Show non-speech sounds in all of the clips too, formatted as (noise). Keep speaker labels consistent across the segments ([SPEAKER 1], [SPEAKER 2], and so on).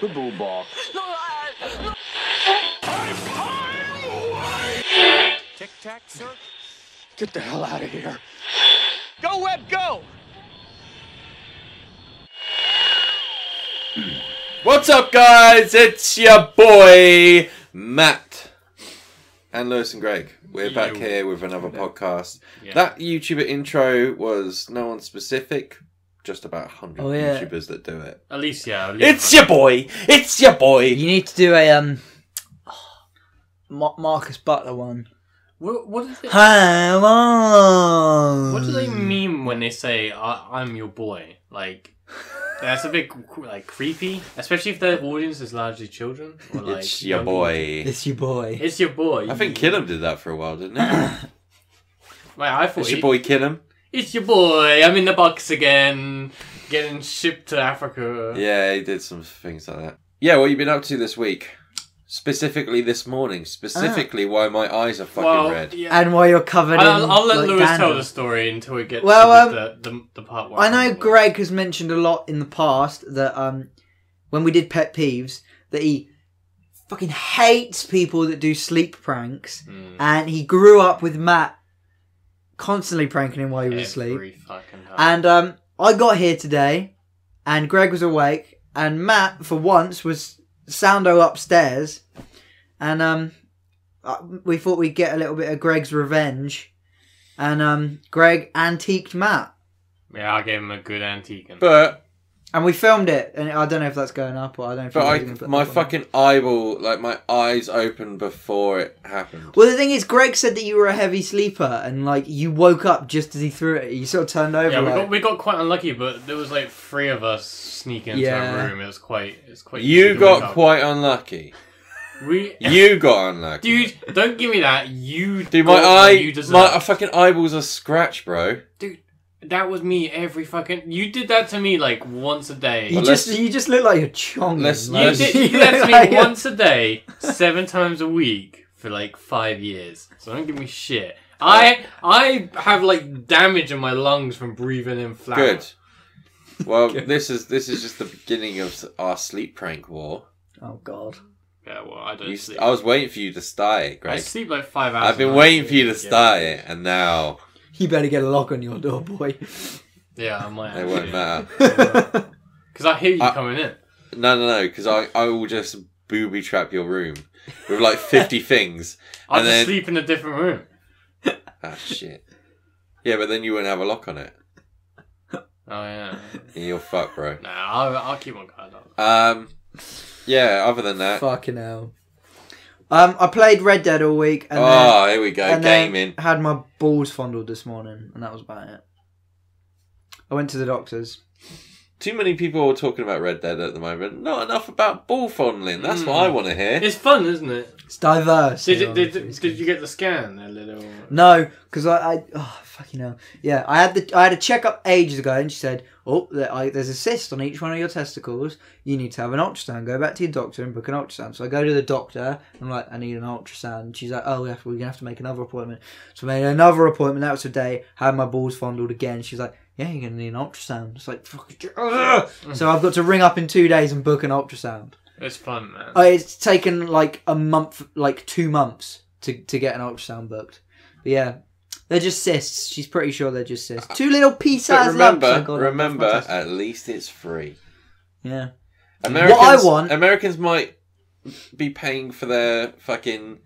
[SPEAKER 1] the blue ball.
[SPEAKER 2] Tic Tac, sir?
[SPEAKER 1] Get the hell out of here.
[SPEAKER 2] Go, Webb, go!
[SPEAKER 3] What's up, guys? It's your boy Matt and Lewis and Greg. We're back here with another podcast. That YouTuber intro was no one specific, just about hundred
[SPEAKER 4] Oh, yeah.
[SPEAKER 3] YouTubers that do it.
[SPEAKER 5] At least, yeah. At least
[SPEAKER 3] It's your boy. It's your boy.
[SPEAKER 4] You need to do a um, (sighs) Ma- Marcus Butler one.
[SPEAKER 5] What, what, do they,
[SPEAKER 4] Hello.
[SPEAKER 5] what do they mean when they say I, "I'm your boy"? Like, that's a bit like creepy, especially if the audience is largely children. Or, like,
[SPEAKER 3] It's your
[SPEAKER 5] young-
[SPEAKER 3] boy.
[SPEAKER 4] It's your boy.
[SPEAKER 5] It's your boy.
[SPEAKER 3] I think Killam did that for a while, didn't (coughs) he?
[SPEAKER 5] Wait, I thought
[SPEAKER 3] it's your
[SPEAKER 5] it-
[SPEAKER 3] boy Killam.
[SPEAKER 5] It's your boy. I'm in the box again, getting shipped to Africa.
[SPEAKER 3] Yeah, he did some things like that. Yeah, what you been up to this week? Specifically this morning. Specifically why my eyes are fucking
[SPEAKER 5] Well,
[SPEAKER 3] red.
[SPEAKER 5] yeah.
[SPEAKER 4] And while you're covered
[SPEAKER 5] I'll,
[SPEAKER 4] in,
[SPEAKER 5] I'll let
[SPEAKER 4] like,
[SPEAKER 5] Lewis tell
[SPEAKER 4] dandruff.
[SPEAKER 5] the story until we get
[SPEAKER 4] Well,
[SPEAKER 3] um,
[SPEAKER 5] to the, the, the part where
[SPEAKER 4] I
[SPEAKER 5] I'm
[SPEAKER 4] know
[SPEAKER 5] the boy.
[SPEAKER 4] Greg has mentioned a lot in the past that um, when we did pet peeves, that he fucking hates people that do sleep pranks,
[SPEAKER 5] Mm,
[SPEAKER 4] and he grew up with Matt constantly pranking him while he was asleep.
[SPEAKER 5] Every fucking time.
[SPEAKER 3] Uh-huh.
[SPEAKER 4] And um, I got here today, and Greg was awake, and Matt, for once, was soundo upstairs, and um, uh, we thought we'd get a little bit of Greg's revenge, and um, Greg antiqued Matt,
[SPEAKER 5] yeah, I gave him a good antique. And
[SPEAKER 3] But
[SPEAKER 4] and we filmed it, and I don't know if that's going up or I don't.
[SPEAKER 3] But
[SPEAKER 4] think we
[SPEAKER 3] I,
[SPEAKER 4] even put
[SPEAKER 3] my
[SPEAKER 4] that one up.
[SPEAKER 3] fucking eyeball, like my eyes opened before it happened.
[SPEAKER 4] Well, the thing is, Greg said that you were a heavy sleeper, and like you woke up just as he threw it. You sort of turned over.
[SPEAKER 5] Yeah, we
[SPEAKER 4] like-
[SPEAKER 5] got, we got quite unlucky, but there was like three of us sneaking into
[SPEAKER 4] Yeah.
[SPEAKER 5] a room. It was quite, it was quite. easy
[SPEAKER 3] You
[SPEAKER 5] to wake
[SPEAKER 3] got
[SPEAKER 5] up.
[SPEAKER 3] quite unlucky.
[SPEAKER 5] We,
[SPEAKER 3] You got unlucky.
[SPEAKER 5] dude, don't give me that. You,
[SPEAKER 3] Dude, my
[SPEAKER 5] got what
[SPEAKER 3] eye,
[SPEAKER 5] you deserve.
[SPEAKER 3] my fucking eyeballs are scratched, bro.
[SPEAKER 5] dude, that was me every fucking. You did that to me like once a day. You,
[SPEAKER 4] you
[SPEAKER 3] let's-
[SPEAKER 4] just you just look like you're chonging.
[SPEAKER 3] let's-
[SPEAKER 4] like-
[SPEAKER 3] let's-
[SPEAKER 5] did, you
[SPEAKER 4] (laughs)
[SPEAKER 5] did that to
[SPEAKER 3] (laughs)
[SPEAKER 5] me once a day, seven times a week for like five years. So don't give me shit. I, I have like damage in my lungs from breathing in flour.
[SPEAKER 3] Good.
[SPEAKER 5] (laughs)
[SPEAKER 3] Well, this is this is just the beginning of our sleep prank war.
[SPEAKER 4] Oh God.
[SPEAKER 5] Yeah, well, I don't
[SPEAKER 3] You,
[SPEAKER 5] sleep.
[SPEAKER 3] I was waiting for you to start it,
[SPEAKER 5] I
[SPEAKER 3] Greg.
[SPEAKER 5] sleep like five hours.
[SPEAKER 3] I've
[SPEAKER 5] a
[SPEAKER 3] been
[SPEAKER 5] night.
[SPEAKER 3] waiting for you to
[SPEAKER 5] Yeah.
[SPEAKER 3] start it, and now
[SPEAKER 4] You better get a lock on your door, boy.
[SPEAKER 5] Yeah, I might.
[SPEAKER 3] it won't
[SPEAKER 5] actually.
[SPEAKER 3] matter.
[SPEAKER 5] Because I hear you
[SPEAKER 3] I-
[SPEAKER 5] coming in.
[SPEAKER 3] No, no, no, because I, I will just booby trap your room with
[SPEAKER 5] (laughs)
[SPEAKER 3] like fifty things,
[SPEAKER 5] I'll
[SPEAKER 3] and
[SPEAKER 5] just
[SPEAKER 3] then
[SPEAKER 5] sleep in a different room.
[SPEAKER 3] Ah, shit. Yeah, but then you wouldn't have a lock on it.
[SPEAKER 5] Oh
[SPEAKER 3] (laughs)
[SPEAKER 5] yeah.
[SPEAKER 3] Yeah, You're fucked, bro.
[SPEAKER 5] Nah, I'll, I'll keep on guard on.
[SPEAKER 3] Um, yeah, other than
[SPEAKER 4] (laughs)
[SPEAKER 3] that.
[SPEAKER 4] Fucking hell. Um, I played Red Dead all week and
[SPEAKER 5] Ah,
[SPEAKER 4] then,
[SPEAKER 3] oh, here we go.
[SPEAKER 4] and then
[SPEAKER 3] Gaming.
[SPEAKER 4] had my balls fondled this morning, and that was about it. I went to the doctor's.
[SPEAKER 3] Too many people are talking about Red Dead at the moment. Not enough about ball fondling. That's what I
[SPEAKER 4] Hmm.
[SPEAKER 3] want to hear.
[SPEAKER 5] It's fun, isn't it?
[SPEAKER 4] It's diverse.
[SPEAKER 5] Did,
[SPEAKER 4] you
[SPEAKER 5] you
[SPEAKER 4] know,
[SPEAKER 5] did,
[SPEAKER 4] it's
[SPEAKER 5] did,
[SPEAKER 4] good.
[SPEAKER 5] you get the scan? A little.
[SPEAKER 4] No, because I, I oh fucking hell. Yeah, I had the I had a checkup ages ago, and she said, "Oh, there- I, there's a cyst on each one of your testicles. You need to have an ultrasound. Go back to your doctor and book an ultrasound." So I go to the doctor. I'm like, "I need an ultrasound." She's like, "Oh, we have, we're gonna have to make another appointment." So I made another appointment. That was today. Had my balls fondled again. She's like, "Yeah, you're gonna need an ultrasound." It's like, fuck, (laughs) ugh. so I've got to ring up in two days and book an ultrasound.
[SPEAKER 5] It's fun, man.
[SPEAKER 4] Oh, it's taken like a month, like two months to, to get an ultrasound booked. But yeah, they're just cysts. She's pretty sure they're just cysts. Two little pea
[SPEAKER 3] But
[SPEAKER 4] sized lumps. I
[SPEAKER 3] remember,
[SPEAKER 4] got off my
[SPEAKER 3] remember, uh,
[SPEAKER 4] test.
[SPEAKER 3] at least it's free.
[SPEAKER 4] Yeah.
[SPEAKER 3] Americans,
[SPEAKER 4] What I want-
[SPEAKER 3] Americans might be paying for their fucking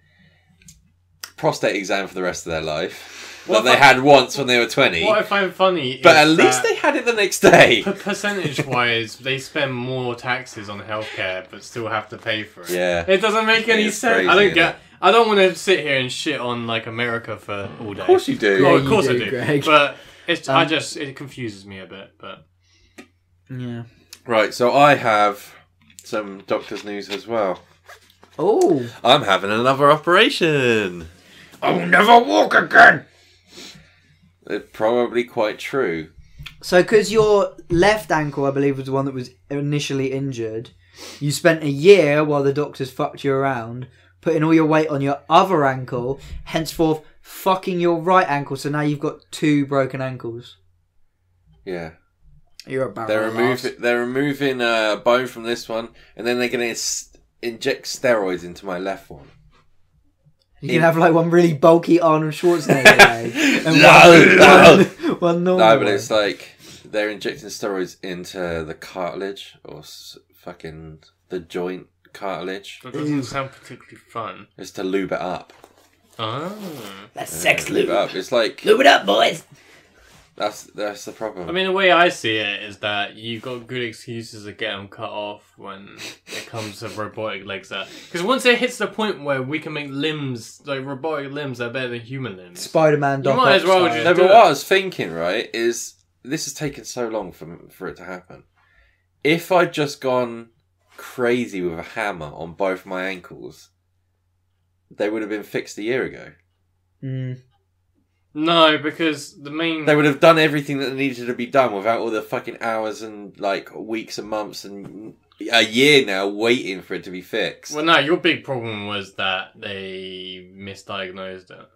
[SPEAKER 3] prostate exam for the rest of their life
[SPEAKER 5] What
[SPEAKER 3] that they
[SPEAKER 5] if I-
[SPEAKER 3] had once when they were 20.
[SPEAKER 5] What I find funny,
[SPEAKER 3] But
[SPEAKER 5] is
[SPEAKER 3] at least they had it the next day.
[SPEAKER 5] percentage wise, they spend more taxes on healthcare, but still have to pay for it.
[SPEAKER 3] Yeah.
[SPEAKER 5] It doesn't make any
[SPEAKER 3] It's
[SPEAKER 5] sense.
[SPEAKER 3] crazy,
[SPEAKER 5] I don't
[SPEAKER 3] isn't
[SPEAKER 5] get. I don't want to sit here and shit on like America for all day.
[SPEAKER 3] Of course you do.
[SPEAKER 4] Yeah,
[SPEAKER 5] Oh, of
[SPEAKER 4] you
[SPEAKER 5] course
[SPEAKER 4] do,
[SPEAKER 5] I do.
[SPEAKER 4] Greg.
[SPEAKER 5] But it's, I
[SPEAKER 4] Um,
[SPEAKER 5] just it confuses me a bit. But
[SPEAKER 4] Yeah.
[SPEAKER 3] Right, so I have some doctor's news as well.
[SPEAKER 4] Oh,
[SPEAKER 3] I'm having another operation.
[SPEAKER 1] I'll never walk again.
[SPEAKER 3] It's probably quite true.
[SPEAKER 4] so because your left ankle, I believe, was the one that was initially injured, you spent a year while the doctors fucked you around, putting all your weight on your other ankle, henceforth fucking your right ankle. So now you've got two broken ankles.
[SPEAKER 3] Yeah.
[SPEAKER 4] You're a barrel.
[SPEAKER 3] They're
[SPEAKER 4] of laughs.
[SPEAKER 3] removing they're removing uh, bone from this one, and then they're going to inject steroids into my left one.
[SPEAKER 4] You can have like one really bulky Arnold
[SPEAKER 3] (laughs)
[SPEAKER 4] Schwarzenegger leg, and
[SPEAKER 3] No,
[SPEAKER 4] one, one, one
[SPEAKER 1] Oh,
[SPEAKER 4] normal.
[SPEAKER 3] No, but
[SPEAKER 4] one.
[SPEAKER 3] it's like they're injecting steroids into the cartilage or s- fucking the joint cartilage.
[SPEAKER 5] That doesn't sound particularly fun.
[SPEAKER 3] It's to lube it up.
[SPEAKER 5] Oh.
[SPEAKER 4] That's sex
[SPEAKER 3] Lube
[SPEAKER 4] lube.
[SPEAKER 3] it up. It's like
[SPEAKER 4] Lube it up, boys.
[SPEAKER 3] that's that's the problem.
[SPEAKER 5] I mean, the way I see it is that you've got good excuses to get them cut off when it comes to robotic legs. Because once it hits the point where we can make limbs, like robotic limbs, that are better than human limbs.
[SPEAKER 4] Spider-Man. Doc
[SPEAKER 5] might
[SPEAKER 4] Ock
[SPEAKER 5] as well
[SPEAKER 4] style.
[SPEAKER 5] just-
[SPEAKER 3] No, but
[SPEAKER 5] do
[SPEAKER 3] what
[SPEAKER 5] it.
[SPEAKER 3] I was thinking, right, is this has taken so long for for it to happen. If I'd just gone crazy with a hammer on both my ankles, they would have been fixed a year ago.
[SPEAKER 4] Mm.
[SPEAKER 5] No, because the main.
[SPEAKER 3] They would have done everything that needed to be done without all the fucking hours and like weeks and months and a year now waiting for it to be fixed.
[SPEAKER 5] Well, no, your big problem was that they misdiagnosed it.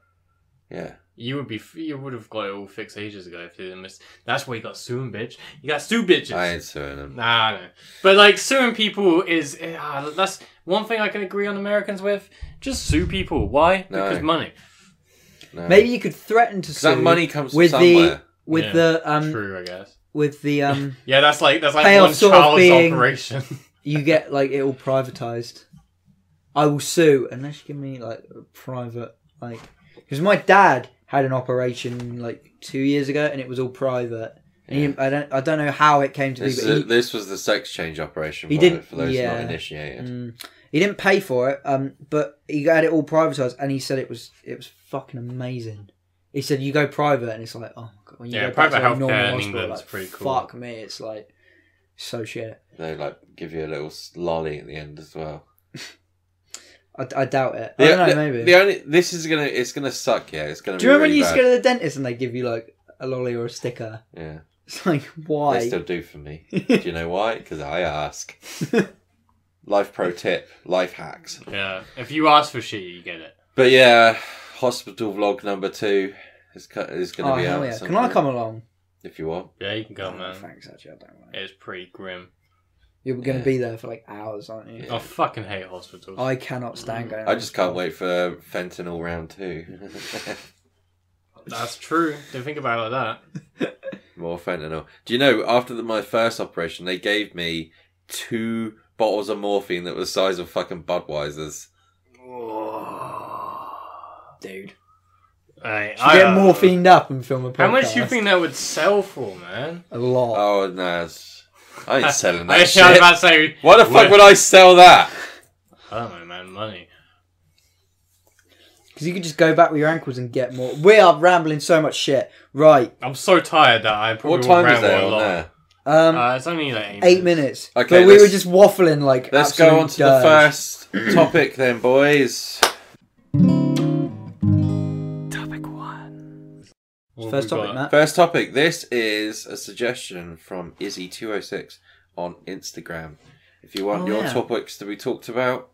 [SPEAKER 3] yeah,
[SPEAKER 5] You would be, f- you would have got it all fixed ages ago if you didn't miss. That's why you got suing, bitch. You got sue bitches.
[SPEAKER 3] I ain't suing them.
[SPEAKER 5] Nah, no. But like suing people is eh, ah, that's one thing I can agree on Americans with. Just sue people. Why?
[SPEAKER 3] No.
[SPEAKER 5] Because money.
[SPEAKER 3] No.
[SPEAKER 4] Maybe you could threaten to
[SPEAKER 3] 'Cause
[SPEAKER 4] sue
[SPEAKER 3] that money comes from
[SPEAKER 4] with
[SPEAKER 3] somewhere.
[SPEAKER 4] the with
[SPEAKER 5] Yeah,
[SPEAKER 4] the um
[SPEAKER 5] True, I guess.
[SPEAKER 4] with the
[SPEAKER 3] (laughs)
[SPEAKER 4] um
[SPEAKER 5] Yeah, that's like that's like
[SPEAKER 4] Payoff
[SPEAKER 5] one
[SPEAKER 4] sort of
[SPEAKER 5] child's
[SPEAKER 4] being-
[SPEAKER 5] operation. (laughs)
[SPEAKER 4] you get like it all privatized. I will sue unless you give me like a private like because my dad had an operation like two years ago and it was all private. And he- I don't I don't know how it came to be,
[SPEAKER 3] This,
[SPEAKER 4] but
[SPEAKER 3] is
[SPEAKER 4] he,
[SPEAKER 3] a- this was the sex change operation.
[SPEAKER 4] He
[SPEAKER 3] by-
[SPEAKER 4] didn't-
[SPEAKER 3] for those
[SPEAKER 4] yeah.
[SPEAKER 3] not initiated.
[SPEAKER 4] Mm. He didn't pay for it, um, but he had it all privatized, and he said it was it was fucking amazing. He said you go private, and it's like oh my god, when you
[SPEAKER 5] Yeah,
[SPEAKER 4] go back
[SPEAKER 5] private
[SPEAKER 4] to a
[SPEAKER 5] healthcare
[SPEAKER 4] normal
[SPEAKER 5] in
[SPEAKER 4] hospital,
[SPEAKER 5] England's
[SPEAKER 4] like,
[SPEAKER 5] pretty cool.
[SPEAKER 4] Fuck me, it's like so shit.
[SPEAKER 3] They like give you a little s- lolly at the end as well.
[SPEAKER 4] I, I doubt it. I
[SPEAKER 3] The,
[SPEAKER 4] don't know,
[SPEAKER 3] the-
[SPEAKER 4] maybe.
[SPEAKER 3] the only this is gonna it's gonna suck. Yeah, it's gonna.
[SPEAKER 4] Do you remember
[SPEAKER 3] be
[SPEAKER 4] when
[SPEAKER 3] really
[SPEAKER 4] you used to
[SPEAKER 3] bad.
[SPEAKER 4] go to the dentist and they give you like a lolly or a sticker? (laughs)
[SPEAKER 3] Yeah,
[SPEAKER 4] It's like why? (laughs)
[SPEAKER 3] they still do for me. do you know why? Because I ask. life pro tip, life hacks.
[SPEAKER 5] yeah, if you ask for shit, you get it.
[SPEAKER 3] But yeah, hospital vlog number two is co- is gonna
[SPEAKER 4] oh
[SPEAKER 3] be
[SPEAKER 4] hell
[SPEAKER 3] out.
[SPEAKER 4] yeah! Can I
[SPEAKER 3] sometime,
[SPEAKER 4] come along?
[SPEAKER 3] if you want?
[SPEAKER 5] Yeah, you can go,
[SPEAKER 4] No,
[SPEAKER 5] man.
[SPEAKER 4] thanks. Actually, I don't want. It.
[SPEAKER 5] It's pretty grim.
[SPEAKER 4] You're going
[SPEAKER 3] Yeah.
[SPEAKER 4] to be there for like hours, aren't you?
[SPEAKER 3] Yeah.
[SPEAKER 5] I fucking hate hospitals.
[SPEAKER 4] I cannot stand going.
[SPEAKER 3] Mm. I just can't wait for fentanyl round two. (laughs)
[SPEAKER 5] That's true. Don't think about it like that.
[SPEAKER 3] More fentanyl. Do you know, after the, my first operation, they gave me two bottles of morphine that was the size of fucking Budweiser's.
[SPEAKER 4] (sighs) dude.
[SPEAKER 5] Right,
[SPEAKER 4] Should get morphined up and film a podcast.
[SPEAKER 5] How much do you think that would sell for, man?
[SPEAKER 4] A lot.
[SPEAKER 3] Oh, no. it's- I (laughs) ain't selling
[SPEAKER 5] I
[SPEAKER 3] that
[SPEAKER 5] was I was
[SPEAKER 3] shit.
[SPEAKER 5] about to say,
[SPEAKER 3] Why the fuck
[SPEAKER 5] Where-
[SPEAKER 3] would I sell that?
[SPEAKER 5] I don't know, man, money.
[SPEAKER 4] Because you could just go back with your ankles and get more. We are rambling so much shit. Right.
[SPEAKER 5] I'm so tired that I probably
[SPEAKER 3] What time
[SPEAKER 5] will
[SPEAKER 3] is
[SPEAKER 5] ramble
[SPEAKER 3] there
[SPEAKER 5] a
[SPEAKER 3] on
[SPEAKER 5] lot.
[SPEAKER 3] there?
[SPEAKER 4] Um,
[SPEAKER 5] Uh, it's only like eight,
[SPEAKER 4] eight minutes.
[SPEAKER 3] Okay,
[SPEAKER 4] But we
[SPEAKER 3] let's-
[SPEAKER 4] were just waffling like.
[SPEAKER 3] Let's go
[SPEAKER 4] absolute
[SPEAKER 3] on to
[SPEAKER 4] dirge.
[SPEAKER 3] the first (clears throat) topic then, boys.
[SPEAKER 5] What have
[SPEAKER 4] First
[SPEAKER 5] we
[SPEAKER 4] topic,
[SPEAKER 5] got?
[SPEAKER 4] Matt.
[SPEAKER 3] First topic. This is a suggestion from Izzy206 on Instagram. If you want
[SPEAKER 4] Oh,
[SPEAKER 3] your
[SPEAKER 4] yeah.
[SPEAKER 3] topics to be talked about,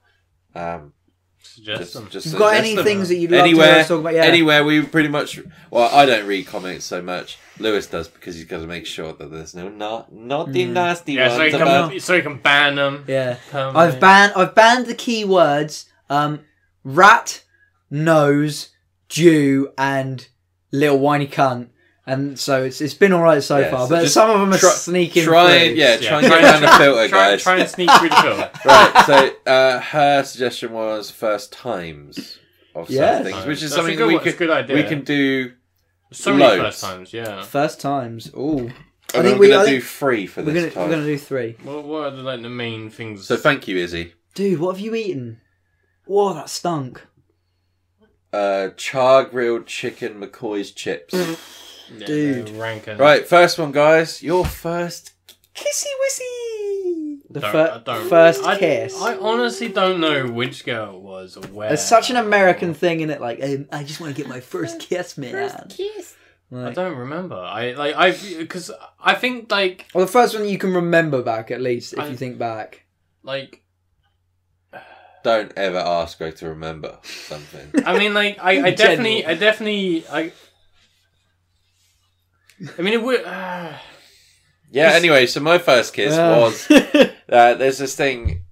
[SPEAKER 3] um,
[SPEAKER 5] Suggest them.
[SPEAKER 3] just, just
[SPEAKER 4] You've got
[SPEAKER 3] suggest
[SPEAKER 4] any
[SPEAKER 3] them.
[SPEAKER 4] things that you'd love to hear
[SPEAKER 3] anywhere,
[SPEAKER 4] us talk about? Yeah.
[SPEAKER 3] anywhere we pretty much. Well, I don't read comments so much. Lewis does because he's got to make sure that there's no not naughty
[SPEAKER 4] Hmm.
[SPEAKER 3] nasty
[SPEAKER 5] yeah, so you,
[SPEAKER 3] ones
[SPEAKER 5] can,
[SPEAKER 3] about.
[SPEAKER 5] so you can ban them.
[SPEAKER 4] Yeah.
[SPEAKER 5] Permanently.
[SPEAKER 4] I've banned. I've banned the keywords. Um, rat, nose, Jew, and little whiny cunt. And so it's it's been all right so
[SPEAKER 3] Yeah,
[SPEAKER 4] far,
[SPEAKER 3] so
[SPEAKER 4] but
[SPEAKER 3] just
[SPEAKER 4] some of them are
[SPEAKER 3] try-
[SPEAKER 4] sneaking.
[SPEAKER 3] try
[SPEAKER 4] through.
[SPEAKER 3] and- yeah, try and
[SPEAKER 5] Try
[SPEAKER 3] get
[SPEAKER 5] and-
[SPEAKER 3] down the filter,
[SPEAKER 5] try,
[SPEAKER 3] guys.
[SPEAKER 5] try and sneak through the
[SPEAKER 3] (laughs)
[SPEAKER 5] filter.
[SPEAKER 3] (laughs) right. So uh, her suggestion was first times of
[SPEAKER 4] Yes.
[SPEAKER 3] some things, which is
[SPEAKER 5] That's a
[SPEAKER 3] something
[SPEAKER 5] good
[SPEAKER 3] that we
[SPEAKER 5] one, it's
[SPEAKER 3] could
[SPEAKER 5] a good idea.
[SPEAKER 3] we can do.
[SPEAKER 5] So many
[SPEAKER 3] Loads.
[SPEAKER 5] first times, yeah.
[SPEAKER 4] First times. Ooh.
[SPEAKER 3] I
[SPEAKER 4] think
[SPEAKER 3] think
[SPEAKER 4] we-
[SPEAKER 3] we're
[SPEAKER 4] I
[SPEAKER 3] gonna do
[SPEAKER 4] think-
[SPEAKER 3] free for
[SPEAKER 4] We're gonna
[SPEAKER 3] this time.
[SPEAKER 4] we're gonna do three.
[SPEAKER 5] What, what are the, like the main things?
[SPEAKER 3] So thank you, Izzy.
[SPEAKER 4] Dude, what have you eaten? Whoa, that stunk.
[SPEAKER 3] Uh, char grilled chicken McCoy's chips.
[SPEAKER 4] Mm-hmm.
[SPEAKER 5] yeah,
[SPEAKER 4] dude.
[SPEAKER 5] they're rank and-
[SPEAKER 3] right, first one, guys. Your first kissy wissy.
[SPEAKER 4] The
[SPEAKER 5] Don't- I
[SPEAKER 4] fir-
[SPEAKER 5] don't-
[SPEAKER 4] first
[SPEAKER 5] I-
[SPEAKER 4] kiss.
[SPEAKER 5] I honestly don't know which girl it was or where.
[SPEAKER 4] It's such an American thing, in it? Like, um, I just want to get my first kiss, man.
[SPEAKER 5] I
[SPEAKER 4] Like,
[SPEAKER 5] don't remember. I like I because I think like
[SPEAKER 4] well, the first one you can remember back, at least, if
[SPEAKER 5] I-
[SPEAKER 4] you think back.
[SPEAKER 5] like
[SPEAKER 3] Don't ever ask Greg to remember something.
[SPEAKER 5] I mean, like, I, I
[SPEAKER 4] In
[SPEAKER 5] definitely,
[SPEAKER 4] general.
[SPEAKER 5] I definitely, I. I mean, it would. Uh,
[SPEAKER 3] Yeah. Anyway, so my first kiss
[SPEAKER 4] Oh. (laughs)
[SPEAKER 3] was uh, there's this thing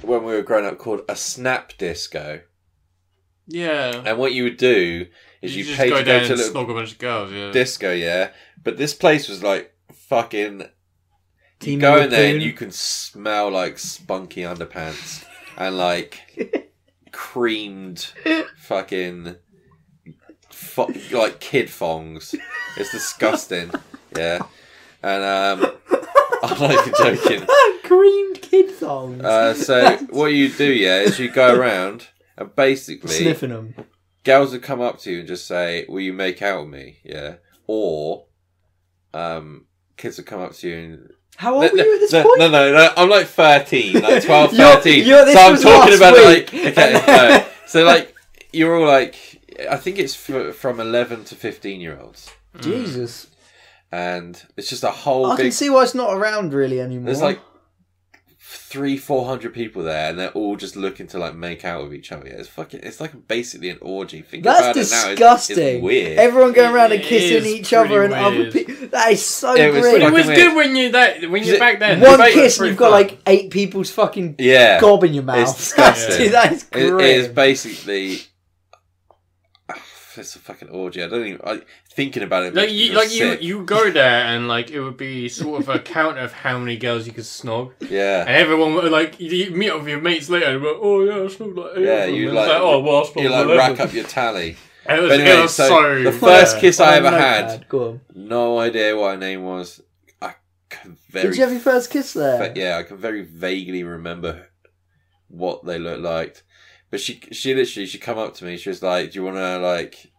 [SPEAKER 3] when we were growing up called a snap disco,
[SPEAKER 5] Yeah.
[SPEAKER 3] and what you would do is
[SPEAKER 5] you,
[SPEAKER 3] you,
[SPEAKER 5] just
[SPEAKER 3] pay
[SPEAKER 5] go
[SPEAKER 3] to
[SPEAKER 5] down
[SPEAKER 3] go
[SPEAKER 5] and
[SPEAKER 3] to a little
[SPEAKER 5] snog a bunch of girls, yeah.
[SPEAKER 3] disco, yeah. But this place was like fucking. You
[SPEAKER 4] Team
[SPEAKER 3] go in
[SPEAKER 4] Raccoon. (laughs)
[SPEAKER 3] there and you can smell like spunky underpants and like creamed fucking fo- like kid fongs. It's disgusting. Yeah, and um, (laughs) I'm not even joking.
[SPEAKER 4] Ah, Creamed kid songs. (laughs)
[SPEAKER 3] Uh, so what you do, yeah, is you go around and basically
[SPEAKER 4] Sniffing them.
[SPEAKER 3] girls would come up to you and just say, "Will you make out with me?" Yeah, or um, kids would come up to you and
[SPEAKER 4] How old were you at this
[SPEAKER 3] no,
[SPEAKER 4] point?
[SPEAKER 3] no, no, no, I'm like
[SPEAKER 4] (laughs)
[SPEAKER 3] 13, like 12,
[SPEAKER 4] You're-
[SPEAKER 3] 13.
[SPEAKER 4] you're- this
[SPEAKER 3] so I'm
[SPEAKER 4] was
[SPEAKER 3] talking
[SPEAKER 4] last
[SPEAKER 3] about it
[SPEAKER 4] week. (laughs)
[SPEAKER 3] like, okay, no. So, like, you're all like, I think it's f- from 11 to 15 year olds.
[SPEAKER 4] Jesus.
[SPEAKER 3] And it's just a whole
[SPEAKER 4] I
[SPEAKER 3] big.
[SPEAKER 4] can see why it's not around really anymore.
[SPEAKER 3] there's like three, 400 people there, and they're all just looking to, like, make out with each other. Yeah, it's fucking, it's like basically an orgy. Think
[SPEAKER 4] That's
[SPEAKER 3] about it now. It's,
[SPEAKER 4] disgusting.
[SPEAKER 3] it's weird.
[SPEAKER 4] Everyone going around and
[SPEAKER 5] It
[SPEAKER 4] kissing
[SPEAKER 5] is
[SPEAKER 4] each other and
[SPEAKER 5] pretty
[SPEAKER 4] other
[SPEAKER 5] weird.
[SPEAKER 4] people. That is so
[SPEAKER 3] It
[SPEAKER 5] But it
[SPEAKER 3] was
[SPEAKER 4] grim.
[SPEAKER 3] fucking
[SPEAKER 5] was
[SPEAKER 3] weird.
[SPEAKER 5] good when you that when
[SPEAKER 3] Is
[SPEAKER 5] you're
[SPEAKER 3] it-
[SPEAKER 5] back then.
[SPEAKER 4] One
[SPEAKER 3] It's
[SPEAKER 4] kiss and
[SPEAKER 5] pretty
[SPEAKER 4] you've got
[SPEAKER 5] fun.
[SPEAKER 4] like eight people's fucking
[SPEAKER 3] yeah.
[SPEAKER 4] gob in your mouth.
[SPEAKER 3] disgusting.
[SPEAKER 4] Dude, (laughs) that is
[SPEAKER 3] It-
[SPEAKER 4] grim.
[SPEAKER 3] it is basically. (sighs) It's a fucking orgy. I don't even. I, thinking about it.
[SPEAKER 5] Like
[SPEAKER 3] makes me
[SPEAKER 5] you,
[SPEAKER 3] feel
[SPEAKER 5] like you,
[SPEAKER 3] sick.
[SPEAKER 5] you go there and like it would be sort of a (laughs) count of how many girls you could snog,
[SPEAKER 3] Yeah.
[SPEAKER 5] and everyone would like you- you meet up with your mates later. And go, oh yeah, I snogged like eight
[SPEAKER 3] Yeah,
[SPEAKER 5] of them."
[SPEAKER 3] you
[SPEAKER 5] It's
[SPEAKER 3] like-
[SPEAKER 5] oh well, I snogged
[SPEAKER 3] you like
[SPEAKER 5] 11.
[SPEAKER 3] rack up
[SPEAKER 5] (laughs)
[SPEAKER 3] your tally.
[SPEAKER 5] And it was,
[SPEAKER 3] But anyway,
[SPEAKER 5] it was
[SPEAKER 3] so,
[SPEAKER 5] so,
[SPEAKER 3] the first
[SPEAKER 5] yeah.
[SPEAKER 3] kiss I
[SPEAKER 4] On a
[SPEAKER 3] ever
[SPEAKER 4] notepad.
[SPEAKER 3] had,
[SPEAKER 4] Go on.
[SPEAKER 3] no idea what her name was. I can very
[SPEAKER 4] Did you have your first kiss there?
[SPEAKER 3] fa- yeah, I can very vaguely remember what they looked like. But she she literally she come up to me. She was like, "Do you want to like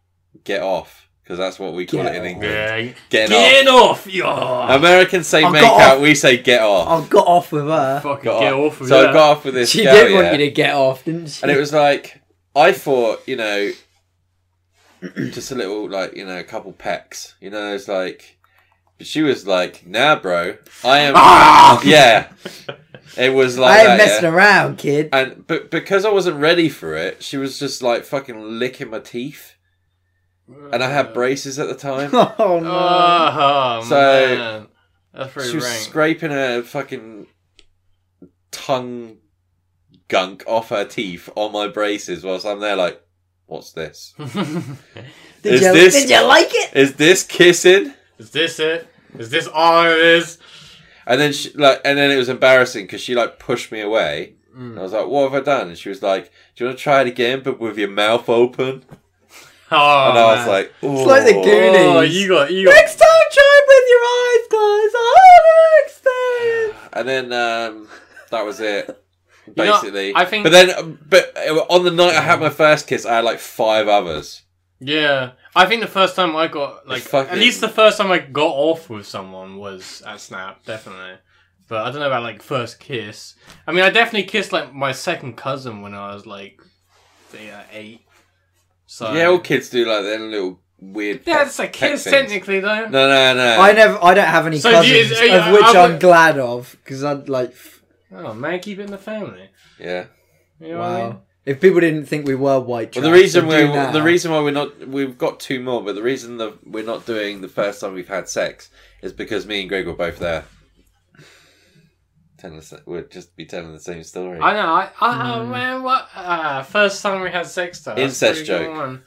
[SPEAKER 3] get off?" Because that's what we call
[SPEAKER 4] Get
[SPEAKER 3] it in
[SPEAKER 4] off.
[SPEAKER 3] England.
[SPEAKER 5] Yeah.
[SPEAKER 3] Get,
[SPEAKER 5] Get off, you
[SPEAKER 3] off. Americans say
[SPEAKER 4] I
[SPEAKER 3] make
[SPEAKER 4] got
[SPEAKER 3] out. We say get off.
[SPEAKER 4] I Oh, got off with her.
[SPEAKER 5] fucking
[SPEAKER 3] Got
[SPEAKER 5] get
[SPEAKER 3] off.
[SPEAKER 5] off. of
[SPEAKER 3] so
[SPEAKER 5] that.
[SPEAKER 3] I got off with this
[SPEAKER 4] She
[SPEAKER 3] girl.
[SPEAKER 4] did want
[SPEAKER 3] yeah.
[SPEAKER 4] you to get off, didn't she?
[SPEAKER 3] and it was like I thought, you know, (clears throat) just a little like you know, a couple pecks. You know, it's like, but she was like, "Nah, bro, I am."
[SPEAKER 4] (laughs)
[SPEAKER 5] Ah!
[SPEAKER 3] Yeah, it was
[SPEAKER 4] (laughs) I
[SPEAKER 3] like
[SPEAKER 4] ain't
[SPEAKER 3] that,
[SPEAKER 4] messing
[SPEAKER 3] yeah.
[SPEAKER 4] around, (laughs) kid.
[SPEAKER 3] And but because I wasn't ready for it, she was just like fucking licking my teeth, and I
[SPEAKER 5] Uh.
[SPEAKER 3] had braces at
[SPEAKER 5] (laughs)
[SPEAKER 3] the time.
[SPEAKER 4] Oh no.
[SPEAKER 5] Oh,
[SPEAKER 3] So-
[SPEAKER 5] man. that's pretty
[SPEAKER 3] she was
[SPEAKER 5] rank.
[SPEAKER 3] scraping her fucking tongue gunk off her teeth on my braces whilst I'm there like, what's this?
[SPEAKER 4] did,
[SPEAKER 3] is
[SPEAKER 4] you,
[SPEAKER 3] this-
[SPEAKER 4] did you like it?
[SPEAKER 3] is this kissing?
[SPEAKER 5] (laughs) Is this it? Is this all it is?
[SPEAKER 3] And then she, like, and then it was embarrassing because she like pushed me away.
[SPEAKER 5] Mm.
[SPEAKER 3] And I was like, "What have I done?" And she was like, "Do you want to try it again, but with your mouth open?"
[SPEAKER 5] Oh,
[SPEAKER 3] And I was
[SPEAKER 5] man.
[SPEAKER 3] like, "Oh,
[SPEAKER 4] It's like the Goonies.
[SPEAKER 5] oh, you got you. Got,
[SPEAKER 4] Next time, try it with your eyes closed. Oh, next time.
[SPEAKER 3] And then um, that was
[SPEAKER 5] (laughs)
[SPEAKER 3] it,
[SPEAKER 5] know,
[SPEAKER 3] basically.
[SPEAKER 5] I think-
[SPEAKER 3] But then, but on the night I had my first kiss, I had like five others.
[SPEAKER 5] yeah, I think the first time I got like
[SPEAKER 3] fucking-
[SPEAKER 5] at least the first time I got off with someone was at Snap, definitely. But I don't know about like first kiss. I mean, I definitely kissed like my second cousin when I was like yeah, eight. So
[SPEAKER 3] yeah, all kids do like their little weird.
[SPEAKER 5] that's a
[SPEAKER 3] peck-
[SPEAKER 5] kiss
[SPEAKER 3] peck things.
[SPEAKER 5] technically though.
[SPEAKER 3] No, no, no.
[SPEAKER 4] I never. I don't have any
[SPEAKER 5] So do you-
[SPEAKER 4] cousins,
[SPEAKER 5] uh,
[SPEAKER 4] of which
[SPEAKER 5] I
[SPEAKER 4] I'm
[SPEAKER 5] would-
[SPEAKER 4] glad of, because I'd like. f-
[SPEAKER 5] Oh man, keep it in the family.
[SPEAKER 3] Yeah.
[SPEAKER 5] You know what I mean?
[SPEAKER 4] Wow. If people didn't think we were white,
[SPEAKER 3] Well, the
[SPEAKER 4] trash,
[SPEAKER 3] reason
[SPEAKER 4] they
[SPEAKER 3] we
[SPEAKER 4] do now.
[SPEAKER 3] the reason why we're not we've got two more, but the reason that we're not doing the first time we've had sex is because me and Greg were both there. Telling us, we'd just be telling the same story.
[SPEAKER 5] I know. I, I
[SPEAKER 4] Hmm.
[SPEAKER 5] oh man, what uh, first time we had sex though. that's a
[SPEAKER 3] Incest
[SPEAKER 5] pretty good
[SPEAKER 3] joke.
[SPEAKER 5] one.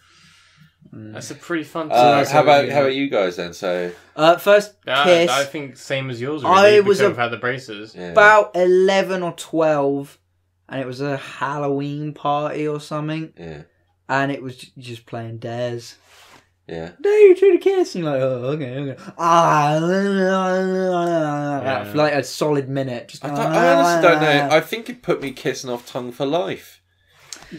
[SPEAKER 4] Mm.
[SPEAKER 5] That's a pretty fun.
[SPEAKER 3] Uh,
[SPEAKER 4] that's
[SPEAKER 3] how
[SPEAKER 4] what we
[SPEAKER 3] about
[SPEAKER 4] mean.
[SPEAKER 3] how about you guys then? So
[SPEAKER 4] Uh, first
[SPEAKER 5] Yeah,
[SPEAKER 4] kiss,
[SPEAKER 5] I think same as yours.
[SPEAKER 4] I
[SPEAKER 5] Really, I
[SPEAKER 4] was
[SPEAKER 5] was
[SPEAKER 4] a-
[SPEAKER 5] have had the braces.
[SPEAKER 3] yeah.
[SPEAKER 4] about eleven or twelve, and it was a Halloween party or something,
[SPEAKER 3] yeah,
[SPEAKER 4] and it was j- just playing dares.
[SPEAKER 3] yeah,
[SPEAKER 4] No, you're trying to kiss, and you're like, oh, okay, okay. Ah,
[SPEAKER 5] Yeah.
[SPEAKER 4] for like a solid minute. Just
[SPEAKER 3] I, don't, I honestly don't know.
[SPEAKER 4] Ah. (laughs)
[SPEAKER 3] I think it put me kissing off tongue for life.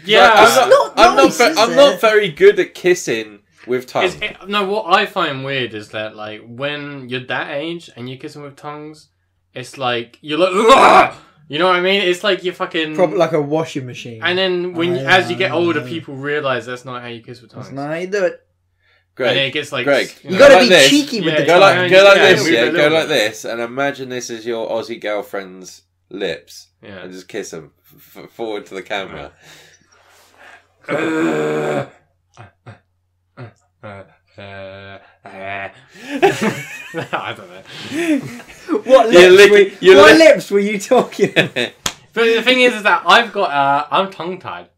[SPEAKER 5] Yeah,
[SPEAKER 3] Like, I'm not,
[SPEAKER 4] not
[SPEAKER 3] I'm,
[SPEAKER 4] nice,
[SPEAKER 3] not
[SPEAKER 4] is
[SPEAKER 3] ve- I'm
[SPEAKER 4] it?
[SPEAKER 3] not very good at kissing with tongue.
[SPEAKER 5] it's, it, no. What I find weird is that like when you're that age and you're kissing with tongues, it's like you're like, "Ugh!" you know what I mean? It's like you're fucking.
[SPEAKER 4] Probably like a washing machine.
[SPEAKER 5] and then when
[SPEAKER 4] Oh,
[SPEAKER 5] you, as you get
[SPEAKER 4] yeah.
[SPEAKER 5] older, people realize that's not how you kiss with tongues.
[SPEAKER 4] That's not how you do it.
[SPEAKER 3] Greg,
[SPEAKER 5] And then it gets like
[SPEAKER 3] Greg,
[SPEAKER 5] you
[SPEAKER 4] You
[SPEAKER 5] know,
[SPEAKER 3] got
[SPEAKER 4] gotta
[SPEAKER 3] like
[SPEAKER 4] be
[SPEAKER 3] this.
[SPEAKER 4] cheeky with
[SPEAKER 5] Yeah,
[SPEAKER 4] the
[SPEAKER 3] go like
[SPEAKER 5] tongue.
[SPEAKER 3] go like
[SPEAKER 5] Yeah,
[SPEAKER 3] this,
[SPEAKER 5] move it a
[SPEAKER 3] yeah, go
[SPEAKER 5] little
[SPEAKER 3] like
[SPEAKER 5] bit.
[SPEAKER 3] this, and imagine this is your Aussie girlfriend's lips.
[SPEAKER 5] yeah. (laughs)
[SPEAKER 3] and (laughs) just kiss him f- f- forward to the (laughs) camera.
[SPEAKER 5] Uh, uh, uh. I don't know.
[SPEAKER 4] What
[SPEAKER 3] You
[SPEAKER 4] lips?
[SPEAKER 3] lick-
[SPEAKER 4] were,
[SPEAKER 3] you
[SPEAKER 4] what
[SPEAKER 3] lick-
[SPEAKER 4] lips were you talking?
[SPEAKER 5] Oh, But the thing is, is that I've got, uh, I'm tongue tied.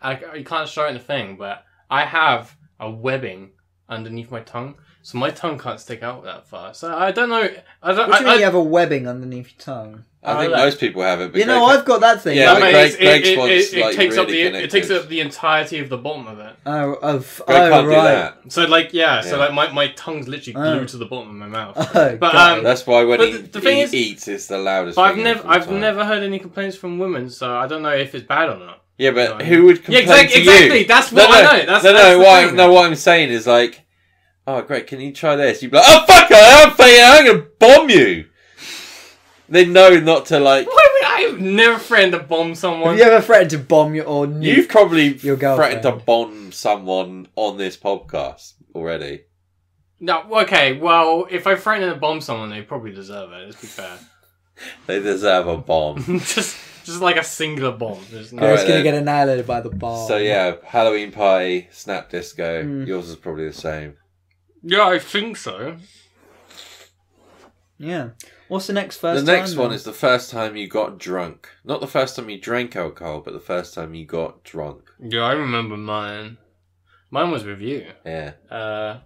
[SPEAKER 5] I, you can't show it in the thing, but I have a webbing underneath my tongue, so my tongue can't stick out that far. So I don't know. I don't.
[SPEAKER 4] What do you
[SPEAKER 5] I, I,
[SPEAKER 4] mean you have a webbing underneath your tongue?
[SPEAKER 3] I think
[SPEAKER 5] I like-
[SPEAKER 3] most people have it. But
[SPEAKER 4] You know,
[SPEAKER 3] Greg-
[SPEAKER 4] I've got that thing.
[SPEAKER 3] Yeah,
[SPEAKER 5] No,
[SPEAKER 3] but
[SPEAKER 5] mate,
[SPEAKER 3] Greg-
[SPEAKER 5] it's-
[SPEAKER 3] Greg's
[SPEAKER 5] it, it,
[SPEAKER 3] one's,
[SPEAKER 5] it, it
[SPEAKER 3] like,
[SPEAKER 5] takes up
[SPEAKER 3] really
[SPEAKER 5] the it takes
[SPEAKER 3] connected.
[SPEAKER 5] up the entirety of the bottom of it.
[SPEAKER 4] Oh, of,
[SPEAKER 3] Greg
[SPEAKER 4] oh,
[SPEAKER 3] can't do
[SPEAKER 4] right.
[SPEAKER 3] that.
[SPEAKER 5] So like yeah, so
[SPEAKER 3] Yeah.
[SPEAKER 5] like my, my tongue's literally
[SPEAKER 4] Oh.
[SPEAKER 5] glued to the bottom of my mouth.
[SPEAKER 4] Oh,
[SPEAKER 5] But,
[SPEAKER 4] God.
[SPEAKER 5] um,
[SPEAKER 3] That's why when
[SPEAKER 5] But
[SPEAKER 3] he,
[SPEAKER 5] the- the thing
[SPEAKER 3] he
[SPEAKER 5] is-
[SPEAKER 3] eats, it's the loudest.
[SPEAKER 5] But I've
[SPEAKER 3] thing
[SPEAKER 5] never
[SPEAKER 3] of all
[SPEAKER 5] I've
[SPEAKER 3] time.
[SPEAKER 5] never heard any complaints from women, so I don't know if it's bad or not.
[SPEAKER 3] Yeah, but
[SPEAKER 5] No,
[SPEAKER 3] who would
[SPEAKER 5] Yeah,
[SPEAKER 3] complain
[SPEAKER 5] exact-
[SPEAKER 3] to
[SPEAKER 5] exactly,
[SPEAKER 3] you?
[SPEAKER 5] that's
[SPEAKER 3] no,
[SPEAKER 5] what
[SPEAKER 3] no,
[SPEAKER 5] I know, that's-
[SPEAKER 3] no, no.
[SPEAKER 5] that's the
[SPEAKER 3] what,
[SPEAKER 5] thing.
[SPEAKER 3] no, what I'm saying is like, oh great, can you try this? You'd be like, oh fuck, I'm fucking, I'm gonna bomb you. They know not to like.
[SPEAKER 5] Why would I have never threatened to bomb someone?
[SPEAKER 4] Have you ever threatened to bomb your or
[SPEAKER 3] You've
[SPEAKER 4] nuke?
[SPEAKER 3] probably
[SPEAKER 4] Your
[SPEAKER 3] threatened to
[SPEAKER 4] girlfriend.
[SPEAKER 3] bomb someone on this podcast already.
[SPEAKER 5] No, okay, well, if I threaten to bomb someone, they probably deserve it. Let's be fair. (laughs)
[SPEAKER 3] They deserve
[SPEAKER 4] (laughs)
[SPEAKER 3] a bomb.
[SPEAKER 5] just just like a singular bomb. There's no-
[SPEAKER 4] You're
[SPEAKER 3] Alright
[SPEAKER 4] just gonna
[SPEAKER 3] then.
[SPEAKER 4] get annihilated by the bomb.
[SPEAKER 3] so yeah, Halloween pie, snap disco.
[SPEAKER 4] Mm.
[SPEAKER 3] Yours is probably the same.
[SPEAKER 5] Yeah, I think so.
[SPEAKER 4] yeah. What's the next first?
[SPEAKER 3] the next
[SPEAKER 4] time,
[SPEAKER 3] one
[SPEAKER 4] then?
[SPEAKER 3] is the first time you got drunk. Not the first time you drank alcohol, but the first time you got drunk.
[SPEAKER 5] Yeah, I remember mine. Mine was with you.
[SPEAKER 3] Yeah.
[SPEAKER 5] uh,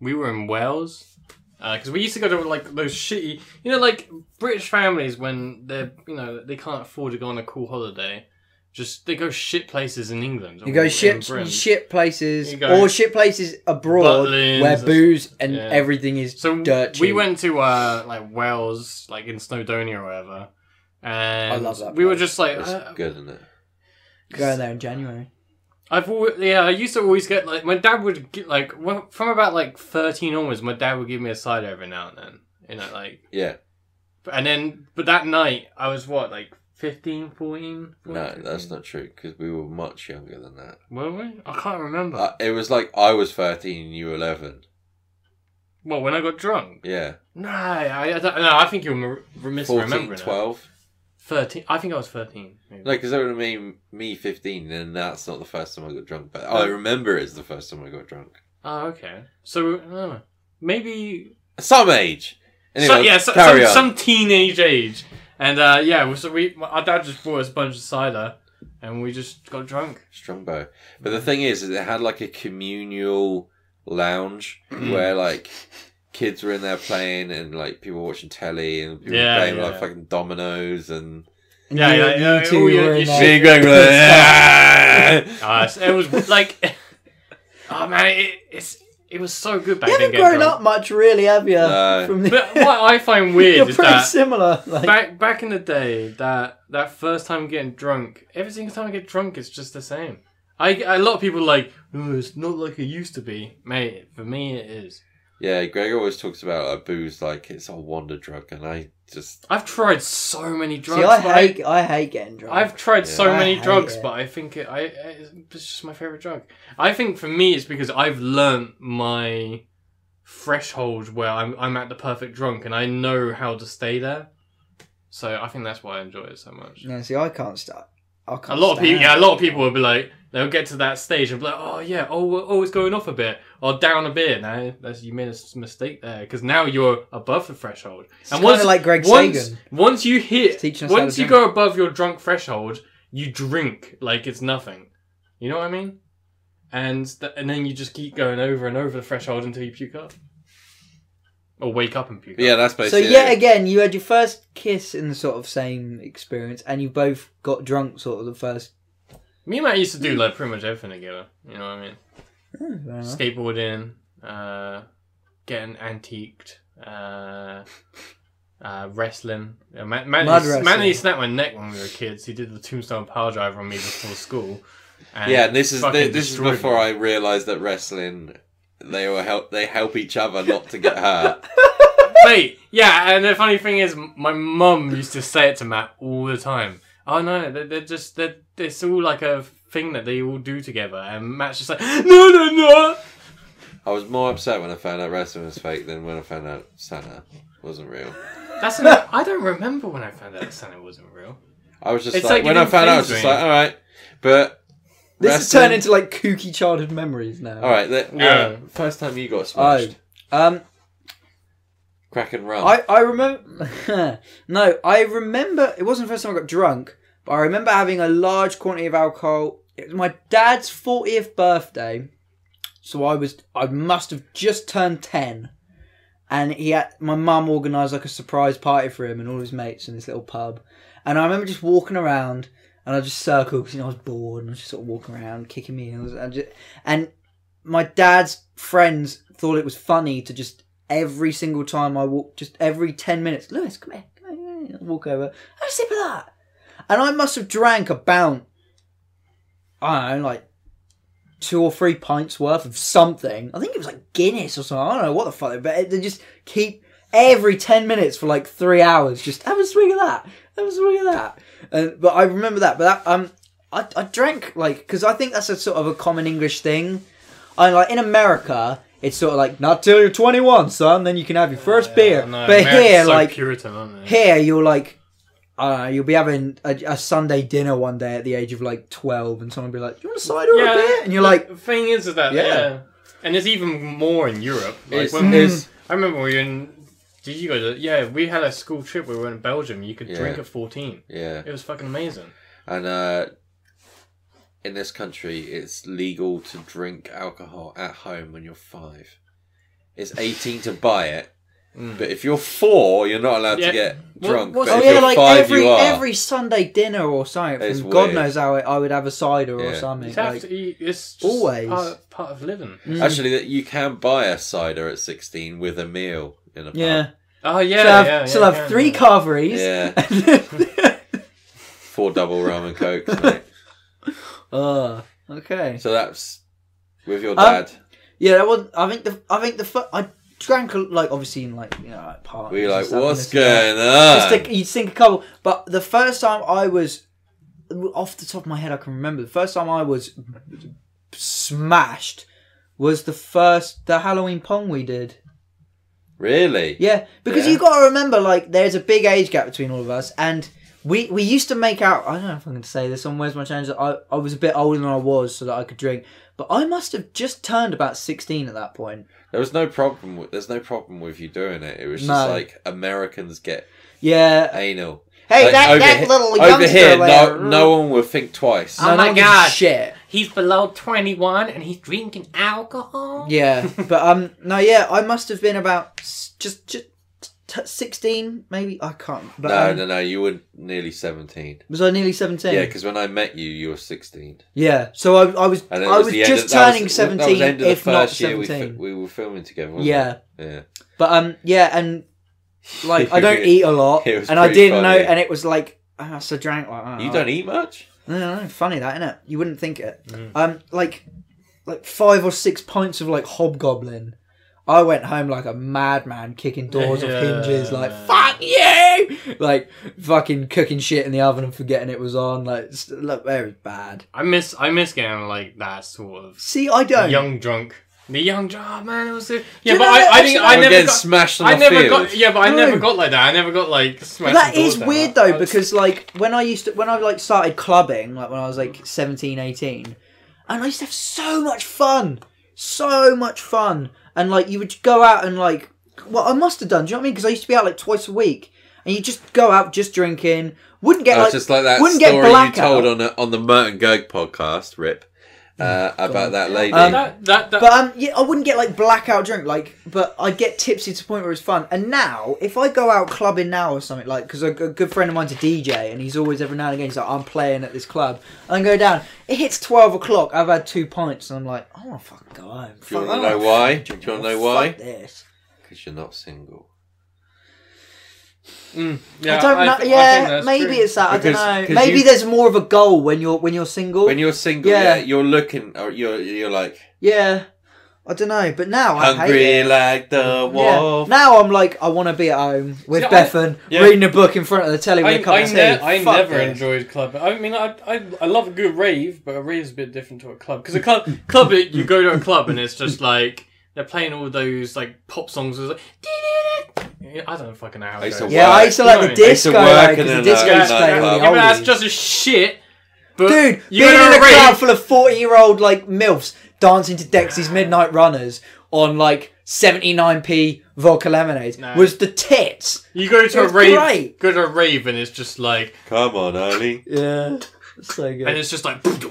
[SPEAKER 5] we were in Wales because we used to go to like those shitty, you know, like British families when they're you know they can't afford to go on a cool holiday, just they go shit places in England.
[SPEAKER 4] You
[SPEAKER 5] or
[SPEAKER 4] go
[SPEAKER 5] in
[SPEAKER 4] shit,
[SPEAKER 5] Britain.
[SPEAKER 4] shit places,
[SPEAKER 5] You go-
[SPEAKER 4] or shit places abroad
[SPEAKER 5] Butlins,
[SPEAKER 4] where booze and
[SPEAKER 5] yeah.
[SPEAKER 4] everything is
[SPEAKER 5] So
[SPEAKER 4] dirt
[SPEAKER 5] we
[SPEAKER 4] cheap.
[SPEAKER 5] went to uh, like Wales, like in Snowdonia or whatever. And
[SPEAKER 4] I love that
[SPEAKER 5] We were
[SPEAKER 4] place.
[SPEAKER 5] just like,
[SPEAKER 3] It's
[SPEAKER 5] uh,
[SPEAKER 3] good, isn't it?
[SPEAKER 4] Go there in January.
[SPEAKER 5] I've always, yeah, I used to always get like my dad would get, like when- from about like thirteen onwards, my dad would give me a cider every now and then, you know, like
[SPEAKER 3] Yeah.
[SPEAKER 5] And then, but that night, I was what, like 15, 14?
[SPEAKER 3] No, that's not true because we were much younger than that.
[SPEAKER 5] Were we? I can't remember.
[SPEAKER 3] Uh, it was like I was 13 and you were 11.
[SPEAKER 5] well, when I got drunk?
[SPEAKER 3] Yeah.
[SPEAKER 5] No, I, I don't, no, I think you were rem-
[SPEAKER 3] 14,
[SPEAKER 5] misremembering. 12?
[SPEAKER 3] 12.
[SPEAKER 5] 13. I think I was 13. Maybe.
[SPEAKER 3] No, because that would have been me 15, and that's not the first time I got drunk. But I remember it's the first time I got drunk.
[SPEAKER 5] oh, okay. So, uh, maybe.
[SPEAKER 3] Some age. Anyway,
[SPEAKER 5] so, yeah, so,
[SPEAKER 3] carry
[SPEAKER 5] some,
[SPEAKER 3] on.
[SPEAKER 5] some teenage age. And, uh, yeah, well, so we, my- our dad just brought us a bunch of cider and we just got drunk.
[SPEAKER 3] Strongbow. But the thing is, is it had like a communal lounge
[SPEAKER 5] Mm.
[SPEAKER 3] where like kids were in there playing and like people were watching telly and people
[SPEAKER 5] Yeah,
[SPEAKER 3] were playing
[SPEAKER 5] yeah.
[SPEAKER 3] like fucking dominoes and.
[SPEAKER 4] And
[SPEAKER 5] Yeah,
[SPEAKER 4] you-
[SPEAKER 5] yeah, yeah,
[SPEAKER 4] you
[SPEAKER 5] all
[SPEAKER 4] two
[SPEAKER 5] your-
[SPEAKER 4] were in,
[SPEAKER 5] your
[SPEAKER 4] like-
[SPEAKER 5] shit.
[SPEAKER 3] Me
[SPEAKER 5] (laughs)
[SPEAKER 3] and Greg were like, "Ah!"
[SPEAKER 5] Uh, so it was like. (laughs) oh, man, it, it's, it was so good back
[SPEAKER 4] You
[SPEAKER 5] then.
[SPEAKER 4] haven't
[SPEAKER 5] getting
[SPEAKER 4] grown
[SPEAKER 5] drunk.
[SPEAKER 4] up much, really, have you?
[SPEAKER 3] No.
[SPEAKER 4] From the-
[SPEAKER 5] But what I find weird
[SPEAKER 4] You're
[SPEAKER 5] is
[SPEAKER 4] pretty
[SPEAKER 5] that
[SPEAKER 4] similar. Like,
[SPEAKER 5] back back in the day, that that first time getting drunk, every single time I get drunk, it's just the same. I a lot of people are like, oh, it's not like it used to be, mate. For me, it is.
[SPEAKER 3] Yeah, Greg always talks about like, booze like it's a wonder drug, and I just
[SPEAKER 5] I've tried so many drugs.
[SPEAKER 4] See, I
[SPEAKER 5] but I
[SPEAKER 4] hate, I hate getting drunk.
[SPEAKER 5] I've tried so
[SPEAKER 4] I
[SPEAKER 5] many
[SPEAKER 4] hate
[SPEAKER 5] drugs,
[SPEAKER 4] it.
[SPEAKER 5] but I think it, I it's just my favorite drug. I think for me, it's because I've learnt my threshold where I'm I'm at the perfect drunk, and I know how to stay there. So I think that's why I enjoy it so much.
[SPEAKER 4] No, see, I can't start. I can't
[SPEAKER 5] a lot of
[SPEAKER 4] stand
[SPEAKER 5] people, yeah, a lot of people will be like, they'll get to that stage and be like, oh yeah, oh, we're- oh, it's going off a bit, or down a bit. Now that's you made a s- mistake there because now you're above the threshold.
[SPEAKER 4] kinda like Greg
[SPEAKER 5] once,
[SPEAKER 4] Sagan.
[SPEAKER 5] Once you hit,
[SPEAKER 4] He's teaching us how
[SPEAKER 5] once
[SPEAKER 4] to
[SPEAKER 5] you go above your drunk threshold, you drink like it's nothing. You know what I mean? And th- and then you just keep going over and over the threshold until you puke up, or wake up and puke.
[SPEAKER 3] yeah, that's
[SPEAKER 4] So
[SPEAKER 3] basically.
[SPEAKER 4] yet
[SPEAKER 3] it.
[SPEAKER 4] again, you had your first kiss in the sort of same experience, and you both got drunk, sort of the first.
[SPEAKER 5] up. me and Matt used to
[SPEAKER 4] Hmm.
[SPEAKER 5] do like pretty much everything together. You know what I mean?
[SPEAKER 4] Oh, fair enough.
[SPEAKER 5] skateboarding, uh, getting antiqued, uh, uh, wrestling. Yeah, man, man,
[SPEAKER 4] Mud
[SPEAKER 5] he-
[SPEAKER 4] wrestling.
[SPEAKER 5] man, he snapped my neck when we were kids. He did the tombstone power drive on me before school. And
[SPEAKER 3] yeah, and this is
[SPEAKER 5] fucking
[SPEAKER 3] this, this is
[SPEAKER 5] destroyed
[SPEAKER 3] before
[SPEAKER 5] me.
[SPEAKER 3] I realised that wrestling they will help they help each other not to get
[SPEAKER 4] (laughs)
[SPEAKER 3] hurt.
[SPEAKER 5] Mate, yeah, and the funny thing is, my mum used to say it to Matt all the time. Oh no, they're, they're just they're, it's all like a thing that they all do together, and Matt's just like, no, no, no.
[SPEAKER 3] I was more upset when I found out wrestling was fake than when I found out Santa wasn't real.
[SPEAKER 5] That's an, I don't remember when I found out Santa wasn't real.
[SPEAKER 3] I was just
[SPEAKER 5] It's
[SPEAKER 3] like,
[SPEAKER 5] like you
[SPEAKER 3] when I
[SPEAKER 5] didn't
[SPEAKER 3] found out, I was
[SPEAKER 5] phase
[SPEAKER 3] just
[SPEAKER 5] me.
[SPEAKER 3] like, all right, but
[SPEAKER 4] This has
[SPEAKER 3] Wrestling.
[SPEAKER 4] turned into like kooky childhood memories now.
[SPEAKER 3] All right, let,
[SPEAKER 5] Yeah.
[SPEAKER 3] uh, first time you got
[SPEAKER 4] Oh,
[SPEAKER 3] smashed,
[SPEAKER 4] um,
[SPEAKER 3] crack and run.
[SPEAKER 4] I I remember. (laughs) no, I remember. It wasn't the first time I got drunk, but I remember having a large quantity of alcohol. It was my dad's fortieth birthday, so I was I must have just turned ten, and he had my mum organised like a surprise party for him and all his mates in this little pub, and I remember just walking around. And I just circled because you know I was bored and I was just sort of walking around, kicking me heels, and just, and my dad's friends thought it was funny to just every single time I walk, just every 10 minutes, Lewis, come here, come here, come here," walk over, "Oh, have a sip of that. And I must have drank about, I don't know, like two or three pints worth of something. I think it was like Guinness or something. I don't know what the fuck, but it- they just keep every 10 minutes for like three hours, just have a swig of that, have a swig of that. And, but I remember that, but that, um, I, I drank like because I think that's a sort of a common English thing. I like in America, it's sort of like not till you're 21, son, then you can have your first beer.
[SPEAKER 5] Oh, No,
[SPEAKER 4] but
[SPEAKER 5] America's
[SPEAKER 4] here,
[SPEAKER 5] so
[SPEAKER 4] like
[SPEAKER 5] Puritan, aren't they?
[SPEAKER 4] here, you're like, I don't know, you'll be having a, a Sunday dinner one day at the age of like 12, and someone will be like, "Do you want a cider or a beer?" And you're
[SPEAKER 5] the
[SPEAKER 4] like,
[SPEAKER 5] thing is is that
[SPEAKER 4] Yeah.
[SPEAKER 5] yeah. and it's even more in Europe. Like
[SPEAKER 3] It's-
[SPEAKER 5] when
[SPEAKER 3] it's-
[SPEAKER 5] I remember we were in. Did you go to? Yeah, we had a school trip. We were in Belgium. You could
[SPEAKER 3] Yeah.
[SPEAKER 5] drink at fourteen.
[SPEAKER 3] yeah,
[SPEAKER 5] It was fucking amazing.
[SPEAKER 3] and uh, in this country, it's legal to drink alcohol at home when you're five. It's eighteen to buy it,
[SPEAKER 4] Mm.
[SPEAKER 3] but if you're four, you're not allowed
[SPEAKER 5] Yeah.
[SPEAKER 3] to get
[SPEAKER 5] What-
[SPEAKER 3] drunk.
[SPEAKER 5] what's-
[SPEAKER 4] "Oh
[SPEAKER 3] but if
[SPEAKER 4] yeah,
[SPEAKER 3] you're
[SPEAKER 4] like
[SPEAKER 3] five,
[SPEAKER 4] every
[SPEAKER 3] you are.
[SPEAKER 4] every Sunday dinner or something."
[SPEAKER 3] It's
[SPEAKER 4] From God
[SPEAKER 3] weird.
[SPEAKER 4] knows how I, I would have a cider or
[SPEAKER 3] Yeah.
[SPEAKER 4] something.
[SPEAKER 5] You have
[SPEAKER 4] Like,
[SPEAKER 5] to eat. It's just
[SPEAKER 4] Always.
[SPEAKER 5] part, part of living.
[SPEAKER 3] Actually, that you can buy a cider at sixteen with a meal in a pub.
[SPEAKER 4] yeah,
[SPEAKER 5] Oh yeah,
[SPEAKER 4] still have,
[SPEAKER 5] yeah,
[SPEAKER 4] still
[SPEAKER 5] yeah,
[SPEAKER 4] have
[SPEAKER 5] yeah.
[SPEAKER 4] three carveries. (laughs)
[SPEAKER 3] yeah, four double rum and
[SPEAKER 4] (laughs)
[SPEAKER 3] cokes, mate.
[SPEAKER 4] Oh, okay.
[SPEAKER 3] So that's with
[SPEAKER 4] Um,
[SPEAKER 3] your dad.
[SPEAKER 4] Yeah, that was. I think the. I think the. Fu- I drank a- like obviously in like you know like parties.
[SPEAKER 3] we were
[SPEAKER 4] and
[SPEAKER 3] like,
[SPEAKER 4] stuff and
[SPEAKER 3] what's
[SPEAKER 4] this and that.
[SPEAKER 3] going on?
[SPEAKER 4] Just a, you'd think a couple, but the first time I was, off the top of my head, I can remember the first time I was smashed was the first the Halloween pong we did.
[SPEAKER 3] really?
[SPEAKER 4] Yeah, because
[SPEAKER 3] Yeah.
[SPEAKER 4] you got to remember, like, there's a big age gap between all of us, and we we used to make out. I don't know if I'm going to say this on Where's My Change. that I I was a bit older than I was, so that I could drink, but I must have just turned about sixteen at that point.
[SPEAKER 3] There was no problem. With, there's no problem with you doing it. It was just
[SPEAKER 4] No.
[SPEAKER 3] like Americans get
[SPEAKER 4] Yeah.
[SPEAKER 3] anal.
[SPEAKER 4] Hey,
[SPEAKER 3] Like,
[SPEAKER 4] that, that
[SPEAKER 3] he-
[SPEAKER 4] little
[SPEAKER 3] over
[SPEAKER 4] youngster mm.
[SPEAKER 3] here,
[SPEAKER 4] there.
[SPEAKER 3] no, no one will think twice.
[SPEAKER 4] No,
[SPEAKER 5] Oh my
[SPEAKER 4] no one gives a
[SPEAKER 5] God.
[SPEAKER 4] Shit.
[SPEAKER 5] He's below twenty-one and he's drinking alcohol. (laughs)
[SPEAKER 4] Yeah, but um, no, yeah, I must have been about s- just just t- sixteen, maybe I can't. But,
[SPEAKER 3] no,
[SPEAKER 4] um,
[SPEAKER 3] no, no. You were nearly seventeen.
[SPEAKER 4] Was I nearly seventeen?
[SPEAKER 3] Yeah, because when I met you, you were sixteen.
[SPEAKER 4] Yeah, So I, I was,
[SPEAKER 3] And then
[SPEAKER 4] I
[SPEAKER 3] it was,
[SPEAKER 4] was,
[SPEAKER 3] the end
[SPEAKER 4] just
[SPEAKER 3] of- that was-
[SPEAKER 4] turning
[SPEAKER 3] that was the
[SPEAKER 4] seventeen,
[SPEAKER 3] end of the
[SPEAKER 4] if not
[SPEAKER 3] first year we fi-
[SPEAKER 4] seventeen.
[SPEAKER 3] we, were filming together. Wasn't
[SPEAKER 4] yeah,
[SPEAKER 3] it? yeah.
[SPEAKER 4] but um, yeah, and like
[SPEAKER 3] (laughs)
[SPEAKER 4] I don't
[SPEAKER 3] It-
[SPEAKER 4] eat a lot,
[SPEAKER 3] it was
[SPEAKER 4] and I
[SPEAKER 3] pretty
[SPEAKER 4] didn't know,
[SPEAKER 3] funny.
[SPEAKER 4] and it was like I must have drank like ah, I
[SPEAKER 3] You
[SPEAKER 4] know,
[SPEAKER 3] don't eat much.
[SPEAKER 4] No, no, no, funny that, innit? You wouldn't think it.
[SPEAKER 5] Mm.
[SPEAKER 4] Um, like, like five or six pints of like Hobgoblin. I went home like a madman, kicking
[SPEAKER 5] (laughs)
[SPEAKER 4] doors
[SPEAKER 5] Yeah.
[SPEAKER 4] off hinges, like "fuck you," like fucking cooking shit in the oven and forgetting it was on. Like, st- look, very bad.
[SPEAKER 5] I miss I miss getting like that sort of
[SPEAKER 4] See, I don't.
[SPEAKER 5] young drunk. The young drunk man. It was a,
[SPEAKER 4] you
[SPEAKER 5] yeah, but
[SPEAKER 4] know that
[SPEAKER 5] I, I
[SPEAKER 4] actually-
[SPEAKER 5] think I
[SPEAKER 3] I'm
[SPEAKER 5] never
[SPEAKER 3] getting
[SPEAKER 5] got.
[SPEAKER 3] smashed on
[SPEAKER 5] I
[SPEAKER 3] the
[SPEAKER 5] never
[SPEAKER 3] field.
[SPEAKER 5] got. Yeah, but I
[SPEAKER 4] No.
[SPEAKER 5] never got like that. I never got like smashed.
[SPEAKER 4] that
[SPEAKER 5] the door
[SPEAKER 4] is
[SPEAKER 5] down.
[SPEAKER 4] weird though because like when i used to when i like started clubbing like when i was like 17 18 and i used to have so much fun so much fun and like you would go out and like well i must have done do you know what i mean because i used to be out like twice a week and you just go out just drinking wouldn't get
[SPEAKER 3] I
[SPEAKER 4] like,
[SPEAKER 3] was Uh, Oh, just like that
[SPEAKER 4] wouldn't
[SPEAKER 3] story
[SPEAKER 4] get blackout.
[SPEAKER 3] you told on the, on the Mert and Gerg podcast, Rip, uh, about that lady.
[SPEAKER 4] Um,
[SPEAKER 5] That that, that
[SPEAKER 4] But um, yeah, I wouldn't get like blackout drunk, like, but I'd get tipsy to the point where it's fun. And now, if I go out clubbing now or something, like, because a, a good friend of mine's a DJ, and he's always every now and again, he's like, I'm playing at this club. And I go down, it hits 12 o'clock, I've had two pints, and I'm like, I want to fucking go home.
[SPEAKER 3] Do you
[SPEAKER 4] Fuck,
[SPEAKER 3] want
[SPEAKER 4] I
[SPEAKER 3] to know
[SPEAKER 4] wanna
[SPEAKER 3] why?
[SPEAKER 4] fucking
[SPEAKER 3] Do
[SPEAKER 4] drink
[SPEAKER 3] you want to
[SPEAKER 4] more.
[SPEAKER 3] know why?
[SPEAKER 4] Fuck this.
[SPEAKER 3] Because you're not single.
[SPEAKER 5] yeah,
[SPEAKER 4] I don't know.
[SPEAKER 5] th- think
[SPEAKER 4] yeah,
[SPEAKER 5] that's
[SPEAKER 4] maybe
[SPEAKER 5] true.
[SPEAKER 4] it's that.
[SPEAKER 3] Because-
[SPEAKER 4] I don't know.
[SPEAKER 3] because
[SPEAKER 4] Maybe
[SPEAKER 3] you-
[SPEAKER 4] there's more of a goal when you're when you're single.
[SPEAKER 3] When you're single, yeah,
[SPEAKER 4] Yeah.
[SPEAKER 3] you're looking, or you're you're like
[SPEAKER 4] yeah, I don't know. But now I hate it.
[SPEAKER 3] hungry like the
[SPEAKER 4] Yeah.
[SPEAKER 3] wolf.
[SPEAKER 4] Now I'm like, I want to be at home with
[SPEAKER 5] See, I-
[SPEAKER 4] Bethan,
[SPEAKER 3] yeah.
[SPEAKER 4] reading a book in front of the telly with a
[SPEAKER 5] I,
[SPEAKER 4] cup
[SPEAKER 5] I,
[SPEAKER 4] of tea.
[SPEAKER 5] ne- I
[SPEAKER 4] Fuck
[SPEAKER 5] never
[SPEAKER 4] this.
[SPEAKER 5] enjoyed club. I mean, I, I I love a good rave, but a rave's a bit different to a club because a club club you go to a club and it's just like they're playing all those like pop songs. It's like, Yeah, I don't fucking know how.
[SPEAKER 3] I
[SPEAKER 5] It
[SPEAKER 3] used to
[SPEAKER 5] goes.
[SPEAKER 4] Yeah, I used to like
[SPEAKER 5] You know
[SPEAKER 4] the
[SPEAKER 5] what I mean?
[SPEAKER 3] I used to
[SPEAKER 4] disco,
[SPEAKER 3] work
[SPEAKER 4] like,
[SPEAKER 3] in
[SPEAKER 4] 'cause the
[SPEAKER 3] a
[SPEAKER 4] disco
[SPEAKER 3] night-
[SPEAKER 4] used to play
[SPEAKER 3] nightclub.
[SPEAKER 4] all the
[SPEAKER 5] Yeah, but that's
[SPEAKER 4] oldies.
[SPEAKER 5] just a shit. But
[SPEAKER 4] Dude,
[SPEAKER 5] you
[SPEAKER 4] being
[SPEAKER 5] go
[SPEAKER 4] in
[SPEAKER 5] to
[SPEAKER 4] a
[SPEAKER 5] rave-
[SPEAKER 4] crowd full of 40 year old like MILFs dancing to Dexy's Midnight Runners on like 79p vodka lemonade
[SPEAKER 5] No.
[SPEAKER 4] was the tits.
[SPEAKER 5] You go to a
[SPEAKER 4] It's
[SPEAKER 5] rave,
[SPEAKER 4] great.
[SPEAKER 5] go to a rave, and it's just like,
[SPEAKER 3] Come on, Ollie.
[SPEAKER 4] Yeah. So good.
[SPEAKER 5] and it's just like, and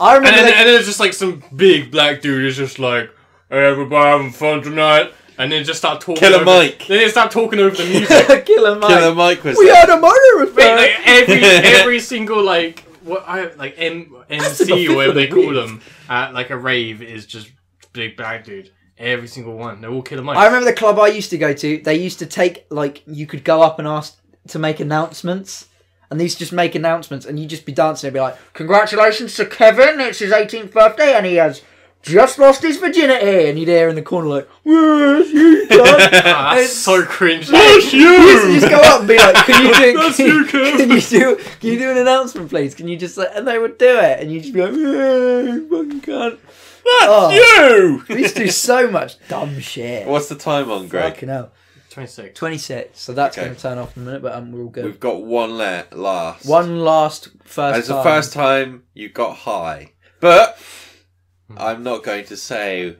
[SPEAKER 4] I remember
[SPEAKER 5] then,
[SPEAKER 4] that-
[SPEAKER 5] and then it's just like some big black dude is just like, hey, everybody having fun tonight, and then just start talking.
[SPEAKER 3] Killer
[SPEAKER 5] over,
[SPEAKER 3] Mike.
[SPEAKER 5] Then they start talking over the
[SPEAKER 4] (laughs)
[SPEAKER 5] music.
[SPEAKER 4] (laughs) Killer Mike.
[SPEAKER 3] Killer Mike was
[SPEAKER 4] We
[SPEAKER 3] there.
[SPEAKER 4] had a murderer.
[SPEAKER 5] Wait, like every every single like what I like M,
[SPEAKER 4] the
[SPEAKER 5] MC
[SPEAKER 4] fifth
[SPEAKER 5] or whatever
[SPEAKER 4] of
[SPEAKER 5] they
[SPEAKER 4] the
[SPEAKER 5] call
[SPEAKER 4] week.
[SPEAKER 5] them at like a rave is just big black dude. Every single one, they're all Killer Mike.
[SPEAKER 4] I remember the club I used to go to. They used to take like you could go up and ask to make announcements, and they used to just make announcements, and you'd just be dancing and be like, "Congratulations to Kevin! It's his 18th birthday, and he has just lost his virginity." And you'd hear in the corner like, "Where's
[SPEAKER 5] (laughs)
[SPEAKER 4] you done?"
[SPEAKER 5] Ah, that's so cringe.
[SPEAKER 4] You used to just go up and be like,
[SPEAKER 5] (laughs)
[SPEAKER 4] "Can you do?
[SPEAKER 5] That's
[SPEAKER 4] Can,
[SPEAKER 5] you,
[SPEAKER 4] you,
[SPEAKER 5] Kev."
[SPEAKER 4] can you do? Can you do an announcement, please? Can you just like?" And they would do it, and you'd just be like, "Yeah, you "Fucking cunt." Oh.
[SPEAKER 3] you.
[SPEAKER 4] We used to do so much dumb shit.
[SPEAKER 3] What's the time on, Greg?
[SPEAKER 4] Fucking hell.
[SPEAKER 5] Twenty six.
[SPEAKER 4] 26. So that's
[SPEAKER 3] Okay.
[SPEAKER 4] going to turn off in a minute, but um, we're all good.
[SPEAKER 3] We've got one la- last.
[SPEAKER 4] One last first.
[SPEAKER 3] It's the
[SPEAKER 4] time.
[SPEAKER 3] first time you got high, but I'm not going to say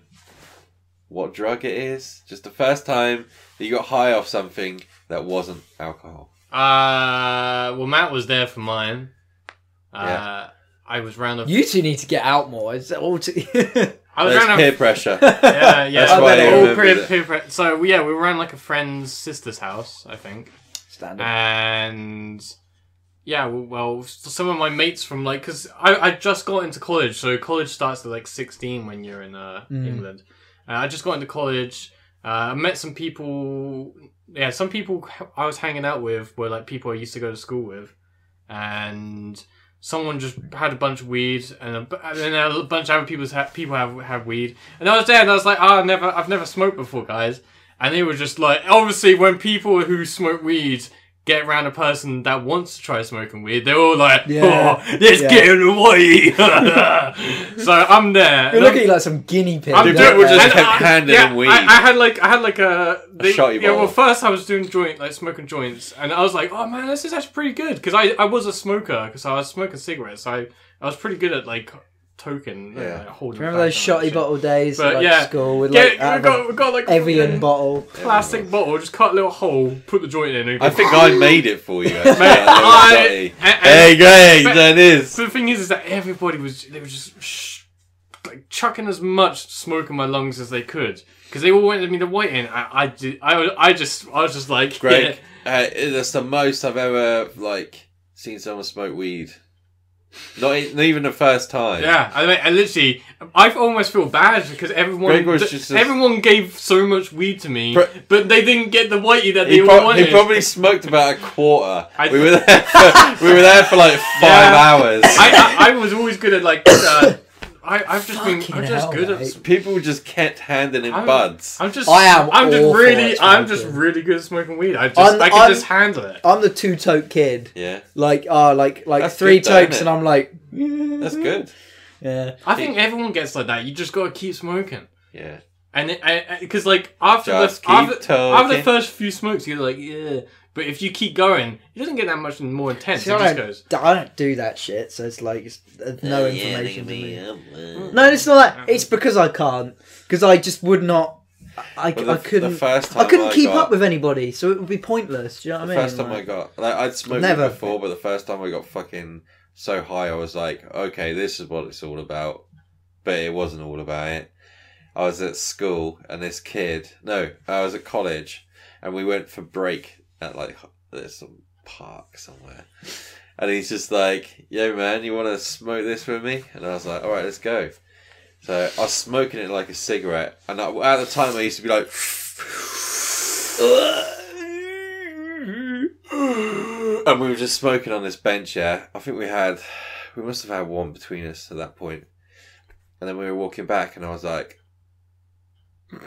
[SPEAKER 3] what drug it is. Just the first time that you got high off something that wasn't alcohol.
[SPEAKER 5] Uh, well, Matt was there for mine. Uh,
[SPEAKER 3] Yeah.
[SPEAKER 5] I was round. Of,
[SPEAKER 4] You two need to get out more. It's all t- (laughs)
[SPEAKER 5] I was
[SPEAKER 3] There's
[SPEAKER 5] round.
[SPEAKER 3] peer
[SPEAKER 5] Of,
[SPEAKER 3] pressure.
[SPEAKER 5] (laughs) yeah, yeah.
[SPEAKER 3] That's
[SPEAKER 4] why I
[SPEAKER 5] all
[SPEAKER 3] remembered
[SPEAKER 5] peer,
[SPEAKER 3] it.
[SPEAKER 5] peer pre- So yeah, we were around like a friend's sister's house, I think. Uh,
[SPEAKER 4] Standard.
[SPEAKER 5] and yeah well, well some of my mates from like because I, I just got into college so college starts at like 16 when you're in uh, england uh, i just got into college uh, i met some people yeah some people i was hanging out with were like people i used to go to school with and someone just had a bunch of weed and, a, bu- and then a bunch of other people's ha- people have have weed and i was there and i was like oh, i've never i've never smoked before guys and they were just like obviously when people who smoke weed get around a person that wants to try smoking weed they're all like
[SPEAKER 4] Yeah.
[SPEAKER 5] oh let's
[SPEAKER 4] Yeah.
[SPEAKER 5] get away (laughs) so i'm there
[SPEAKER 4] You're
[SPEAKER 5] And I'm-
[SPEAKER 4] looking like some guinea pig.
[SPEAKER 5] I'm
[SPEAKER 4] don't
[SPEAKER 5] doing.
[SPEAKER 3] we're
[SPEAKER 4] they?
[SPEAKER 3] just-
[SPEAKER 5] and
[SPEAKER 3] kept
[SPEAKER 5] I-
[SPEAKER 3] handing
[SPEAKER 5] yeah,
[SPEAKER 3] him weed.
[SPEAKER 5] I, I had like I had like a. They,
[SPEAKER 3] shotty
[SPEAKER 5] yeah. Well,
[SPEAKER 3] bottle.
[SPEAKER 5] first I was doing joint like smoking joints, and I was like, oh man, this is actually pretty good because I I was a smoker because I was smoking cigarettes. So I I was pretty good at like token.
[SPEAKER 3] Yeah.
[SPEAKER 5] Yeah. Like, holding
[SPEAKER 4] Remember those
[SPEAKER 5] back and
[SPEAKER 4] shotty
[SPEAKER 5] shit.
[SPEAKER 4] bottle days
[SPEAKER 5] But
[SPEAKER 4] at like,
[SPEAKER 5] yeah,
[SPEAKER 4] school with
[SPEAKER 5] yeah,
[SPEAKER 4] like
[SPEAKER 5] we got we got like
[SPEAKER 4] Evian
[SPEAKER 5] a
[SPEAKER 4] bottle?
[SPEAKER 5] plastic bottle, just cut a little hole, put the joint in. And (laughs)
[SPEAKER 3] I think I made it for you. Actually.
[SPEAKER 5] Mate, I-
[SPEAKER 3] Hey,
[SPEAKER 5] and- and-
[SPEAKER 3] hey, Greg,
[SPEAKER 5] but-
[SPEAKER 3] that is.
[SPEAKER 5] So the thing is, is that everybody was they were just sh- like chucking as much smoke in my lungs as they could because they all wanted me to wait in. I I, did, I was- I just I was just like
[SPEAKER 3] Greg, uh, that's the most I've ever like seen someone smoke weed. Not, e- not even the first time.
[SPEAKER 5] Yeah, (laughs) yeah. I, mean, I literally I almost feel bad because everyone
[SPEAKER 3] Greg was
[SPEAKER 5] th-
[SPEAKER 3] just a-
[SPEAKER 5] everyone gave so much weed to me,
[SPEAKER 3] Pro-
[SPEAKER 5] but they didn't get the whitey that
[SPEAKER 3] He,
[SPEAKER 5] they all
[SPEAKER 3] prob-
[SPEAKER 5] wanted.
[SPEAKER 3] he probably smoked about a quarter.
[SPEAKER 5] I-
[SPEAKER 3] we were there. For, (laughs) we were there
[SPEAKER 5] (laughs)
[SPEAKER 3] for like five
[SPEAKER 5] Yeah.
[SPEAKER 3] hours.
[SPEAKER 5] I, I I was always good at like uh, I I've just been
[SPEAKER 4] Fucking
[SPEAKER 5] I'm just
[SPEAKER 4] hell,
[SPEAKER 5] good
[SPEAKER 4] mate.
[SPEAKER 5] at.
[SPEAKER 3] People just kept handing him
[SPEAKER 5] I'm-
[SPEAKER 3] buds.
[SPEAKER 5] I'm just.
[SPEAKER 4] I am
[SPEAKER 5] I'm just
[SPEAKER 4] awful
[SPEAKER 5] really.
[SPEAKER 4] at
[SPEAKER 5] I'm just
[SPEAKER 4] smoking.
[SPEAKER 5] really good at smoking weed. I just.
[SPEAKER 4] I'm-
[SPEAKER 5] I can
[SPEAKER 4] I'm-
[SPEAKER 5] just handle it.
[SPEAKER 4] I'm the two tote kid.
[SPEAKER 3] yeah,
[SPEAKER 4] Like, ah, like, like
[SPEAKER 3] That's
[SPEAKER 4] three
[SPEAKER 3] good though,
[SPEAKER 4] tokes,
[SPEAKER 3] innit?
[SPEAKER 4] and I'm like,
[SPEAKER 3] that's
[SPEAKER 5] Mm-hmm.
[SPEAKER 3] good.
[SPEAKER 4] yeah.
[SPEAKER 5] I think everyone gets like that. You just gotta keep smoking,
[SPEAKER 3] Yeah,
[SPEAKER 5] and because like after
[SPEAKER 3] Just
[SPEAKER 5] the after,
[SPEAKER 3] keep
[SPEAKER 5] after the
[SPEAKER 3] talking.
[SPEAKER 5] first few smokes, you're like, yeah. But if you keep going, it doesn't get that much more intense.
[SPEAKER 4] See,
[SPEAKER 5] it
[SPEAKER 4] I,
[SPEAKER 5] just
[SPEAKER 4] don't,
[SPEAKER 5] goes.
[SPEAKER 4] I don't do that shit, so it's like it's, there's no information to
[SPEAKER 3] uh,
[SPEAKER 4] me.
[SPEAKER 3] me.
[SPEAKER 4] No, it's not that. It's because I can't. Because I just would not. I, I
[SPEAKER 3] Well, the- the
[SPEAKER 4] couldn't.
[SPEAKER 3] first
[SPEAKER 4] I
[SPEAKER 3] time
[SPEAKER 4] couldn't
[SPEAKER 3] I
[SPEAKER 4] keep
[SPEAKER 3] got-
[SPEAKER 4] up with anybody, so it would be pointless. Do you know what
[SPEAKER 3] The
[SPEAKER 4] I mean?
[SPEAKER 3] first time I
[SPEAKER 4] Like,
[SPEAKER 3] got, like, I'd smoked
[SPEAKER 4] Never.
[SPEAKER 3] it before, but the first time I got fucking so high, I was like, okay, this is what it's all about. But it wasn't all about it. I was at school, and this kid, no, I was at college, and we went for break at like there's some park somewhere, and he's just like, "Yo, man, you want to smoke this with me?" And I was like, "All right, let's go." So I was smoking it like a cigarette, and I, at the time I used to be like, (laughs) and we were just smoking on this bench. Yeah, I think we had, we must have had one between us at that point, and then we were walking back, and I was like, (clears throat)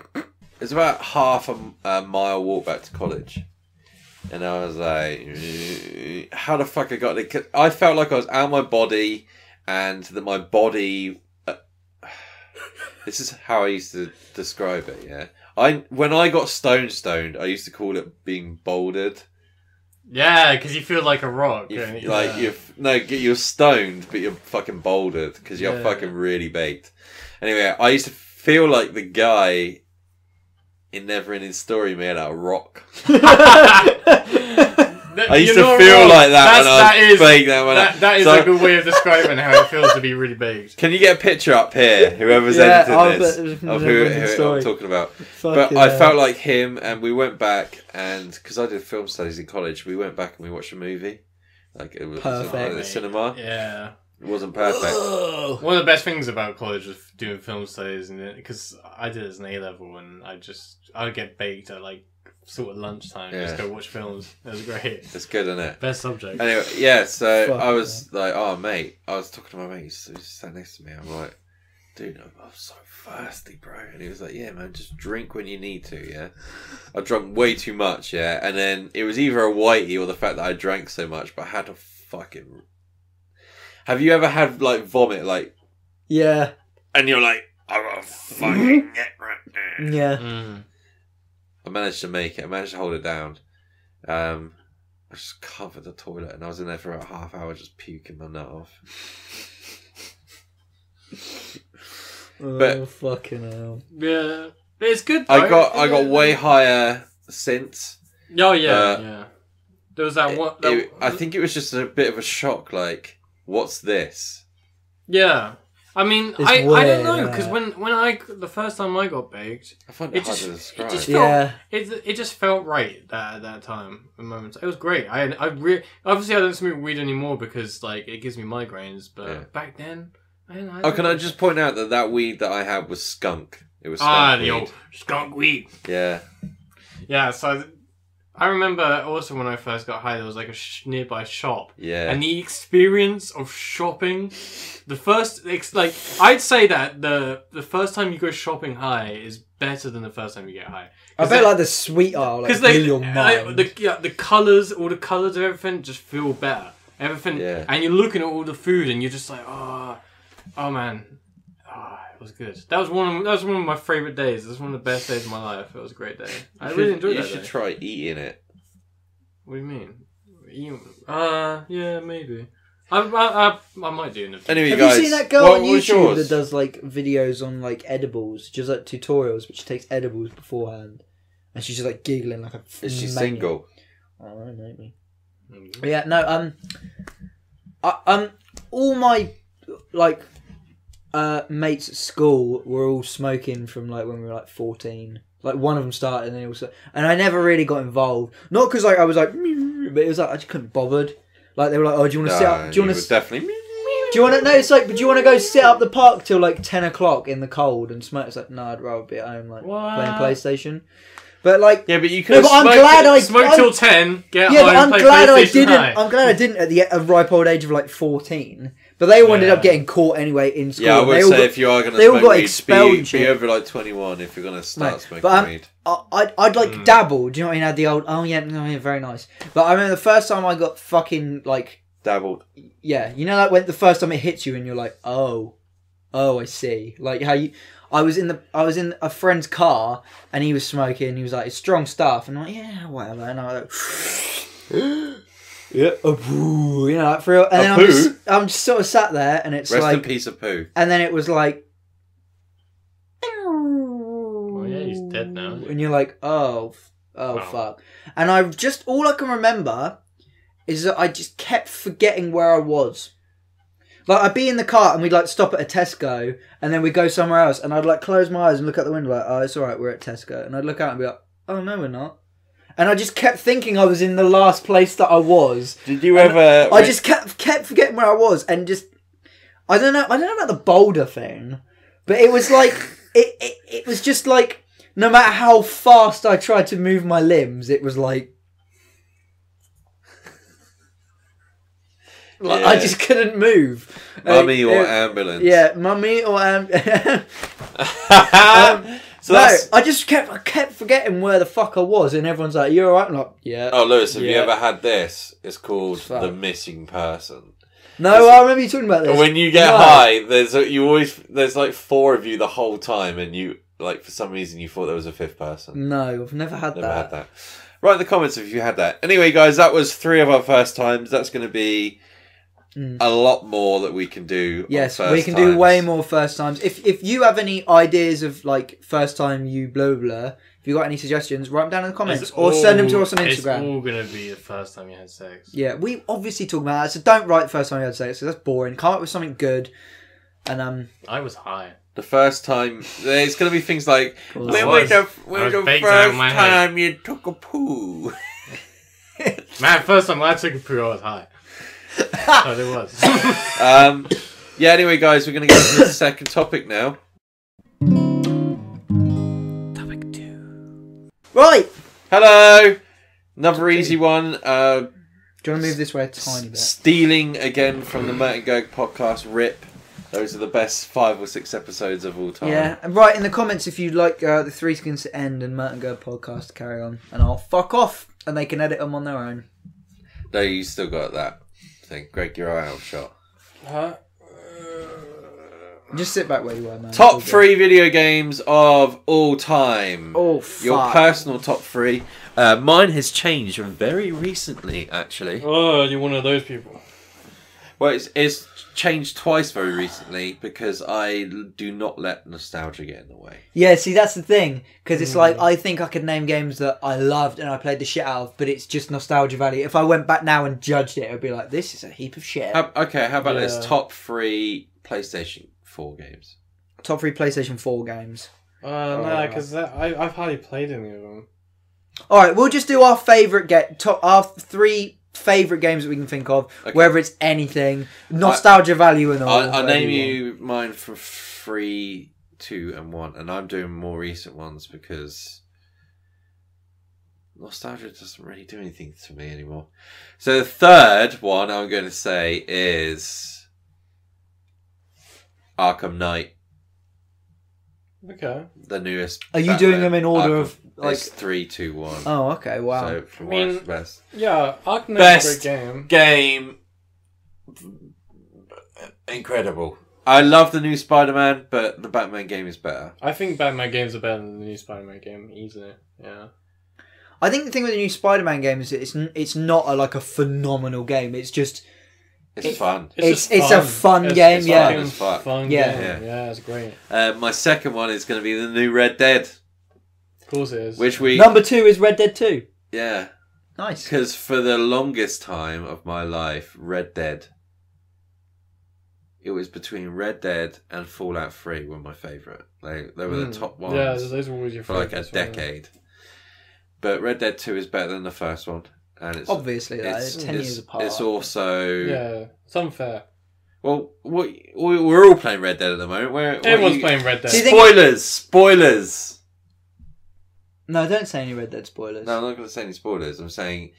[SPEAKER 3] "It's about half a, a mile walk back to college." And I was like, how the fuck I got it? 'Cause I felt like I was out of my body and that my body. Uh, (sighs) this is how I used to describe it, yeah? I When I got stone stoned, I used to call it being bouldered.
[SPEAKER 5] Yeah, because you feel like a rock.
[SPEAKER 3] You,
[SPEAKER 5] and-
[SPEAKER 3] f Like you're f- no, g- you're stoned, but you're fucking bouldered because you're
[SPEAKER 5] Yeah.
[SPEAKER 3] fucking really baked. Anyway, I used to feel like the guy in Never Ending Story made out of
[SPEAKER 5] (laughs)
[SPEAKER 3] rock.
[SPEAKER 4] (laughs)
[SPEAKER 5] Th-
[SPEAKER 3] I used
[SPEAKER 5] you're
[SPEAKER 3] to
[SPEAKER 5] not
[SPEAKER 3] feel
[SPEAKER 5] wrong.
[SPEAKER 3] like that
[SPEAKER 5] That's,
[SPEAKER 3] when I
[SPEAKER 5] that
[SPEAKER 3] was
[SPEAKER 5] is
[SPEAKER 3] baked. That, when I-
[SPEAKER 5] that, that is
[SPEAKER 3] So-
[SPEAKER 5] a good way of describing how it feels to be really
[SPEAKER 3] (laughs)
[SPEAKER 5] baked.
[SPEAKER 3] Can you get a picture up here? Whoever's
[SPEAKER 4] Yeah,
[SPEAKER 3] edited
[SPEAKER 4] I'll
[SPEAKER 3] this
[SPEAKER 4] bet it was from
[SPEAKER 3] of
[SPEAKER 4] the
[SPEAKER 3] who,
[SPEAKER 4] Never Ending
[SPEAKER 3] who I'm
[SPEAKER 4] Story.
[SPEAKER 3] talking about. but
[SPEAKER 4] Fucking
[SPEAKER 3] I
[SPEAKER 4] hell.
[SPEAKER 3] felt like him, and we went back, and because I did film studies in college, we went back and we watched a movie. Like it was
[SPEAKER 4] Perfect.
[SPEAKER 3] at the cinema.
[SPEAKER 5] Yeah.
[SPEAKER 3] It wasn't perfect.
[SPEAKER 5] One of the best things about college was doing film studies, and because I did it as an A level, and I just I would get baked at like sort of lunchtime, just
[SPEAKER 3] Yeah.
[SPEAKER 5] go watch films. It was great.
[SPEAKER 3] It's good, isn't it?
[SPEAKER 5] Best subject.
[SPEAKER 3] Anyway, yeah. So
[SPEAKER 4] Fuck
[SPEAKER 3] I was like, "Oh, mate," I was talking to my mate. He's he's sat next to me. I'm like, "Dude, I'm, I'm so thirsty, bro." And he was like, "Yeah, man, just drink when you need to." Yeah, I drank way too much. Yeah, and then it was either a whitey or the fact that I drank so much, but I had a fucking. Have you ever had like vomit, like,
[SPEAKER 4] Yeah,
[SPEAKER 3] and you're like, "I'm
[SPEAKER 4] (laughs)
[SPEAKER 3] a fucking get right now."
[SPEAKER 4] yeah.
[SPEAKER 5] Mm.
[SPEAKER 3] I managed to make it. I managed to hold it down. Um, I just covered the toilet, and I was in there for about half hour, just puking my nut off. But-
[SPEAKER 4] oh, fucking hell.
[SPEAKER 5] Yeah, But it's good.
[SPEAKER 3] I
[SPEAKER 5] though.
[SPEAKER 3] got I got
[SPEAKER 5] Yeah.
[SPEAKER 3] way higher since.
[SPEAKER 5] Oh yeah,
[SPEAKER 3] Uh,
[SPEAKER 5] yeah. There was that
[SPEAKER 3] It-
[SPEAKER 5] one. That,
[SPEAKER 3] it- I think it was just a bit of a shock. Like, what's this?
[SPEAKER 5] Yeah. I mean,
[SPEAKER 4] It's
[SPEAKER 5] I, I don't know
[SPEAKER 4] weird.
[SPEAKER 5] because when when I the first time I got baked,
[SPEAKER 3] I find it,
[SPEAKER 5] It
[SPEAKER 3] hard
[SPEAKER 5] just-
[SPEAKER 3] to
[SPEAKER 5] it
[SPEAKER 3] describe.
[SPEAKER 5] just- No.
[SPEAKER 4] Yeah,
[SPEAKER 5] it it just felt right that at that time. The moment it was great. I I re- obviously I don't smoke weed anymore because like it gives me migraines. But
[SPEAKER 3] Yeah.
[SPEAKER 5] back then, man, I
[SPEAKER 3] oh, can I just point out that that weed that I had was skunk. It was skunk
[SPEAKER 5] ah
[SPEAKER 3] weed.
[SPEAKER 5] the old skunk weed.
[SPEAKER 3] yeah.
[SPEAKER 5] Yeah, so I remember also when I first got high, there was like a sh- nearby shop,
[SPEAKER 3] Yeah.
[SPEAKER 5] and the experience of shopping the first ex- like i'd say that the the first time you go shopping high is better than the first time you get high
[SPEAKER 4] I bet like the sweet aisle like
[SPEAKER 5] because
[SPEAKER 4] blew
[SPEAKER 5] they,
[SPEAKER 4] your
[SPEAKER 5] I-
[SPEAKER 4] mind.
[SPEAKER 5] the, yeah, the colors all the colors of everything just feel better everything
[SPEAKER 3] Yeah.
[SPEAKER 5] and you're looking at all the food and you're just like oh oh man oh, it was good that was one of, that was one of my favorite days it was one of the best days of my life it was a great day i
[SPEAKER 3] You
[SPEAKER 5] really
[SPEAKER 3] should-
[SPEAKER 5] enjoyed
[SPEAKER 3] You
[SPEAKER 5] that
[SPEAKER 3] should
[SPEAKER 5] day.
[SPEAKER 3] try eating it.
[SPEAKER 5] what do you mean you, uh yeah maybe I, I, I, I might do in the
[SPEAKER 3] Anyway, (laughs)
[SPEAKER 4] Have
[SPEAKER 3] guys,
[SPEAKER 4] you seen that girl
[SPEAKER 3] what
[SPEAKER 4] on
[SPEAKER 3] was
[SPEAKER 4] YouTube
[SPEAKER 3] yours?
[SPEAKER 4] that does like videos on like edibles, just like tutorials, but she takes edibles beforehand, and she's just like giggling like a.
[SPEAKER 3] Is she
[SPEAKER 4] maniac.
[SPEAKER 3] single?
[SPEAKER 4] I don't know, maybe. Yeah, no. Um, I, um, all my like uh mates at school were all smoking from like when we were like fourteen. Like one of them started, and then also, and I never really got involved. Not because like I was like, (laughs) "Meow," but it was like I just couldn't bothered. Like they were like, "Oh, do you want to sit
[SPEAKER 3] No,
[SPEAKER 4] up? Do you want
[SPEAKER 3] would
[SPEAKER 4] to
[SPEAKER 3] definitely?
[SPEAKER 4] do you want to? No, it's like, but do you want to go sit up the park till like ten o'clock in the cold and smoke? It's like, no, I'd rather be at home, like
[SPEAKER 5] What?
[SPEAKER 4] playing PlayStation. But like,
[SPEAKER 3] Yeah, but you could.
[SPEAKER 4] no, but I'm glad I
[SPEAKER 5] smoke
[SPEAKER 4] I'm-
[SPEAKER 5] till ten. Get (laughs)
[SPEAKER 4] yeah, but
[SPEAKER 5] home,
[SPEAKER 4] I'm
[SPEAKER 5] play
[SPEAKER 4] glad I
[SPEAKER 5] PlayStation
[SPEAKER 4] didn't.
[SPEAKER 5] High.
[SPEAKER 4] I'm glad I didn't at the a ripe old age of like fourteen. But they all ended
[SPEAKER 5] Yeah.
[SPEAKER 4] up getting caught anyway in school.
[SPEAKER 3] Yeah, I
[SPEAKER 4] they
[SPEAKER 3] would
[SPEAKER 4] all
[SPEAKER 3] say
[SPEAKER 4] got-
[SPEAKER 3] if you are going to
[SPEAKER 4] they all
[SPEAKER 3] smoke
[SPEAKER 4] got
[SPEAKER 3] weed,
[SPEAKER 4] expelled
[SPEAKER 3] be,
[SPEAKER 4] and
[SPEAKER 3] be
[SPEAKER 4] shit.
[SPEAKER 3] over like 21 if you're going to start
[SPEAKER 4] Right,
[SPEAKER 3] smoking
[SPEAKER 4] but I'm-
[SPEAKER 3] weed.
[SPEAKER 4] I- I'd, I'd like
[SPEAKER 5] Hmm.
[SPEAKER 4] dabble. Do you know what I mean? I had the old, oh yeah, no, yeah, very nice. But I remember the first time I got fucking like,
[SPEAKER 3] Dabbled.
[SPEAKER 4] yeah, you know, like when the first time it hits you and you're like, oh, oh, I see. Like how you, I was in the, I was in a friend's car and he was smoking. He was like, it's strong stuff, and I'm like, yeah, whatever. And I was
[SPEAKER 3] (gasps)
[SPEAKER 4] like. Yeah, (gasps) a poo, you know, like for real. And
[SPEAKER 3] A
[SPEAKER 4] then I'm
[SPEAKER 3] poo?
[SPEAKER 4] just, I'm just sort of sat there, and it's
[SPEAKER 3] Rest
[SPEAKER 4] like,
[SPEAKER 3] in peace of poo.
[SPEAKER 4] and then it was like,
[SPEAKER 5] Well, Oh, yeah, he's dead now.
[SPEAKER 4] and you're like, oh, f- oh,
[SPEAKER 5] Uh-huh. Wow.
[SPEAKER 4] fuck. And I just all I can remember is that I just kept forgetting where I was. Like I'd be in the car and we'd like stop at a Tesco and then we'd go somewhere else and I'd like close my eyes and look out the window like, oh, it's all right, we're at Tesco, and I'd look out and be like, oh no, we're not. And I just kept thinking I was in the last place that I was.
[SPEAKER 3] Did you ever.
[SPEAKER 4] I just kept kept forgetting where I was and just I don't know I don't know about the boulder thing, but it was
[SPEAKER 3] (laughs)
[SPEAKER 4] like it, it it was just like no matter how fast I tried to move my limbs, it was like (laughs) like I
[SPEAKER 3] Yeah.
[SPEAKER 4] just couldn't move.
[SPEAKER 3] Mummy
[SPEAKER 4] Like,
[SPEAKER 3] or
[SPEAKER 4] it-
[SPEAKER 3] ambulance?
[SPEAKER 4] yeah, mummy or (laughs) um,
[SPEAKER 3] (laughs) so
[SPEAKER 4] no,
[SPEAKER 3] that's.
[SPEAKER 4] I just kept I kept forgetting where the fuck I was, and everyone's like, "You're alright," I'm like, "Yeah."
[SPEAKER 3] Oh, Lewis, have you
[SPEAKER 4] Yeah.
[SPEAKER 3] ever had this? It's called
[SPEAKER 4] Fuck.
[SPEAKER 3] the missing person.
[SPEAKER 4] no, I remember you talking about this.
[SPEAKER 3] When you get
[SPEAKER 4] No.
[SPEAKER 3] high, there's a, you always there's like four of you the whole time, and you like for some reason you thought there was a fifth person.
[SPEAKER 4] no, I've never had
[SPEAKER 3] Never
[SPEAKER 4] Mm, that.
[SPEAKER 3] had that. Write in the comments if you had that. Anyway, guys, that was three of our first times. That's going to be
[SPEAKER 4] Mm.
[SPEAKER 3] a lot more that we can do. on
[SPEAKER 4] Yes,
[SPEAKER 3] first
[SPEAKER 4] we can do
[SPEAKER 3] times.
[SPEAKER 4] way more first times. If if you have any ideas of like first time you blow blur, if you got any suggestions, write them down in the comments
[SPEAKER 5] It's
[SPEAKER 4] or send them to
[SPEAKER 5] all-
[SPEAKER 4] us on
[SPEAKER 5] It's
[SPEAKER 4] Instagram.
[SPEAKER 5] all gonna be the first time you had sex.
[SPEAKER 4] Yeah, we obviously talk about that, so don't write the first time you had sex. So that's boring. Come up with something good, and um,
[SPEAKER 5] I was high.
[SPEAKER 3] The first time, it's going to be things like
[SPEAKER 4] Cool.
[SPEAKER 3] when
[SPEAKER 5] I
[SPEAKER 3] was
[SPEAKER 5] was-
[SPEAKER 3] the,
[SPEAKER 5] I
[SPEAKER 3] when
[SPEAKER 5] was
[SPEAKER 3] the
[SPEAKER 5] baked out of
[SPEAKER 3] first
[SPEAKER 5] my head.
[SPEAKER 3] time you took a poo.
[SPEAKER 5] Man, first time I took a poo, I was
[SPEAKER 4] (laughs)
[SPEAKER 5] high. so there was. Uh,
[SPEAKER 3] Um, yeah, anyway, guys, we're going to get to the second topic now.
[SPEAKER 4] right.
[SPEAKER 3] Hello! Another easy one. Uh,
[SPEAKER 4] Do you want to move this way a tiny bit?
[SPEAKER 3] stealing again from the Mert and Gerg podcast, RIP. Those are the best five or six episodes of all time.
[SPEAKER 4] Yeah, and write in the comments if you'd like uh, the Three Skins to end and Mert and Girl podcast to carry on, and I'll fuck off, and they can edit them on their own.
[SPEAKER 3] No, you still got that thing. Greg, you're out of shot.
[SPEAKER 4] Just sit back where you were, man.
[SPEAKER 3] Top
[SPEAKER 4] All good.
[SPEAKER 3] three video games of all time.
[SPEAKER 4] Oh fuck!
[SPEAKER 3] Your personal top three. Uh, mine has changed very recently, actually.
[SPEAKER 5] oh, you're one of those people.
[SPEAKER 3] Well, it's, it's changed twice very recently because I l- do not let nostalgia get in the way.
[SPEAKER 4] Yeah, see, that's the thing, because it's
[SPEAKER 3] Mm.
[SPEAKER 4] like I think I could name games that I loved and I played the shit out of, but it's just nostalgia value. If I went back now and judged it, it would be like, this is a heap of shit.
[SPEAKER 3] How, okay, how about this?
[SPEAKER 5] Yeah.
[SPEAKER 3] Top three PlayStation 4 games.
[SPEAKER 4] Top three PlayStation Four games.
[SPEAKER 5] Uh,
[SPEAKER 4] Oh,
[SPEAKER 5] no, because I've hardly played any of them.
[SPEAKER 4] All right, we'll just do our favorite get top our three favorite games that we can think of,
[SPEAKER 3] Okay.
[SPEAKER 4] whether it's anything nostalgia value and all.
[SPEAKER 3] I'll, I'll
[SPEAKER 4] whatever
[SPEAKER 3] name
[SPEAKER 4] want.
[SPEAKER 3] you mine from three, two, and one, and I'm doing more recent ones because nostalgia doesn't really do anything to me anymore. So the third one I'm going to say is Arkham Knight,
[SPEAKER 5] Okay.
[SPEAKER 3] the newest.
[SPEAKER 4] Are you doing
[SPEAKER 3] Batman.
[SPEAKER 4] them in order
[SPEAKER 3] Arkham-
[SPEAKER 4] of like?
[SPEAKER 3] it's three, two, one.
[SPEAKER 4] Oh, okay, wow.
[SPEAKER 3] So from
[SPEAKER 5] I mean-
[SPEAKER 3] worst to best
[SPEAKER 5] Yeah, Arkano's
[SPEAKER 3] Best.
[SPEAKER 5] a great game.
[SPEAKER 3] game, incredible. I love the new Spider-Man, but the Batman game is better.
[SPEAKER 5] I think Batman games are better than the new Spider-Man game easily. Yeah.
[SPEAKER 4] I think the thing with the new Spider-Man game is that it's n- it's not a, like a phenomenal game. It's just
[SPEAKER 3] It's
[SPEAKER 4] It-
[SPEAKER 3] fun.
[SPEAKER 4] It's-
[SPEAKER 5] just
[SPEAKER 4] it's a fun game,
[SPEAKER 5] it's
[SPEAKER 3] yeah.
[SPEAKER 5] fucking
[SPEAKER 3] It's fun.
[SPEAKER 5] Fun
[SPEAKER 4] Yeah.
[SPEAKER 5] game.
[SPEAKER 3] Yeah.
[SPEAKER 5] Yeah. it's great.
[SPEAKER 3] Uh, my second one is going to be the new Red Dead,
[SPEAKER 5] Of course it is.
[SPEAKER 3] which we
[SPEAKER 4] number two is Red Dead Two.
[SPEAKER 3] yeah,
[SPEAKER 4] Nice.
[SPEAKER 3] because for the longest time of my life, Red Dead. It was between Red Dead and Fallout Three were my favorite. They they
[SPEAKER 4] Hmm.
[SPEAKER 3] were
[SPEAKER 5] Mm.
[SPEAKER 3] the top ones
[SPEAKER 5] Yeah, those were always your
[SPEAKER 3] for like a
[SPEAKER 5] favourites, weren't they?
[SPEAKER 3] decade. But Red Dead Two is better than the first one, and it's
[SPEAKER 4] Obviously, that
[SPEAKER 3] it's,
[SPEAKER 4] Oh, it's, ten
[SPEAKER 3] it's-
[SPEAKER 4] years apart.
[SPEAKER 3] It's also
[SPEAKER 5] Yeah, it's unfair.
[SPEAKER 3] well, what, we- we're all playing Red Dead at the moment. We're, what
[SPEAKER 5] Everyone's
[SPEAKER 3] you-
[SPEAKER 5] playing Red Dead.
[SPEAKER 4] See,
[SPEAKER 3] Spoilers, spoilers.
[SPEAKER 4] No, don't say any Red Dead spoilers.
[SPEAKER 3] No, I'm not going to say any spoilers. I'm saying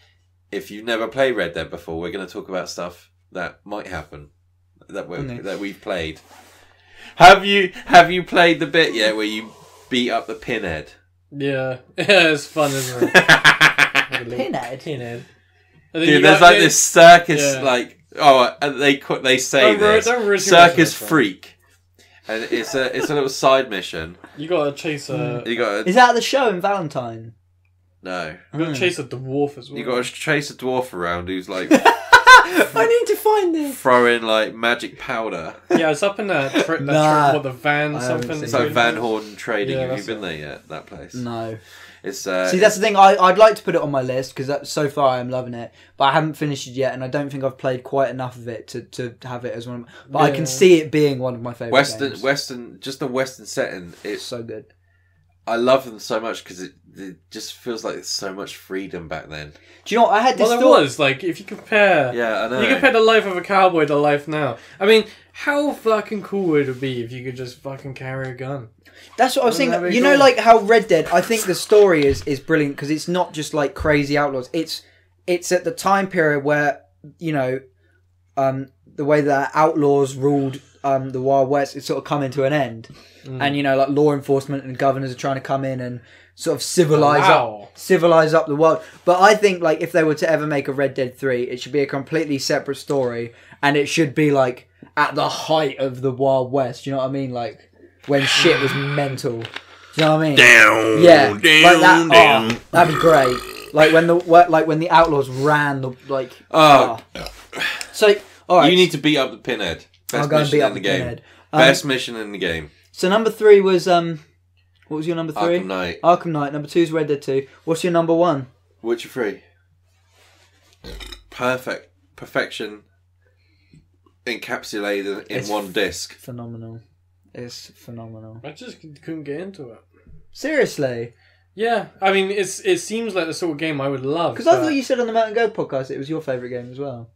[SPEAKER 3] if you've never played Red Dead before, we're going to talk about stuff that might happen that we
[SPEAKER 4] No.
[SPEAKER 3] that we've played. Have you have you played the bit yet where you beat up the pinhead? (laughs)
[SPEAKER 5] yeah, (laughs) yeah, it's fun, isn't it?
[SPEAKER 4] (laughs) Pinhead?
[SPEAKER 5] Pinhead.
[SPEAKER 3] Dude, there's like this circus,
[SPEAKER 5] Yeah.
[SPEAKER 3] like oh, and they co- they say
[SPEAKER 5] Don't ruin-
[SPEAKER 3] this
[SPEAKER 5] don't ruin too much of
[SPEAKER 3] circus
[SPEAKER 5] this one.
[SPEAKER 3] freak, and it's a it's a little side mission.
[SPEAKER 5] You gotta chase a.
[SPEAKER 4] Hmm.
[SPEAKER 3] You got to
[SPEAKER 4] Is that the show in Valentine?
[SPEAKER 3] no,
[SPEAKER 5] You gotta chase a dwarf as well.
[SPEAKER 3] Hmm. you got to chase a dwarf around
[SPEAKER 5] (laughs)
[SPEAKER 3] who's like
[SPEAKER 4] I need to find this.
[SPEAKER 3] throwing like magic powder.
[SPEAKER 5] yeah, it's up in that trip. That
[SPEAKER 4] Nah.
[SPEAKER 5] trip, what the van
[SPEAKER 4] I haven't
[SPEAKER 5] something.
[SPEAKER 4] seen
[SPEAKER 3] It's
[SPEAKER 4] Yeah.
[SPEAKER 3] like Van Horn trading.
[SPEAKER 5] Yeah,
[SPEAKER 3] Have you
[SPEAKER 5] that's
[SPEAKER 3] been
[SPEAKER 5] it.
[SPEAKER 3] there yet? That place.
[SPEAKER 4] No.
[SPEAKER 3] It's uh,
[SPEAKER 4] See, that's the thing. I, I'd like to put it on my list because so far I'm loving it, but I haven't finished it yet, and I don't think I've played quite enough of it to, to have it as one. Of, but I
[SPEAKER 5] Yeah.
[SPEAKER 4] can see it being one of my favorite.
[SPEAKER 3] Western,
[SPEAKER 4] games.
[SPEAKER 3] Western, just the Western setting.
[SPEAKER 4] It's
[SPEAKER 3] It's
[SPEAKER 4] so good.
[SPEAKER 3] I love them so much because it, it just feels like there's so much freedom back then.
[SPEAKER 4] Do you know what? I had this
[SPEAKER 5] Well, there
[SPEAKER 4] thought.
[SPEAKER 5] was like if you compare.
[SPEAKER 3] Yeah, I know.
[SPEAKER 5] You compare the life of a cowboy to life now. I mean, how fucking cool would it be if you could just fucking carry a gun?
[SPEAKER 4] That's what I was
[SPEAKER 5] Wouldn't that
[SPEAKER 4] thinking.
[SPEAKER 5] be
[SPEAKER 4] You know,
[SPEAKER 5] cool?
[SPEAKER 4] like how Red Dead. I think the story is is brilliant because it's not just like crazy outlaws. It's it's at the time period where you know, um, the way that outlaws ruled um the Wild West is sort of coming to an end, and you know, like law enforcement and governors are trying to come in and sort of civilize
[SPEAKER 5] Oh, Wow.
[SPEAKER 4] up civilize up the world. But I think like if they were to ever make a Red Dead Three, it should be a completely separate story, and it should be like at the height of the Wild West. You know what I mean? Like when shit was mental. Do you know what I mean?
[SPEAKER 3] down,
[SPEAKER 4] yeah, like that. oh, that'd be great. like when the wh- like when the outlaws ran the like. car.
[SPEAKER 3] Oh.
[SPEAKER 4] so all right.
[SPEAKER 3] You need to beat up the pinhead. Best
[SPEAKER 4] I'll go and
[SPEAKER 3] mission
[SPEAKER 4] beat up
[SPEAKER 3] in the
[SPEAKER 4] the
[SPEAKER 3] game.
[SPEAKER 4] pinhead. Um,
[SPEAKER 3] Best mission in the game.
[SPEAKER 4] So number three was um, what was your number three?
[SPEAKER 3] Arkham Knight.
[SPEAKER 4] Arkham Knight. Number two is Red Dead Two. What's your number one?
[SPEAKER 3] Witcher Three. Perfect perfection encapsulated in
[SPEAKER 4] It's
[SPEAKER 3] one disc.
[SPEAKER 4] Phenomenal. It's phenomenal.
[SPEAKER 5] I just c- couldn't get into it.
[SPEAKER 4] Seriously,
[SPEAKER 5] Yeah, I mean, it's it seems like the sort of game I would love.
[SPEAKER 4] because I
[SPEAKER 5] but
[SPEAKER 4] thought you said on the Mountain Go podcast it was your favorite game as well.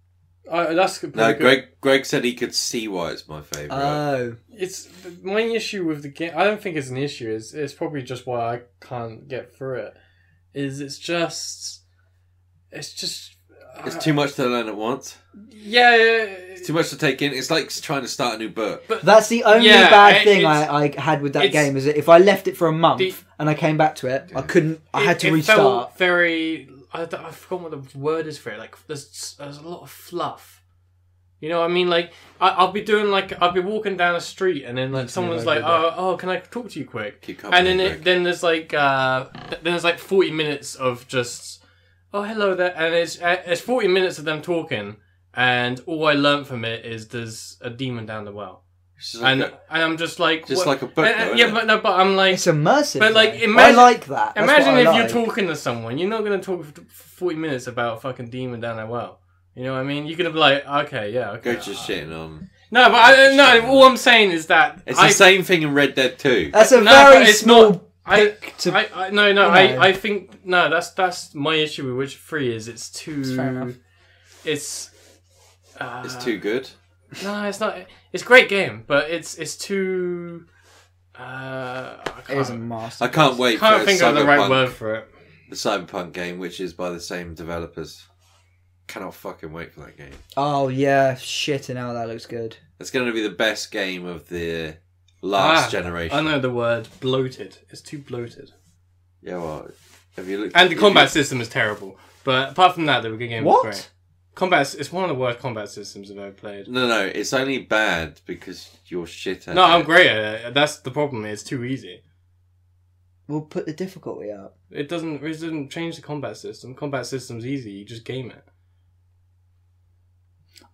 [SPEAKER 5] I, that's probably
[SPEAKER 3] No,
[SPEAKER 5] good.
[SPEAKER 3] Greg Greg said he could see why it's my favourite.
[SPEAKER 4] Oh,
[SPEAKER 5] It's my issue with the game. I don't think it's an issue. It's it's probably just why I can't get through it. Is it's just, it's just. uh,
[SPEAKER 3] it's too much to learn at once.
[SPEAKER 5] Yeah,
[SPEAKER 3] It's too much to take in. It's like trying to start a new book.
[SPEAKER 4] that's the only
[SPEAKER 5] Yeah,
[SPEAKER 4] bad
[SPEAKER 5] it-
[SPEAKER 4] thing
[SPEAKER 5] it's-
[SPEAKER 4] I, I had with that
[SPEAKER 5] it's-
[SPEAKER 4] game is that if I left it for a month
[SPEAKER 5] The-
[SPEAKER 4] and I came back to it, I couldn't. I
[SPEAKER 5] It-
[SPEAKER 4] had to
[SPEAKER 5] it
[SPEAKER 4] restart.
[SPEAKER 5] Felt very. I, d- I forgot what the word is for it. Like there's there's a lot of fluff. You know, what I mean, like I, I'll be doing like I'll be walking down a street, and then like someone's like, "Oh, oh, can I talk to you quick?"
[SPEAKER 3] Keep
[SPEAKER 5] and then
[SPEAKER 3] company,
[SPEAKER 5] it,
[SPEAKER 3] Greg.
[SPEAKER 5] then there's like uh, th- then there's like forty minutes of just, "Oh, hello there," and it's uh, it's forty minutes of them talking, and all I learned from it is there's a demon down the well,
[SPEAKER 3] It's just like
[SPEAKER 5] and
[SPEAKER 3] a-
[SPEAKER 5] and I'm just like,
[SPEAKER 3] Just
[SPEAKER 5] what-
[SPEAKER 3] like a book,
[SPEAKER 5] and- and-
[SPEAKER 3] though,
[SPEAKER 5] yeah,
[SPEAKER 3] isn't
[SPEAKER 5] but no, but I'm like,
[SPEAKER 4] It's immersive.
[SPEAKER 5] But, like,
[SPEAKER 4] though.
[SPEAKER 5] imagine-
[SPEAKER 4] I like that. That's
[SPEAKER 5] Imagine
[SPEAKER 4] what
[SPEAKER 5] if
[SPEAKER 4] I
[SPEAKER 5] you're
[SPEAKER 4] like.
[SPEAKER 5] talking to someone, you're not going to talk for 40 minutes about a fucking demon down that well. You know what I mean? You're going to be like, okay, yeah, okay.
[SPEAKER 3] Go just shitting on.
[SPEAKER 5] No, but I, no, all I'm saying is that.
[SPEAKER 3] um, It's
[SPEAKER 5] I,
[SPEAKER 3] the same thing in Red Dead 2.
[SPEAKER 4] That's a
[SPEAKER 5] No,
[SPEAKER 4] very
[SPEAKER 5] but it's
[SPEAKER 4] small.
[SPEAKER 5] not- I,
[SPEAKER 4] to-
[SPEAKER 5] I, I, no, no,
[SPEAKER 4] you know.
[SPEAKER 5] I, I think, no, that's that's my issue with Witcher 3 is it's too.
[SPEAKER 4] It's fair enough.
[SPEAKER 5] It's. Uh,
[SPEAKER 3] It's too good.
[SPEAKER 5] No, it's not. It's a great game, but it's it's too. Uh, I
[SPEAKER 4] It is a
[SPEAKER 5] can't,
[SPEAKER 4] master.
[SPEAKER 3] I can't wait
[SPEAKER 5] can't
[SPEAKER 3] for
[SPEAKER 5] think
[SPEAKER 3] cyberpunk,
[SPEAKER 5] of the right word for it.
[SPEAKER 3] the Cyberpunk game, which is by the same developers. Cannot fucking wait for that game.
[SPEAKER 4] Oh yeah, shit! And now that looks good.
[SPEAKER 3] It's going to be the best game of the last
[SPEAKER 5] Ah,
[SPEAKER 3] generation.
[SPEAKER 5] I know the word bloated. It's too bloated.
[SPEAKER 3] Yeah, well, have you looked?
[SPEAKER 5] And the
[SPEAKER 3] have
[SPEAKER 5] combat system is terrible. But apart from that, the game was
[SPEAKER 4] What?
[SPEAKER 5] great. Combat it's one of the worst combat systems I've ever played.
[SPEAKER 3] You, no, no, it's only bad because you're shit at
[SPEAKER 5] No,
[SPEAKER 3] it.
[SPEAKER 5] I'm great at it. That's the problem. It's too easy.
[SPEAKER 4] We'll put the difficulty up.
[SPEAKER 5] It doesn't. It doesn't change the combat system. Combat system's easy. You just game it.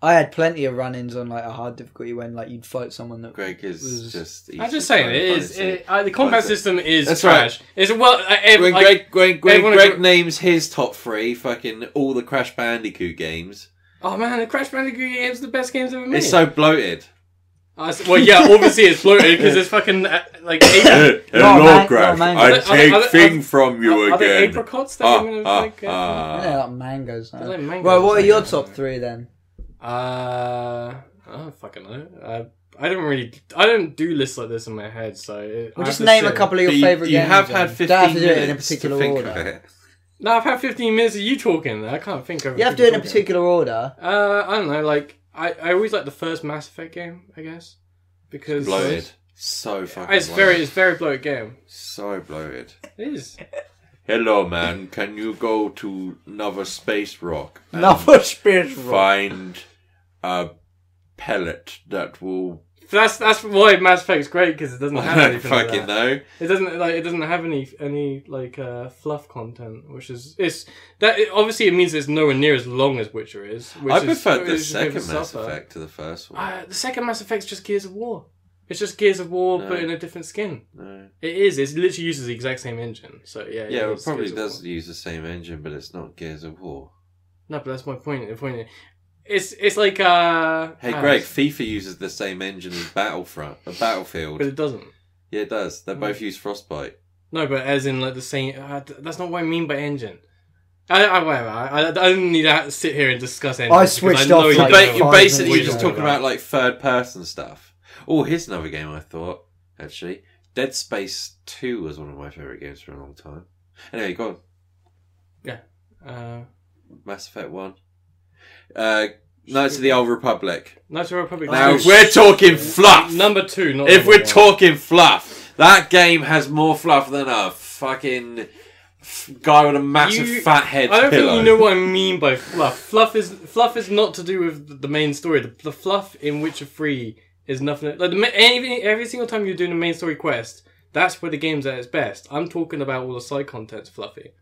[SPEAKER 4] I had plenty of run-ins on like a hard difficulty when like you'd fight someone that.
[SPEAKER 3] Greg is
[SPEAKER 4] was-
[SPEAKER 3] just. he's
[SPEAKER 5] I'm just saying.
[SPEAKER 3] trying
[SPEAKER 5] It
[SPEAKER 3] to find
[SPEAKER 5] is.
[SPEAKER 3] his
[SPEAKER 5] It, uh, the combat
[SPEAKER 3] That's it.
[SPEAKER 5] system is
[SPEAKER 3] That's right.
[SPEAKER 5] trash. It's well. Uh, if,
[SPEAKER 3] When
[SPEAKER 5] like,
[SPEAKER 3] Greg, when Greg,
[SPEAKER 5] everyone
[SPEAKER 3] Greg
[SPEAKER 5] agree-
[SPEAKER 3] names his top three, fucking all the Crash Bandicoot games,
[SPEAKER 5] oh man, the Crash Bandicoot game's the best games ever made.
[SPEAKER 3] it's
[SPEAKER 4] (laughs)
[SPEAKER 3] so bloated.
[SPEAKER 5] Uh, s- well, yeah, obviously it's bloated because it's fucking uh,
[SPEAKER 3] (laughs)
[SPEAKER 5] like. Eight,
[SPEAKER 3] Hello,
[SPEAKER 4] man- Crash. no, man. I
[SPEAKER 5] take thing
[SPEAKER 3] from
[SPEAKER 5] are, are they apricots? That
[SPEAKER 3] Ah,
[SPEAKER 5] even,
[SPEAKER 3] ah,
[SPEAKER 5] like, uh,
[SPEAKER 4] Yeah,
[SPEAKER 3] ah.
[SPEAKER 4] like mangoes. Now.
[SPEAKER 5] They're like mangoes,
[SPEAKER 4] well, what are
[SPEAKER 5] yeah.
[SPEAKER 4] your top three then?
[SPEAKER 5] Uh, I don't fucking know. Uh, I don't really. I don't do lists like this in my head, so. It,
[SPEAKER 4] We'll
[SPEAKER 5] I
[SPEAKER 4] just
[SPEAKER 5] have to
[SPEAKER 4] name a
[SPEAKER 5] sit.
[SPEAKER 4] couple of
[SPEAKER 3] But
[SPEAKER 4] your
[SPEAKER 3] you,
[SPEAKER 4] favorite
[SPEAKER 3] you
[SPEAKER 4] games.
[SPEAKER 3] have
[SPEAKER 4] then.
[SPEAKER 3] had
[SPEAKER 4] You
[SPEAKER 3] 15
[SPEAKER 4] don't have to do
[SPEAKER 3] minutes
[SPEAKER 4] it in a
[SPEAKER 3] to
[SPEAKER 4] particular
[SPEAKER 3] think
[SPEAKER 4] order.
[SPEAKER 3] of it.
[SPEAKER 5] No, I've had 15 minutes of you talking. I can't think of.
[SPEAKER 4] You have to
[SPEAKER 5] people
[SPEAKER 4] do it in a
[SPEAKER 5] talking.
[SPEAKER 4] particular order.
[SPEAKER 5] Uh, I don't know. Like I, I always like the first Mass Effect game, I guess, because
[SPEAKER 3] Bloated. So fucking
[SPEAKER 5] It's very, it's very bloated game.
[SPEAKER 3] So bloated.
[SPEAKER 5] It is.
[SPEAKER 3] Hello, man. Can you go to another space rock
[SPEAKER 5] Um,
[SPEAKER 3] and
[SPEAKER 4] No, for spiritual.
[SPEAKER 3] find a pellet that will...
[SPEAKER 5] That's that's why Mass Effect's great because it doesn't
[SPEAKER 3] I (laughs)
[SPEAKER 5] have
[SPEAKER 3] don't
[SPEAKER 5] anything. like
[SPEAKER 3] fucking
[SPEAKER 5] that.
[SPEAKER 3] know.
[SPEAKER 5] It doesn't like it doesn't have any any like uh, fluff content, which is it's that it, obviously it means it's nowhere near as long as Witcher is. Which
[SPEAKER 3] I
[SPEAKER 5] is-
[SPEAKER 3] preferred
[SPEAKER 5] which
[SPEAKER 3] the
[SPEAKER 5] is a bit of a
[SPEAKER 3] second Mass
[SPEAKER 5] suffer.
[SPEAKER 3] Effect to the first one.
[SPEAKER 5] Uh, the second Mass Effect's just Gears of War. It's just Gears of War,
[SPEAKER 3] No.
[SPEAKER 5] but in a different skin.
[SPEAKER 3] No.
[SPEAKER 5] It is. It literally uses the exact same engine. So yeah.
[SPEAKER 3] Yeah,
[SPEAKER 5] is
[SPEAKER 3] it probably
[SPEAKER 5] Gears of
[SPEAKER 3] does
[SPEAKER 5] War.
[SPEAKER 3] use the same engine, but it's not Gears of War.
[SPEAKER 5] No, but that's my point. The point. is- It's it's like uh.
[SPEAKER 3] Hey,
[SPEAKER 5] ah,
[SPEAKER 3] Greg, FIFA uses the same engine as Battlefront, uh, Battlefield.
[SPEAKER 5] But it doesn't.
[SPEAKER 3] Yeah, it does. They both use Frostbite.
[SPEAKER 5] No, but as in like the same. Uh, th- that's not what I mean by engine. I, I, whatever, I, I I don't need to ha- sit here and discuss engines. because
[SPEAKER 4] switched
[SPEAKER 5] know
[SPEAKER 4] off,
[SPEAKER 5] you
[SPEAKER 3] You're,
[SPEAKER 4] Like
[SPEAKER 5] don't
[SPEAKER 3] ba-
[SPEAKER 5] know
[SPEAKER 4] five
[SPEAKER 3] you're
[SPEAKER 5] what
[SPEAKER 3] basically
[SPEAKER 4] minutes
[SPEAKER 5] you're
[SPEAKER 3] just
[SPEAKER 4] ago.
[SPEAKER 3] talking about like third person stuff. Oh, here's another game I thought, actually. Dead Space 2 was one of my favourite games for a long time. Anyway, go on.
[SPEAKER 5] Uh,
[SPEAKER 3] Mass Effect 1. Uh, Knights of the Old Republic.
[SPEAKER 5] Knights of the Republic.
[SPEAKER 3] Now,
[SPEAKER 5] two.
[SPEAKER 3] if we're talking fluff,
[SPEAKER 5] number two, not
[SPEAKER 3] if
[SPEAKER 5] number
[SPEAKER 3] we're
[SPEAKER 5] one.
[SPEAKER 3] talking fluff, that game has more fluff than a fucking f- guy with a massive
[SPEAKER 5] You-
[SPEAKER 3] fat head
[SPEAKER 5] I don't
[SPEAKER 3] pillow.
[SPEAKER 5] think you know what I mean by fluff. Fluff is fluff is not to do with the main story. The, the fluff in Witcher Three is nothing. Like the, ma- every every single time you're doing a main story quest, that's where the game's at its best. I'm talking about all the side content's fluffy.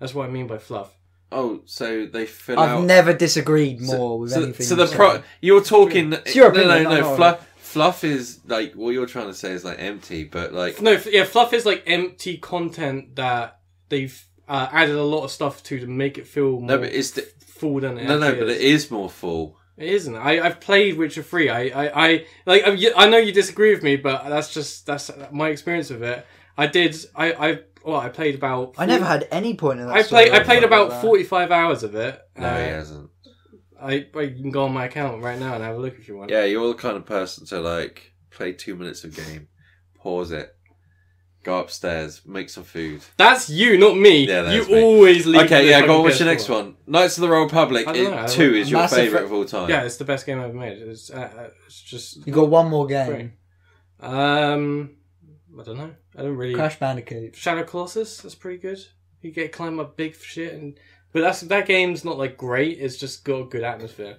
[SPEAKER 5] That's what I mean by fluff.
[SPEAKER 3] Oh, so they fill out.
[SPEAKER 4] I've never disagreed
[SPEAKER 3] so-
[SPEAKER 4] more with
[SPEAKER 3] so,
[SPEAKER 4] anything.
[SPEAKER 3] So
[SPEAKER 4] you've
[SPEAKER 3] the pro-
[SPEAKER 4] said.
[SPEAKER 3] you're talking.
[SPEAKER 4] It's your
[SPEAKER 3] no,
[SPEAKER 4] opinion,
[SPEAKER 3] no,
[SPEAKER 4] not
[SPEAKER 3] no.
[SPEAKER 4] ours.
[SPEAKER 3] Fluff, fluff is like what you're trying to say is like empty, but like
[SPEAKER 5] No, f- yeah, fluff is like empty content that they've uh, added a lot of stuff to to make it feel more
[SPEAKER 3] no, but it's the,
[SPEAKER 5] full than it
[SPEAKER 3] no, no,
[SPEAKER 5] actually
[SPEAKER 3] but
[SPEAKER 5] is.
[SPEAKER 3] it is more full.
[SPEAKER 5] It isn't. I, I've played Witcher Three. I, I, I like. I, you- I know you disagree with me, but that's just that's my experience of it. I did. I, I, well, I played about.
[SPEAKER 4] I never had any point in that.
[SPEAKER 5] I played. I
[SPEAKER 4] story
[SPEAKER 5] played about
[SPEAKER 4] that.
[SPEAKER 5] forty-five hours of it.
[SPEAKER 3] No,
[SPEAKER 5] Uh,
[SPEAKER 3] he hasn't.
[SPEAKER 5] I, I you can go on my account right now and have a look if you want.
[SPEAKER 3] Yeah, you're the kind of person to like play two minutes of game, pause it, go upstairs, make some food.
[SPEAKER 5] That's you, not me.
[SPEAKER 3] Yeah, that
[SPEAKER 5] you
[SPEAKER 3] is me.
[SPEAKER 5] always leave.
[SPEAKER 3] okay,
[SPEAKER 5] the
[SPEAKER 3] yeah, go
[SPEAKER 5] fucking
[SPEAKER 3] on. What's your
[SPEAKER 5] PS4.
[SPEAKER 3] next one? Knights of the Royal Republic
[SPEAKER 5] I don't
[SPEAKER 3] it-
[SPEAKER 5] know, I
[SPEAKER 3] Two
[SPEAKER 5] don't-
[SPEAKER 3] is your
[SPEAKER 4] Mass Effect-
[SPEAKER 3] favorite of all time.
[SPEAKER 5] Yeah, it's the best game I've made. It's, uh, uh, it's just.
[SPEAKER 4] You got one more game.
[SPEAKER 5] Great. Um, I don't know. I don't really.
[SPEAKER 4] Crash Bandicoot.
[SPEAKER 5] Shadow Colossus. That's pretty good. You get climb up big shit, and but that's that game's not like great. It's just got a good atmosphere.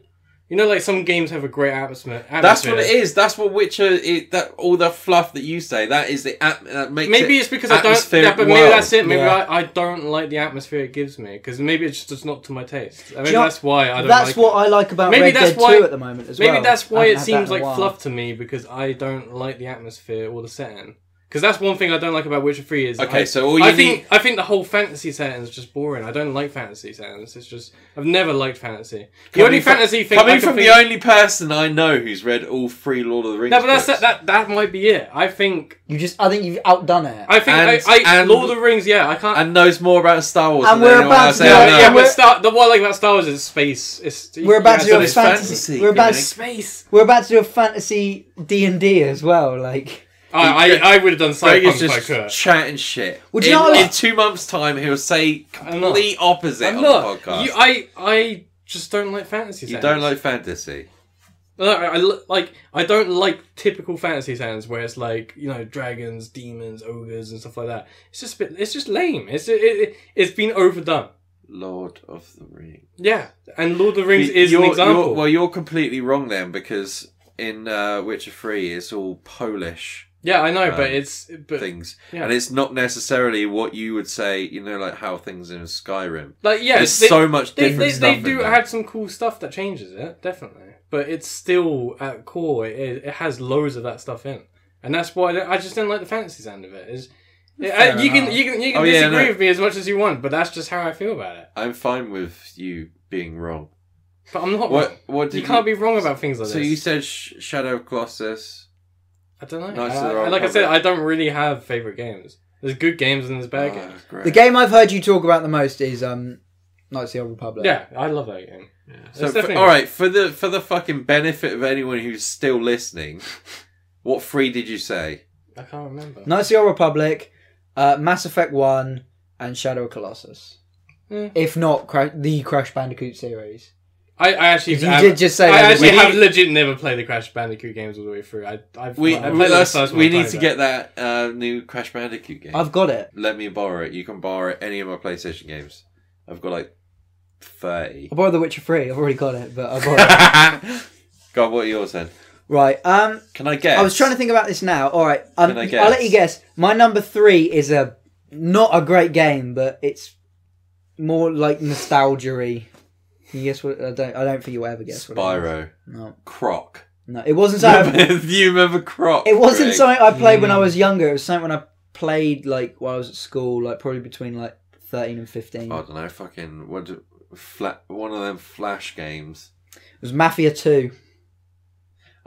[SPEAKER 5] You know, like some games have a great atmosphere.
[SPEAKER 3] That's
[SPEAKER 5] atmosphere.
[SPEAKER 3] what it is. That's what Witcher. It, that all the fluff that you say. That is the at, that makes
[SPEAKER 5] Maybe
[SPEAKER 3] it
[SPEAKER 5] it's because I don't.
[SPEAKER 3] atmospheric
[SPEAKER 5] Yeah, but maybe
[SPEAKER 3] world.
[SPEAKER 5] that's it. Maybe
[SPEAKER 4] Yeah.
[SPEAKER 5] I, I don't like the atmosphere it gives me because maybe it's just it's not to my taste. I mean,
[SPEAKER 4] you know-
[SPEAKER 5] that's why I don't.
[SPEAKER 4] That's
[SPEAKER 5] like
[SPEAKER 4] what
[SPEAKER 5] It.
[SPEAKER 4] I like about
[SPEAKER 5] Maybe
[SPEAKER 4] Red
[SPEAKER 5] that's
[SPEAKER 4] Dead
[SPEAKER 5] why-
[SPEAKER 4] 2 at the moment as
[SPEAKER 5] Maybe
[SPEAKER 4] well.
[SPEAKER 5] that's
[SPEAKER 4] I
[SPEAKER 5] why
[SPEAKER 4] haven't
[SPEAKER 5] it
[SPEAKER 4] had that
[SPEAKER 5] seems
[SPEAKER 4] in a
[SPEAKER 5] like
[SPEAKER 4] while.
[SPEAKER 5] fluff to me because I don't like the atmosphere or the setting. Because that's one thing I don't like about Witcher Three is
[SPEAKER 3] Okay,
[SPEAKER 5] I,
[SPEAKER 3] so all you
[SPEAKER 5] I
[SPEAKER 3] need-
[SPEAKER 5] think I think the whole fantasy setting is just boring. I don't like fantasy settings. It's just I've never liked fantasy. The
[SPEAKER 3] Coming
[SPEAKER 5] only
[SPEAKER 3] from-
[SPEAKER 5] fantasy thing I
[SPEAKER 3] Coming
[SPEAKER 5] can
[SPEAKER 3] from
[SPEAKER 5] think-
[SPEAKER 3] the only person I know who's read all three Lord of the Rings.
[SPEAKER 5] no, but that's
[SPEAKER 3] books.
[SPEAKER 5] that, that that might be it. I think
[SPEAKER 4] You just, I think you've outdone it.
[SPEAKER 5] I think
[SPEAKER 3] And-
[SPEAKER 5] I, I
[SPEAKER 3] and-
[SPEAKER 5] Lord of the Rings. Yeah, I can't.
[SPEAKER 3] and knows more about Star Wars.
[SPEAKER 4] And
[SPEAKER 3] than
[SPEAKER 4] we're
[SPEAKER 3] anyone
[SPEAKER 4] about
[SPEAKER 3] else
[SPEAKER 4] to
[SPEAKER 3] I
[SPEAKER 4] go-
[SPEAKER 5] yeah,
[SPEAKER 3] know.
[SPEAKER 5] yeah, but Star, the what I like about Star Wars is space. It's,
[SPEAKER 4] We're about to
[SPEAKER 5] yeah, so
[SPEAKER 4] do a
[SPEAKER 5] it's
[SPEAKER 3] it's
[SPEAKER 4] fantasy.
[SPEAKER 3] fantasy,
[SPEAKER 4] We're about
[SPEAKER 3] you know.
[SPEAKER 5] space.
[SPEAKER 4] we're about to do a fantasy D and D as well. Like,
[SPEAKER 5] I, I, I would have done
[SPEAKER 3] Greg
[SPEAKER 5] Cyberpunk
[SPEAKER 3] is
[SPEAKER 5] if I could.
[SPEAKER 3] just chatting shit.
[SPEAKER 4] Would you
[SPEAKER 3] in,
[SPEAKER 4] know-
[SPEAKER 3] in two months' time, he'll say
[SPEAKER 5] I'm not.
[SPEAKER 3] complete opposite
[SPEAKER 5] I'm
[SPEAKER 3] on
[SPEAKER 5] not.
[SPEAKER 3] the podcast.
[SPEAKER 5] You, I, I just don't like fantasy.
[SPEAKER 3] you
[SPEAKER 5] settings.
[SPEAKER 3] don't like fantasy.
[SPEAKER 5] No, I, I li- like. I don't like typical fantasy sounds where it's like you know dragons, demons, ogres, and stuff like that. It's just a bit. It's just lame. It's it, it, it's been overdone.
[SPEAKER 3] Lord of the Rings
[SPEAKER 5] Yeah, and Lord of the Rings is
[SPEAKER 3] You're-
[SPEAKER 5] an
[SPEAKER 3] you're-
[SPEAKER 5] example.
[SPEAKER 3] well, you're completely wrong then because in uh, Witcher Three, it's all Polish
[SPEAKER 5] yeah, I know, but
[SPEAKER 3] um,
[SPEAKER 5] it's but
[SPEAKER 3] things,
[SPEAKER 5] yeah.
[SPEAKER 3] and it's not necessarily what you would say. You know, like how things in Skyrim.
[SPEAKER 5] like yeah,
[SPEAKER 3] There's
[SPEAKER 5] they-
[SPEAKER 3] so much
[SPEAKER 5] They,
[SPEAKER 3] different
[SPEAKER 5] they,
[SPEAKER 3] stuff.
[SPEAKER 5] they
[SPEAKER 3] in
[SPEAKER 5] do
[SPEAKER 3] there.
[SPEAKER 5] add some cool stuff that changes it, definitely. But it's still at core, it, is- it has loads of that stuff in, and that's why I don't- I just didn't like the fantasy sound of it. Is
[SPEAKER 4] Fair
[SPEAKER 5] you can
[SPEAKER 4] enough.
[SPEAKER 5] you can you can
[SPEAKER 3] Oh, yeah,
[SPEAKER 5] disagree
[SPEAKER 3] no.
[SPEAKER 5] with me as much as you want, but that's just how I feel about it.
[SPEAKER 3] I'm fine with you being wrong.
[SPEAKER 5] But I'm not.
[SPEAKER 3] What? What? Did
[SPEAKER 5] Oh, You can't be wrong about things like
[SPEAKER 3] So
[SPEAKER 5] this.
[SPEAKER 3] you said sh- Shadow of Colossus.
[SPEAKER 5] I don't know.
[SPEAKER 3] Knights of the
[SPEAKER 5] I- I-
[SPEAKER 3] Round
[SPEAKER 5] like I said,
[SPEAKER 3] Table.
[SPEAKER 5] I don't really have favorite games. There's good games and there's bad
[SPEAKER 3] Ah,
[SPEAKER 5] games.
[SPEAKER 3] great.
[SPEAKER 4] the game I've heard you talk about the most is um, Knights of the Old Republic.
[SPEAKER 5] Yeah, I love that game. Yeah.
[SPEAKER 3] So for, all right, for the for the fucking benefit of anyone who's still
[SPEAKER 5] (laughs)
[SPEAKER 3] listening, what three did you say?
[SPEAKER 5] I can't remember.
[SPEAKER 4] Knights of the Old Republic, uh, Mass Effect One, and Shadow of Colossus.
[SPEAKER 5] Hmm.
[SPEAKER 4] If not cra- the Crash Bandicoot series,
[SPEAKER 5] I, I actually
[SPEAKER 4] 'Cause you
[SPEAKER 5] have-
[SPEAKER 4] did just say
[SPEAKER 5] I
[SPEAKER 4] that
[SPEAKER 5] actually
[SPEAKER 4] we
[SPEAKER 5] have
[SPEAKER 3] need-
[SPEAKER 5] legit never played the Crash Bandicoot games all the way through. I I've
[SPEAKER 3] We
[SPEAKER 5] I played them
[SPEAKER 3] we, let's-
[SPEAKER 5] first when
[SPEAKER 3] we
[SPEAKER 5] I
[SPEAKER 3] need
[SPEAKER 5] played
[SPEAKER 3] to
[SPEAKER 5] it.
[SPEAKER 3] get that uh, new Crash Bandicoot game.
[SPEAKER 4] I've got it.
[SPEAKER 3] Let me borrow it. You can borrow any of my PlayStation games. I've got like thirty.
[SPEAKER 4] I borrowed The Witcher Three. I've already got it, but I borrowed.
[SPEAKER 5] (laughs)
[SPEAKER 4] it.
[SPEAKER 3] (laughs) God, what are yours then?
[SPEAKER 4] Right. Um,
[SPEAKER 3] Can I guess?
[SPEAKER 4] I was trying to think about this now. All right, um,
[SPEAKER 3] Can I
[SPEAKER 4] I'll let you
[SPEAKER 3] guess?
[SPEAKER 4] guess. My number three is a not a great game, but it's more like nostalgia-y. Can you guess what? I don't. I don't think you'll ever guess. What it is.
[SPEAKER 3] Spyro
[SPEAKER 4] No, (laughs)
[SPEAKER 3] Croc.
[SPEAKER 4] no, it wasn't
[SPEAKER 3] (laughs)
[SPEAKER 4] something.
[SPEAKER 3] Do you remember Croc?
[SPEAKER 4] it wasn't
[SPEAKER 3] Greg?
[SPEAKER 4] something I played
[SPEAKER 3] Mm.
[SPEAKER 4] when I was younger. It was something when I played like while I was at school, like probably between like thirteen and fifteen.
[SPEAKER 3] I don't know. Fucking what? do- Fla- one of them flash games.
[SPEAKER 4] It was Mafia Two.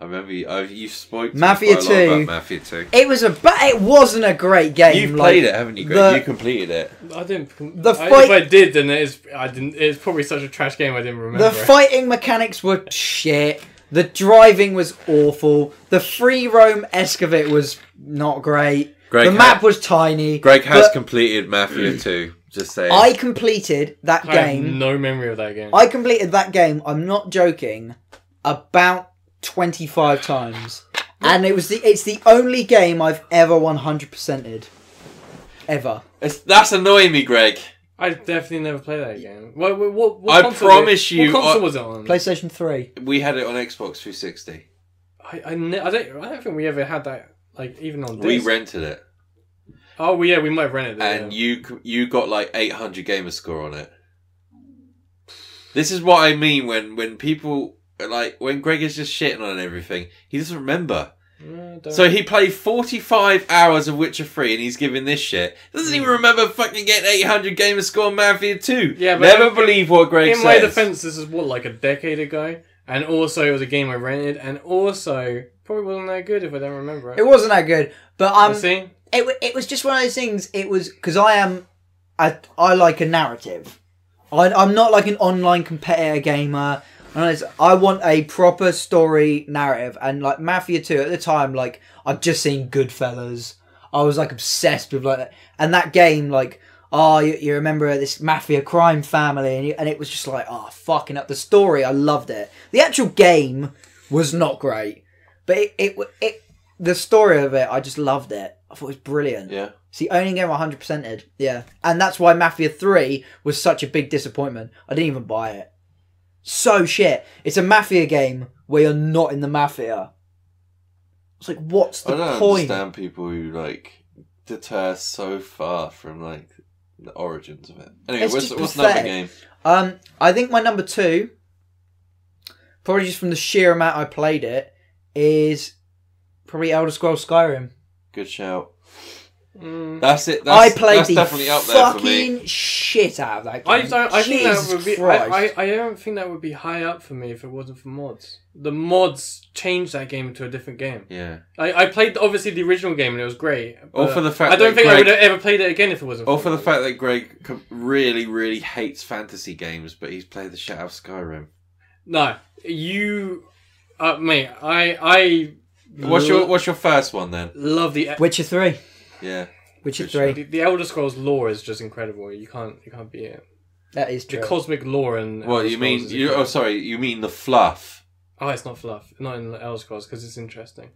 [SPEAKER 3] I remember you. i you spoke to me
[SPEAKER 4] Mafia
[SPEAKER 3] quite a lot
[SPEAKER 4] 2.
[SPEAKER 3] about Mafia Two.
[SPEAKER 4] It was a, but it wasn't a great game.
[SPEAKER 3] You've
[SPEAKER 4] like,
[SPEAKER 3] played it, haven't you? Greg?
[SPEAKER 4] the-
[SPEAKER 3] you completed it.
[SPEAKER 5] I didn't.
[SPEAKER 4] The
[SPEAKER 5] The
[SPEAKER 4] fight-
[SPEAKER 5] if I did, then it is. I didn't. It's probably such a trash game. I didn't remember.
[SPEAKER 4] The
[SPEAKER 5] it.
[SPEAKER 4] fighting mechanics were shit. The driving was awful. The free roam esque of it was not great.
[SPEAKER 3] Greg
[SPEAKER 4] the
[SPEAKER 3] ha-
[SPEAKER 4] map was tiny.
[SPEAKER 3] Greg has
[SPEAKER 4] but
[SPEAKER 3] completed Mafia Two. Just saying.
[SPEAKER 4] I completed that
[SPEAKER 5] I have
[SPEAKER 4] game.
[SPEAKER 5] no memory of that game.
[SPEAKER 4] I completed that game. I'm not joking. About 25 times, and it was the it's the only game I've ever 100%ed. Ever.
[SPEAKER 3] It's- that's annoying me, Greg.
[SPEAKER 5] I definitely never played that game. What? What? what, what
[SPEAKER 3] I
[SPEAKER 5] console
[SPEAKER 3] promise
[SPEAKER 5] was,
[SPEAKER 3] you,
[SPEAKER 5] What console
[SPEAKER 3] I-
[SPEAKER 5] was it on?
[SPEAKER 4] PlayStation 3.
[SPEAKER 3] We had it on Xbox 360.
[SPEAKER 5] I, I, ne- I don't. I don't think we ever had that. Like even on.
[SPEAKER 3] We
[SPEAKER 5] disc.
[SPEAKER 3] rented it.
[SPEAKER 5] Oh, well, yeah, we might have rented it.
[SPEAKER 3] and
[SPEAKER 5] yeah.
[SPEAKER 3] you c- you got like 800 gamer score on it. This is what I mean when when people like when Greg is just shitting on everything, he doesn't remember.
[SPEAKER 5] Mm, don't-
[SPEAKER 3] So he played 45 hours of Witcher 3 and he's giving this shit. Doesn't even remember fucking getting 800 gamer score on Mafia 2.
[SPEAKER 5] Hmm. Yeah, but
[SPEAKER 3] never
[SPEAKER 5] in-
[SPEAKER 3] believe what Greg
[SPEAKER 5] in
[SPEAKER 3] says.
[SPEAKER 5] my defense, this is what like a decade ago, and also it was a game I rented, and also probably wasn't that good if I don't remember it.
[SPEAKER 4] It wasn't that good, but um,
[SPEAKER 5] You see,
[SPEAKER 4] it wa- it was just one of those things. It was because I am, I I like a narrative. I, I'm not like an online competitor gamer. And it's- I want a proper story narrative, and like Mafia Two at the time, like I've just seen Goodfellas. I was like obsessed with like, and that game, like, oh, you, you remember this mafia crime family, and, you, and it was just like, oh, fucking up the story. I loved it. The actual game was not great, but it, it, w- it the story of it, I just loved it. I thought it was brilliant.
[SPEAKER 3] Yeah.
[SPEAKER 4] It's the only game I 100%ed. Yeah. And that's why Mafia 3 was such a big disappointment. I didn't even buy it. So shit. It's a Mafia game where you're not in the Mafia. It's like, what's
[SPEAKER 3] I
[SPEAKER 4] the
[SPEAKER 3] don't
[SPEAKER 4] point?
[SPEAKER 3] understand people who like deter so far from like the origins of it. Anyway,
[SPEAKER 4] It's
[SPEAKER 3] what's,
[SPEAKER 4] just
[SPEAKER 3] what's another
[SPEAKER 4] pathetic.
[SPEAKER 3] game?
[SPEAKER 4] Um, I think my number two, probably just from the sheer amount I played it, is probably Elder Scrolls Skyrim.
[SPEAKER 3] Good shout.
[SPEAKER 5] Mm.
[SPEAKER 3] That's it. That's,
[SPEAKER 4] I played
[SPEAKER 3] that's
[SPEAKER 4] the
[SPEAKER 3] definitely up there for me.
[SPEAKER 4] fucking shit out of that game.
[SPEAKER 5] I don't. I think
[SPEAKER 4] Jesus
[SPEAKER 5] that would be.
[SPEAKER 4] Christ.
[SPEAKER 5] I, I, I don't think that would be high up for me if it wasn't for mods. The mods changed that game into a different game.
[SPEAKER 3] Yeah.
[SPEAKER 5] I, I played obviously the original game and it was great.
[SPEAKER 3] Or
[SPEAKER 5] but
[SPEAKER 3] for the fact
[SPEAKER 5] I don't
[SPEAKER 3] that
[SPEAKER 5] think I
[SPEAKER 3] Greg-
[SPEAKER 5] would have ever played it again if it wasn't.
[SPEAKER 3] Or for the
[SPEAKER 5] mods.
[SPEAKER 3] fact that Greg com- really, really hates fantasy games, but he's played the shit out of Skyrim.
[SPEAKER 5] No, you, uh, mate. I I.
[SPEAKER 3] What's your What's your first one then?
[SPEAKER 5] love the
[SPEAKER 4] Witcher three.
[SPEAKER 3] Yeah.
[SPEAKER 4] Witcher
[SPEAKER 3] Witcher.
[SPEAKER 4] three.
[SPEAKER 5] The, the Elder Scrolls lore is just incredible. You can't you can't beat it.
[SPEAKER 4] That is
[SPEAKER 5] The
[SPEAKER 4] true.
[SPEAKER 5] cosmic lore and
[SPEAKER 3] Well,
[SPEAKER 5] Elder
[SPEAKER 3] you
[SPEAKER 5] Scrolls
[SPEAKER 3] mean
[SPEAKER 5] is
[SPEAKER 3] you? Oh,
[SPEAKER 5] incredible.
[SPEAKER 3] sorry. You mean the fluff
[SPEAKER 5] oh, it's not fluff. Not in Elder Scrolls because it's interesting.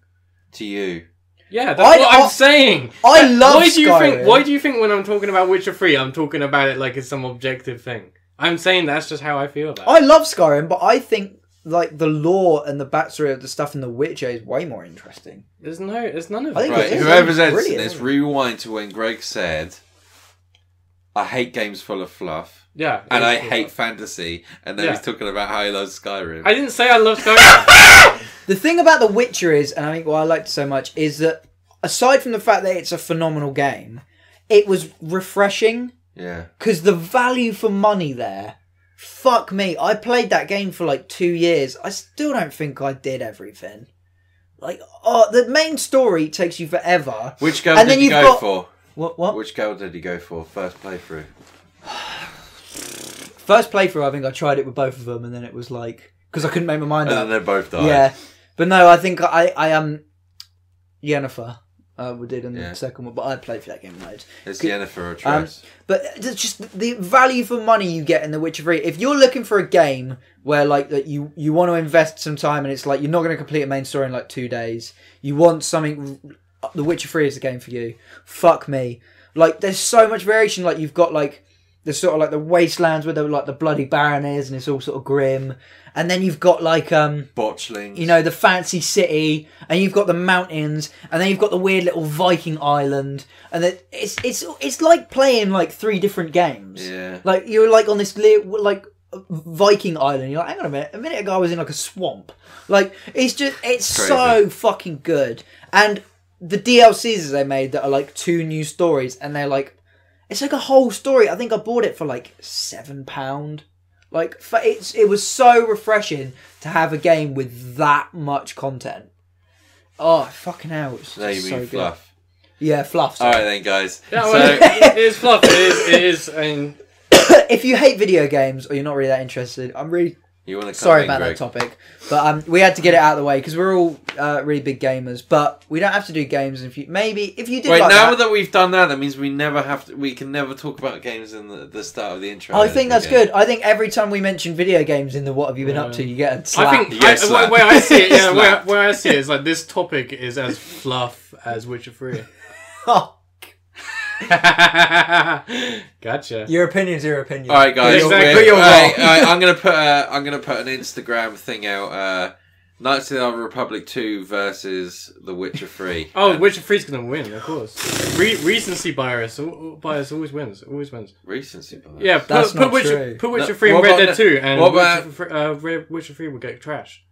[SPEAKER 3] to you?
[SPEAKER 5] Yeah, that's
[SPEAKER 4] I-
[SPEAKER 5] what I, am
[SPEAKER 4] I-
[SPEAKER 5] saying.
[SPEAKER 4] I love
[SPEAKER 5] Why do you
[SPEAKER 4] Skyrim.
[SPEAKER 5] think? Why do you think when I'm talking about Witcher Three, I'm talking about it like it's some objective thing? I'm saying that's just how I feel about
[SPEAKER 4] I
[SPEAKER 5] it.
[SPEAKER 4] love Skyrim, but I think like the lore and the backstory of the stuff in the Witcher is way more interesting.
[SPEAKER 5] There's no, there's none of
[SPEAKER 4] I
[SPEAKER 5] it.
[SPEAKER 4] think
[SPEAKER 3] Right.
[SPEAKER 4] it is. It's
[SPEAKER 3] Whoever's editing
[SPEAKER 4] brilliant.
[SPEAKER 3] this, rewind to when Greg said, "I hate games full of fluff."
[SPEAKER 5] Yeah,
[SPEAKER 3] And
[SPEAKER 5] it
[SPEAKER 3] I
[SPEAKER 5] is
[SPEAKER 3] hate
[SPEAKER 5] fluff.
[SPEAKER 3] fantasy, and then
[SPEAKER 5] Yeah.
[SPEAKER 3] he's talking about how he loves Skyrim.
[SPEAKER 5] I didn't say I love
[SPEAKER 3] (laughs)
[SPEAKER 5] Skyrim.
[SPEAKER 4] The thing about The Witcher is, and I think what I liked so much is that aside from the fact that it's a phenomenal game, it was refreshing
[SPEAKER 3] yeah,
[SPEAKER 4] because the value for money there. Fuck me, I played that game for like two years. I still don't think I did everything. Like, oh, the main story takes you forever.
[SPEAKER 3] which girl
[SPEAKER 4] And
[SPEAKER 3] did
[SPEAKER 4] then
[SPEAKER 3] he
[SPEAKER 4] you've
[SPEAKER 3] go
[SPEAKER 4] got-
[SPEAKER 3] for?
[SPEAKER 4] What? What?
[SPEAKER 3] Which girl did he go for first playthrough?
[SPEAKER 4] First playthrough, I think I tried it with both of them, and then it was like because I couldn't make my mind
[SPEAKER 3] And
[SPEAKER 4] up.
[SPEAKER 3] then they both died.
[SPEAKER 4] Yeah, but no, I think I I um, Yennefer. Uh, we did in
[SPEAKER 3] Yeah.
[SPEAKER 4] the second one, but I played for that game loads.
[SPEAKER 3] It's
[SPEAKER 4] Good-
[SPEAKER 3] Yennefer or
[SPEAKER 4] Um,
[SPEAKER 3] Triss.
[SPEAKER 4] But it's just the value for money you get in The Witcher Three. If you're looking for a game where like that you you want to invest some time and it's like you're not going to complete a main story in like two days, you want something. The Witcher Three is the game for you. Fuck me. Like there's so much variation. Like you've got like the sort of like the wastelands where the like the bloody baron is and it's all sort of grim, and then you've got like um
[SPEAKER 3] Botchlings.
[SPEAKER 4] you know the fancy city and you've got the mountains and then you've got the weird little viking island and it, it's it's it's like playing like three different games
[SPEAKER 3] Yeah.
[SPEAKER 4] like you're like on this li- like viking island you're like hang on a minute a minute ago i was in like a swamp like it's just it's
[SPEAKER 3] Crazy.
[SPEAKER 4] so fucking good and the dlcs they made that are like two new stories and they're like it's like a whole story i think i bought it for like seven pound like for it's it was so refreshing to have a game with that much content. Oh fucking hell! It's
[SPEAKER 3] They
[SPEAKER 4] just
[SPEAKER 3] mean
[SPEAKER 4] so good.
[SPEAKER 3] fluff.
[SPEAKER 4] Yeah, fluff.
[SPEAKER 3] All
[SPEAKER 4] sorry.
[SPEAKER 3] right then, guys.
[SPEAKER 5] Yeah,
[SPEAKER 3] so,
[SPEAKER 5] well, it, it is fluff. It is. It is. I mean,
[SPEAKER 4] if you hate video games or you're not really that interested, I'm really
[SPEAKER 3] you want to?
[SPEAKER 4] sorry about that topic. But um, we had to get it out of the way because we're all uh, really big gamers. But we don't have to do games. If you maybe if you did
[SPEAKER 3] Wait,
[SPEAKER 4] like
[SPEAKER 3] now that.
[SPEAKER 4] that,
[SPEAKER 3] we've done that, that means we never have to. We can never talk about games in the, the start of the intro.
[SPEAKER 4] I think that's good. I think every time we mention video games in the what have you been up to, you get a slap.
[SPEAKER 5] I
[SPEAKER 4] (laughs)
[SPEAKER 5] think
[SPEAKER 3] Yeah,
[SPEAKER 5] I,
[SPEAKER 3] slap.
[SPEAKER 5] where, where I
[SPEAKER 3] (laughs)
[SPEAKER 5] see it, yeah, where,
[SPEAKER 3] Slap.
[SPEAKER 5] where I see it is like this topic is as fluff as Witcher
[SPEAKER 3] (laughs)
[SPEAKER 5] Three.
[SPEAKER 4] Oh,
[SPEAKER 5] gotcha.
[SPEAKER 4] your opinion's your opinion.
[SPEAKER 3] All right, guys.
[SPEAKER 5] Exactly.
[SPEAKER 3] we're-
[SPEAKER 4] You're
[SPEAKER 3] all right,
[SPEAKER 4] wrong.
[SPEAKER 3] all right, I'm gonna put. A, I'm gonna put an Instagram thing out. Uh, Knights of the Old Republic 2 versus The Witcher 3.
[SPEAKER 5] Oh,
[SPEAKER 3] And
[SPEAKER 5] Witcher Three's gonna win, of course. Re- recency bias, al- al- bias always wins. Always wins.
[SPEAKER 3] Recency bias.
[SPEAKER 5] Yeah, put,
[SPEAKER 4] That's
[SPEAKER 5] put
[SPEAKER 4] not
[SPEAKER 5] Witcher,
[SPEAKER 4] true.
[SPEAKER 5] put Witcher
[SPEAKER 3] No,
[SPEAKER 5] Three and
[SPEAKER 3] what
[SPEAKER 5] Red
[SPEAKER 3] about
[SPEAKER 5] Dead
[SPEAKER 3] the-
[SPEAKER 5] Two, and
[SPEAKER 3] what
[SPEAKER 5] Witcher, Fr- uh, Re- Witcher Three will get trash.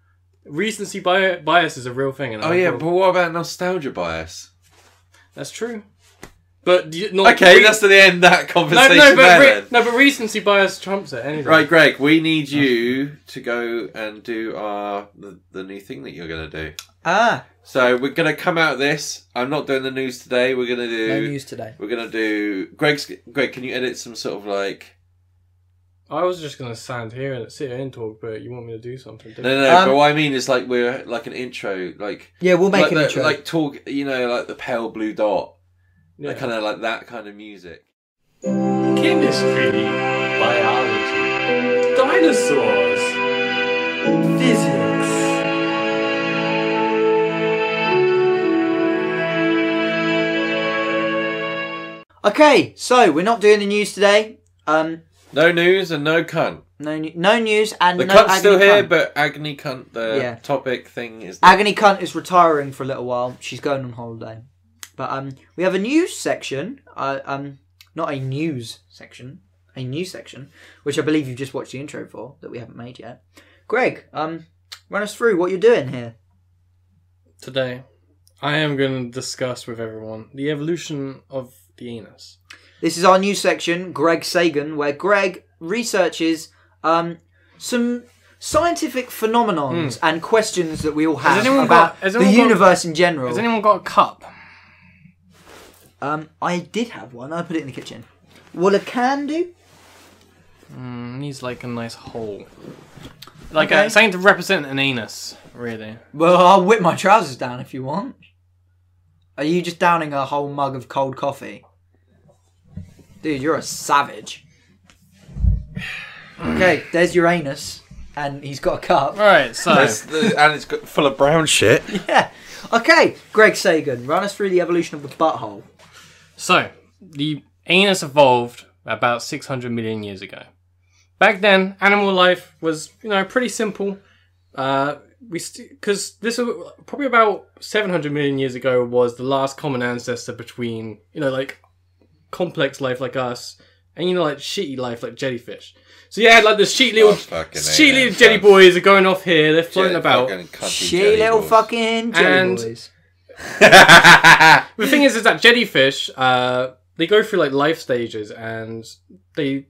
[SPEAKER 5] Recency bi- bias is a real thing. And
[SPEAKER 3] Oh
[SPEAKER 5] I
[SPEAKER 3] yeah,
[SPEAKER 5] feel-
[SPEAKER 3] but what about nostalgia bias?
[SPEAKER 5] that's true. But you, not
[SPEAKER 3] Okay,
[SPEAKER 5] re-
[SPEAKER 3] that's to the end of that
[SPEAKER 5] no,
[SPEAKER 3] conversation
[SPEAKER 5] no, but
[SPEAKER 3] there
[SPEAKER 5] re-
[SPEAKER 3] then.
[SPEAKER 5] no, but recency bias trumps it. Anyway,
[SPEAKER 3] Right, Greg, we need you to go and do our the, the new thing that you're going to do.
[SPEAKER 4] Ah,
[SPEAKER 3] So we're going to come out of this. I'm not doing the news today. We're going to do
[SPEAKER 4] no news today.
[SPEAKER 3] we're going to do Greg's Greg, can you edit some sort of like
[SPEAKER 5] I was just gonna stand here and sit here and talk, but you want me to do something?
[SPEAKER 3] No,
[SPEAKER 5] Different.
[SPEAKER 3] no, no
[SPEAKER 4] Um,
[SPEAKER 3] but what I mean is like we're like an intro like
[SPEAKER 4] Yeah, we'll make
[SPEAKER 3] like,
[SPEAKER 4] an
[SPEAKER 3] the-
[SPEAKER 4] intro.
[SPEAKER 3] like talk, you know, like the pale blue dot.
[SPEAKER 5] Yeah.
[SPEAKER 3] Kind of like that kind of music.
[SPEAKER 2] Chemistry, biology, dinosaurs, physics.
[SPEAKER 4] okay, so we're not doing the news today. Um,
[SPEAKER 3] No news and no cunt.
[SPEAKER 4] no, nu- no news and
[SPEAKER 3] The
[SPEAKER 4] no
[SPEAKER 3] cunt's still
[SPEAKER 4] agony
[SPEAKER 3] here,
[SPEAKER 4] cunt.
[SPEAKER 3] but agony cunt, the
[SPEAKER 4] Yeah.
[SPEAKER 3] topic thing is.
[SPEAKER 4] Agony Cunt is retiring for a little while. She's going on holiday. But um, we have a news section. Uh, um, not a news section, a news section, which I believe you've just watched the intro for that we haven't made yet. Greg, um, run us through what you're doing here.
[SPEAKER 5] Today, I am gonna discuss with everyone the evolution of the anus.
[SPEAKER 4] This is our new section, Greg Sagan, where Greg researches um, some scientific phenomenons and questions that we all have
[SPEAKER 5] anyone
[SPEAKER 4] about
[SPEAKER 5] got- Hmm. has
[SPEAKER 4] the
[SPEAKER 5] anyone got-
[SPEAKER 4] universe in general.
[SPEAKER 5] Has anyone got a cup?
[SPEAKER 4] Um, I did have one. I put it in the kitchen. Will a can do?
[SPEAKER 5] needs Mm, like a nice hole. Like
[SPEAKER 4] Okay.
[SPEAKER 5] a, something to represent an anus, really.
[SPEAKER 4] Well, I'll whip my trousers down if you want. Are you just downing a whole mug of cold coffee? Dude, you're a savage. (sighs) Okay, there's Uranus, and he's got a cup.
[SPEAKER 5] Alright, so
[SPEAKER 3] That's the- and (laughs) it's got full of brown shit.
[SPEAKER 4] Yeah. Okay, Greg Sagan, run us through the evolution of the butthole.
[SPEAKER 5] so the anus evolved about six hundred million years ago. Back then, animal life was, you know, pretty simple. Uh we because this was probably about 700 million years ago was the last common ancestor between you know like complex life like us and you know like shitty life like jellyfish so you had like the shitty little
[SPEAKER 3] Oh, fucking
[SPEAKER 5] shitty
[SPEAKER 3] A,
[SPEAKER 5] little
[SPEAKER 3] man.
[SPEAKER 5] jelly boys are going off here they're floating about
[SPEAKER 3] Fucking cunty
[SPEAKER 4] She
[SPEAKER 3] jelly
[SPEAKER 4] little
[SPEAKER 3] balls.
[SPEAKER 4] fucking jelly
[SPEAKER 5] And-
[SPEAKER 4] boys.
[SPEAKER 5] the thing is, is that jellyfish, uh, they go through like life stages, and they,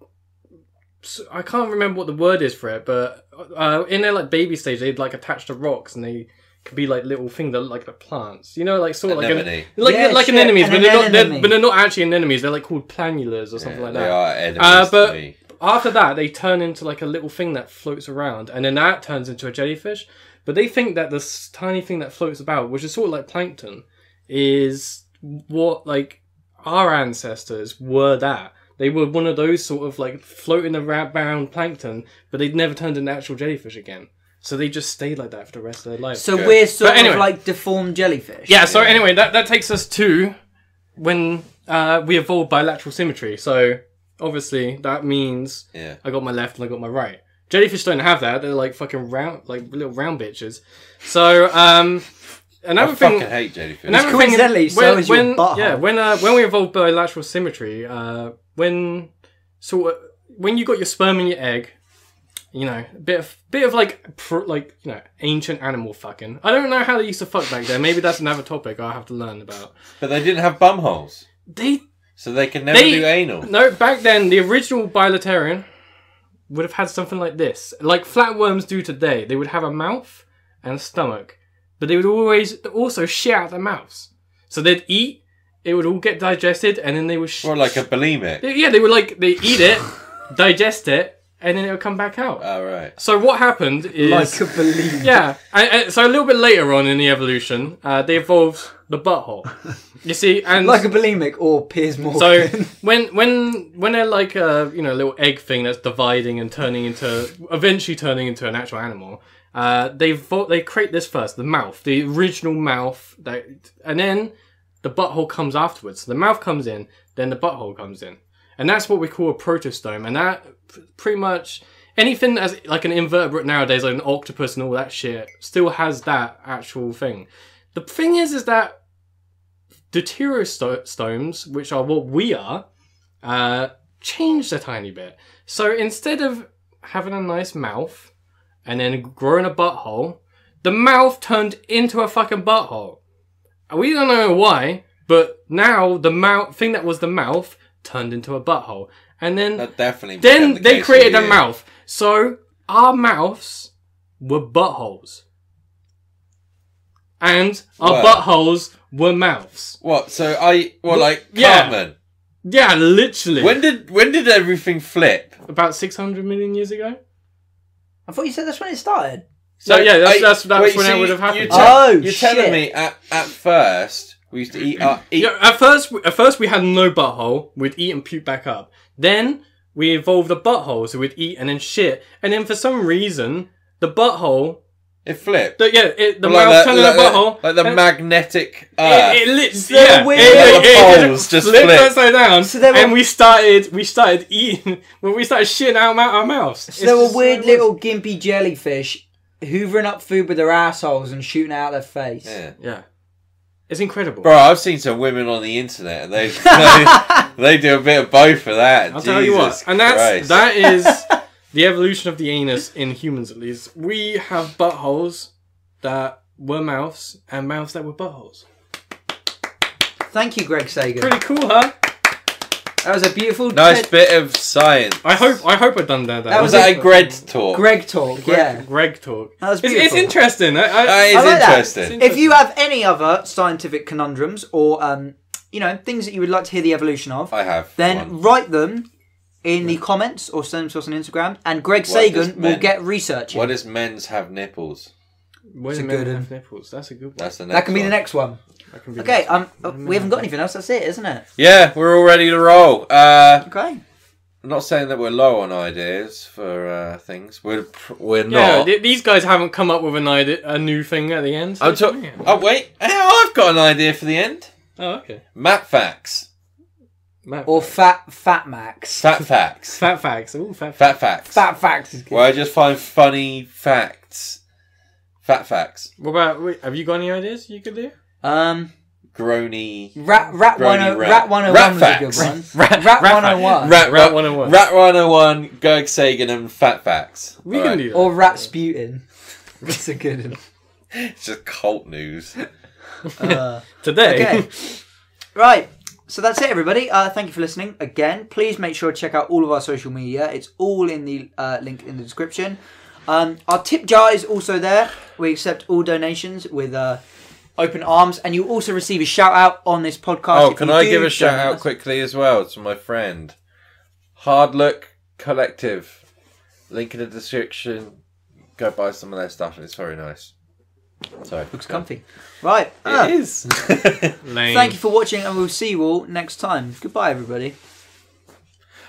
[SPEAKER 5] s- I can't remember what the word is for it, but uh, in their like baby stage, they'd like attach to rocks, and they could be like little thing that look like the plants, you know, like sort of like
[SPEAKER 3] Anemone.
[SPEAKER 5] an, like
[SPEAKER 4] Yeah,
[SPEAKER 5] like
[SPEAKER 4] shit,
[SPEAKER 5] anemones,
[SPEAKER 4] an
[SPEAKER 5] but they're not,
[SPEAKER 4] anemone.
[SPEAKER 5] they're, but they're not actually anemones. They're like called planulas or something like that.
[SPEAKER 3] They are enemies
[SPEAKER 5] Uh, but-
[SPEAKER 3] to me.
[SPEAKER 5] After that, they turn into like a little thing that floats around, and then that turns into a jellyfish. But they think that this tiny thing that floats about, which is sort of like plankton, is what like our ancestors were. That they were one of those sort of like floating around plankton, but they'd never turned into actual jellyfish again. So they just stayed like that for the rest of their life.
[SPEAKER 4] So we're sort
[SPEAKER 5] But anyway.
[SPEAKER 4] of like deformed jellyfish.
[SPEAKER 5] Yeah, so anyway, that, that takes us to when uh, we evolved bilateral symmetry. So obviously that means
[SPEAKER 3] Yeah.
[SPEAKER 5] I got my left and I got my right. Jellyfish don't have that. They're like fucking round, like little round bitches. So um, another
[SPEAKER 4] Oh,
[SPEAKER 3] I
[SPEAKER 5] thing.
[SPEAKER 3] fucking hate jellyfish.
[SPEAKER 5] Another thing,
[SPEAKER 4] coincidentally, so
[SPEAKER 5] when,
[SPEAKER 4] is your
[SPEAKER 5] when-
[SPEAKER 4] butthole.
[SPEAKER 5] yeah, when uh, when we evolved bilateral symmetry, uh, when so uh, when you got your sperm and your egg, you know, bit of bit of like pr- like you know ancient animal fucking. I don't know how they used to fuck back then. Maybe that's another topic I will have to learn about.
[SPEAKER 3] But they didn't have bum holes,
[SPEAKER 5] They
[SPEAKER 3] so they can never
[SPEAKER 5] They-
[SPEAKER 3] do anal.
[SPEAKER 5] no back then the original bilaterian would have had something like this, like flatworms do today. They would have a mouth and a stomach, but they would always also shit out their mouths. So they'd eat. It would all get digested, and then they would. Sh-
[SPEAKER 3] Or like a bulimic.
[SPEAKER 5] Yeah, they would like they eat it, digest it, and then it would come back out.
[SPEAKER 3] All right.
[SPEAKER 5] so what happened is
[SPEAKER 4] Like a
[SPEAKER 5] (laughs)
[SPEAKER 4] balloon.
[SPEAKER 5] yeah. And, and so a little bit later on in the evolution, uh, they evolved the butthole. You see, and
[SPEAKER 4] (laughs) Like a bulimic or Piers Morgan.
[SPEAKER 5] so when when when they're like a you know little egg thing that's dividing and turning into eventually turning into an actual animal, uh, they vo- they create this first the mouth, the original mouth that, and then the butthole comes afterwards. So the mouth comes in, then the butthole comes in, and that's what we call a protostome, and that p- pretty much anything as like an invertebrate nowadays, like an octopus and all that shit, still has that actual thing. The thing is, is that deuterostomes, which are what we are, uh, changed a tiny bit. So instead of having a nice mouth and then growing a butthole, the mouth turned into a fucking butthole. And We don't know why, but now the mouth thing that was the mouth turned into a butthole, and then
[SPEAKER 3] That definitely. became
[SPEAKER 5] then
[SPEAKER 3] the
[SPEAKER 5] they
[SPEAKER 3] case
[SPEAKER 5] created
[SPEAKER 3] for
[SPEAKER 5] a
[SPEAKER 3] you.
[SPEAKER 5] mouth. So our mouths were buttholes. And our
[SPEAKER 3] Were.
[SPEAKER 5] buttholes were mouths.
[SPEAKER 3] What? So I well like
[SPEAKER 5] yeah.
[SPEAKER 3] Cartman.
[SPEAKER 5] Yeah, literally.
[SPEAKER 3] When did when did everything flip?
[SPEAKER 5] About 600 million years ago?
[SPEAKER 4] I thought you said that's when it started.
[SPEAKER 5] So, yeah, that's,
[SPEAKER 3] I-
[SPEAKER 5] that's, that's
[SPEAKER 3] wait,
[SPEAKER 5] when
[SPEAKER 3] so
[SPEAKER 5] it would
[SPEAKER 3] you-
[SPEAKER 5] have happened.
[SPEAKER 3] You're,
[SPEAKER 4] Oh,
[SPEAKER 3] you're telling
[SPEAKER 4] shit.
[SPEAKER 3] me at, at first we used to eat our eat.
[SPEAKER 5] Yeah, at first, at first we had no butthole. We'd eat and puke back up. Then we evolved a butthole, so we'd eat and then shit. And then for some reason, the butthole,
[SPEAKER 3] It flipped.
[SPEAKER 5] the, yeah, it, the
[SPEAKER 3] Like
[SPEAKER 5] mouth
[SPEAKER 3] that-
[SPEAKER 5] turned
[SPEAKER 3] like
[SPEAKER 5] into a
[SPEAKER 3] that-
[SPEAKER 5] butthole.
[SPEAKER 3] Like the
[SPEAKER 5] and-
[SPEAKER 3] magnetic earth.
[SPEAKER 5] It, it lit,
[SPEAKER 4] So
[SPEAKER 5] yeah,
[SPEAKER 4] we-
[SPEAKER 5] it,
[SPEAKER 4] all
[SPEAKER 5] it,
[SPEAKER 4] the
[SPEAKER 5] it,
[SPEAKER 3] poles
[SPEAKER 5] just
[SPEAKER 3] just
[SPEAKER 5] flipped
[SPEAKER 3] flipped.
[SPEAKER 5] upside down,
[SPEAKER 4] So there were-
[SPEAKER 5] and we started we started eating. (laughs) Well, we started shitting out our, our mouths. It's
[SPEAKER 4] So there were
[SPEAKER 5] just-
[SPEAKER 4] weird
[SPEAKER 5] it was-
[SPEAKER 4] little gimpy jellyfish hoovering up food with their assholes and shooting it out their face.
[SPEAKER 3] Yeah.
[SPEAKER 5] Yeah, it's incredible.
[SPEAKER 3] Bro, I've seen some women on the internet,
[SPEAKER 5] (laughs)
[SPEAKER 3] and they they, they do a bit of both for that.
[SPEAKER 5] I'll tell you what,
[SPEAKER 3] Jesus
[SPEAKER 5] and that's
[SPEAKER 3] Christ.
[SPEAKER 5] that
[SPEAKER 3] (laughs)
[SPEAKER 5] is the evolution of the anus in humans. At least we have buttholes that were mouths and mouths that were buttholes.
[SPEAKER 4] Thank you, Greg Sagan.
[SPEAKER 5] Pretty cool, huh?
[SPEAKER 4] That was a beautiful
[SPEAKER 3] nice
[SPEAKER 4] Ted-
[SPEAKER 3] bit of science.
[SPEAKER 5] I hope I hope I done that.
[SPEAKER 4] That
[SPEAKER 3] was that a
[SPEAKER 4] it.
[SPEAKER 3] Gred talk?
[SPEAKER 4] Greg talk.
[SPEAKER 5] Greg,
[SPEAKER 4] Yeah,
[SPEAKER 5] Greg talk.
[SPEAKER 4] that was
[SPEAKER 5] It's,
[SPEAKER 4] beautiful.
[SPEAKER 5] it's interesting. I, I,
[SPEAKER 3] That is
[SPEAKER 4] I like that.
[SPEAKER 3] interesting.
[SPEAKER 5] It's
[SPEAKER 4] If you have any other scientific conundrums or um, you know things that you would like to hear the evolution of,
[SPEAKER 3] I have.
[SPEAKER 4] then
[SPEAKER 3] one.
[SPEAKER 4] write them in the comments or send them to us on Instagram, and Greg
[SPEAKER 3] What does
[SPEAKER 4] Sagan will
[SPEAKER 3] men-
[SPEAKER 4] get researching.
[SPEAKER 3] Why does men's have nipples?
[SPEAKER 5] Wait
[SPEAKER 4] It's
[SPEAKER 5] a
[SPEAKER 4] a
[SPEAKER 5] minute,
[SPEAKER 4] good
[SPEAKER 5] have nipples. That's a good one.
[SPEAKER 3] That's the next.
[SPEAKER 4] that can be
[SPEAKER 3] one.
[SPEAKER 4] the next one.
[SPEAKER 5] That can be
[SPEAKER 4] Okay, um, uh, we haven't got anything else. That's it, isn't it?
[SPEAKER 3] Yeah, we're all ready to roll. Uh,
[SPEAKER 4] Okay.
[SPEAKER 3] I'm not saying that we're low on ideas for uh, things. We're pr- we're
[SPEAKER 5] Yeah,
[SPEAKER 3] not.
[SPEAKER 5] th- these guys haven't come up with an idea, a new thing at the end. so-
[SPEAKER 3] I'm talking.
[SPEAKER 5] Man.
[SPEAKER 3] Oh wait, oh, I've got an idea for the end.
[SPEAKER 5] Oh, okay.
[SPEAKER 3] Matt facts.
[SPEAKER 5] Matt,
[SPEAKER 4] Or fat fat max.
[SPEAKER 3] Fat facts.
[SPEAKER 5] fat facts. Ooh, fat facts.
[SPEAKER 3] Fat facts.
[SPEAKER 4] Fat facts is good.
[SPEAKER 3] Where I just find funny facts. Fat facts.
[SPEAKER 5] What about? Wait, have you got any ideas you could do?
[SPEAKER 4] Um,
[SPEAKER 3] Grony.
[SPEAKER 4] rat rat
[SPEAKER 3] Grody
[SPEAKER 4] one hundred
[SPEAKER 3] rat.
[SPEAKER 4] rat one hundred one was a
[SPEAKER 3] (laughs) Rat
[SPEAKER 4] good one.
[SPEAKER 3] facts.
[SPEAKER 4] Rat,
[SPEAKER 5] rat
[SPEAKER 4] one hundred one
[SPEAKER 3] Rat,
[SPEAKER 5] Rat 101.
[SPEAKER 3] Rat 101, Gerg Sagan, and Fat Facts.
[SPEAKER 5] We
[SPEAKER 3] All
[SPEAKER 5] can
[SPEAKER 3] right.
[SPEAKER 5] do that.
[SPEAKER 4] or rat sputin. (laughs) That's a good
[SPEAKER 3] It's just cult news.
[SPEAKER 4] one. Uh,
[SPEAKER 5] today.
[SPEAKER 3] (laughs)
[SPEAKER 4] Okay. right. So that's it, everybody. Uh, thank you for listening again. Please make sure to check out all of our social media. It's all in the uh, link in the description. Um, our tip jar is also there. We accept all donations with uh, open arms, and you also receive a shout out on this podcast.
[SPEAKER 3] Oh,
[SPEAKER 4] if
[SPEAKER 3] can
[SPEAKER 4] you
[SPEAKER 3] I
[SPEAKER 4] do
[SPEAKER 3] give a
[SPEAKER 4] donate
[SPEAKER 3] shout out
[SPEAKER 4] us.
[SPEAKER 3] quickly as well to my friend Hard Look Collective? Link in the description. Go buy some of their stuff. It's very nice. Sorry,
[SPEAKER 4] Looks comfy. Right. Uh,
[SPEAKER 3] It is.
[SPEAKER 5] (laughs)
[SPEAKER 3] (laughs)
[SPEAKER 5] Lame.
[SPEAKER 4] thank you for watching, and we'll see you all next time. Goodbye, everybody.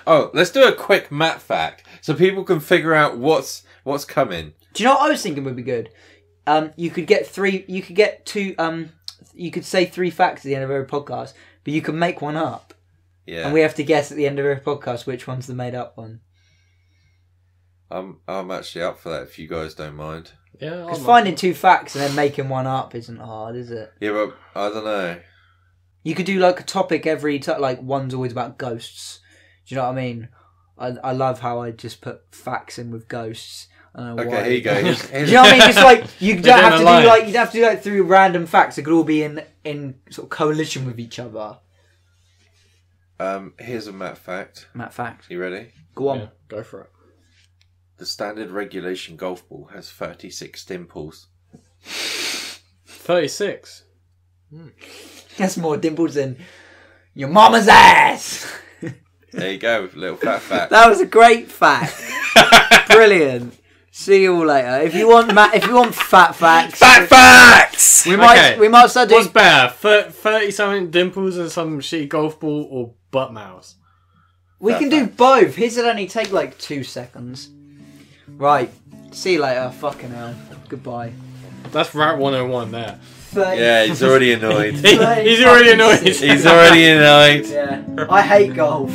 [SPEAKER 3] oh, let's do a quick Matt fact so people can figure out what's what's coming.
[SPEAKER 4] Do you know what I was thinking would be good? Um, you could get three. You could get two. Um, you could say three facts at the end of every podcast, but you can make one up.
[SPEAKER 3] Yeah,
[SPEAKER 4] And we have to guess at the end of every podcast which one's the made up one.
[SPEAKER 3] I'm I'm actually up for that if you guys don't mind.
[SPEAKER 5] Yeah,
[SPEAKER 4] Because
[SPEAKER 5] I'll-
[SPEAKER 4] finding two facts and then making one up isn't hard, is it?
[SPEAKER 3] Yeah, but I don't know.
[SPEAKER 4] You could do like a topic every to like one's always about ghosts. Do you know what I mean? I, I love how I just put facts in with ghosts. I don't know
[SPEAKER 3] Okay,
[SPEAKER 4] why.
[SPEAKER 3] here you
[SPEAKER 4] (laughs)
[SPEAKER 3] go. Here's-
[SPEAKER 4] Do
[SPEAKER 3] here's-
[SPEAKER 4] you know what I mean? It's like
[SPEAKER 3] (laughs)
[SPEAKER 4] you
[SPEAKER 5] They're
[SPEAKER 4] don't have to
[SPEAKER 5] doing
[SPEAKER 4] do
[SPEAKER 5] a line.
[SPEAKER 4] like you have to do like through random facts. It could all be in in sort of coalition with each other.
[SPEAKER 3] um, here's a Matt fact.
[SPEAKER 4] Matt fact.
[SPEAKER 3] You ready?
[SPEAKER 4] Go on.
[SPEAKER 5] Yeah, go for it.
[SPEAKER 3] The standard regulation golf ball has 36 dimples.
[SPEAKER 5] Thirty-six.
[SPEAKER 4] That's more dimples than your mama's ass. (laughs)
[SPEAKER 3] There you go, little fat fact.
[SPEAKER 4] That was a great fact. Brilliant. See you all later. If you want ma- if you want fat facts,
[SPEAKER 3] fat facts!
[SPEAKER 4] we might
[SPEAKER 5] Okay.
[SPEAKER 4] we might start doing
[SPEAKER 5] What's better, thirty something dimples and some shitty golf ball, or butt mouse?
[SPEAKER 4] we can do both. His would only take like two seconds. Right. See you later. Fucking hell. Goodbye.
[SPEAKER 5] That's rat one hundred and one there. (laughs)
[SPEAKER 4] Thirty-
[SPEAKER 3] Yeah, he's already
[SPEAKER 4] (laughs)
[SPEAKER 3] annoyed.
[SPEAKER 5] He- he's already annoyed. (laughs)
[SPEAKER 3] he's already
[SPEAKER 4] (laughs)
[SPEAKER 3] annoyed.
[SPEAKER 4] yeah. I hate golf.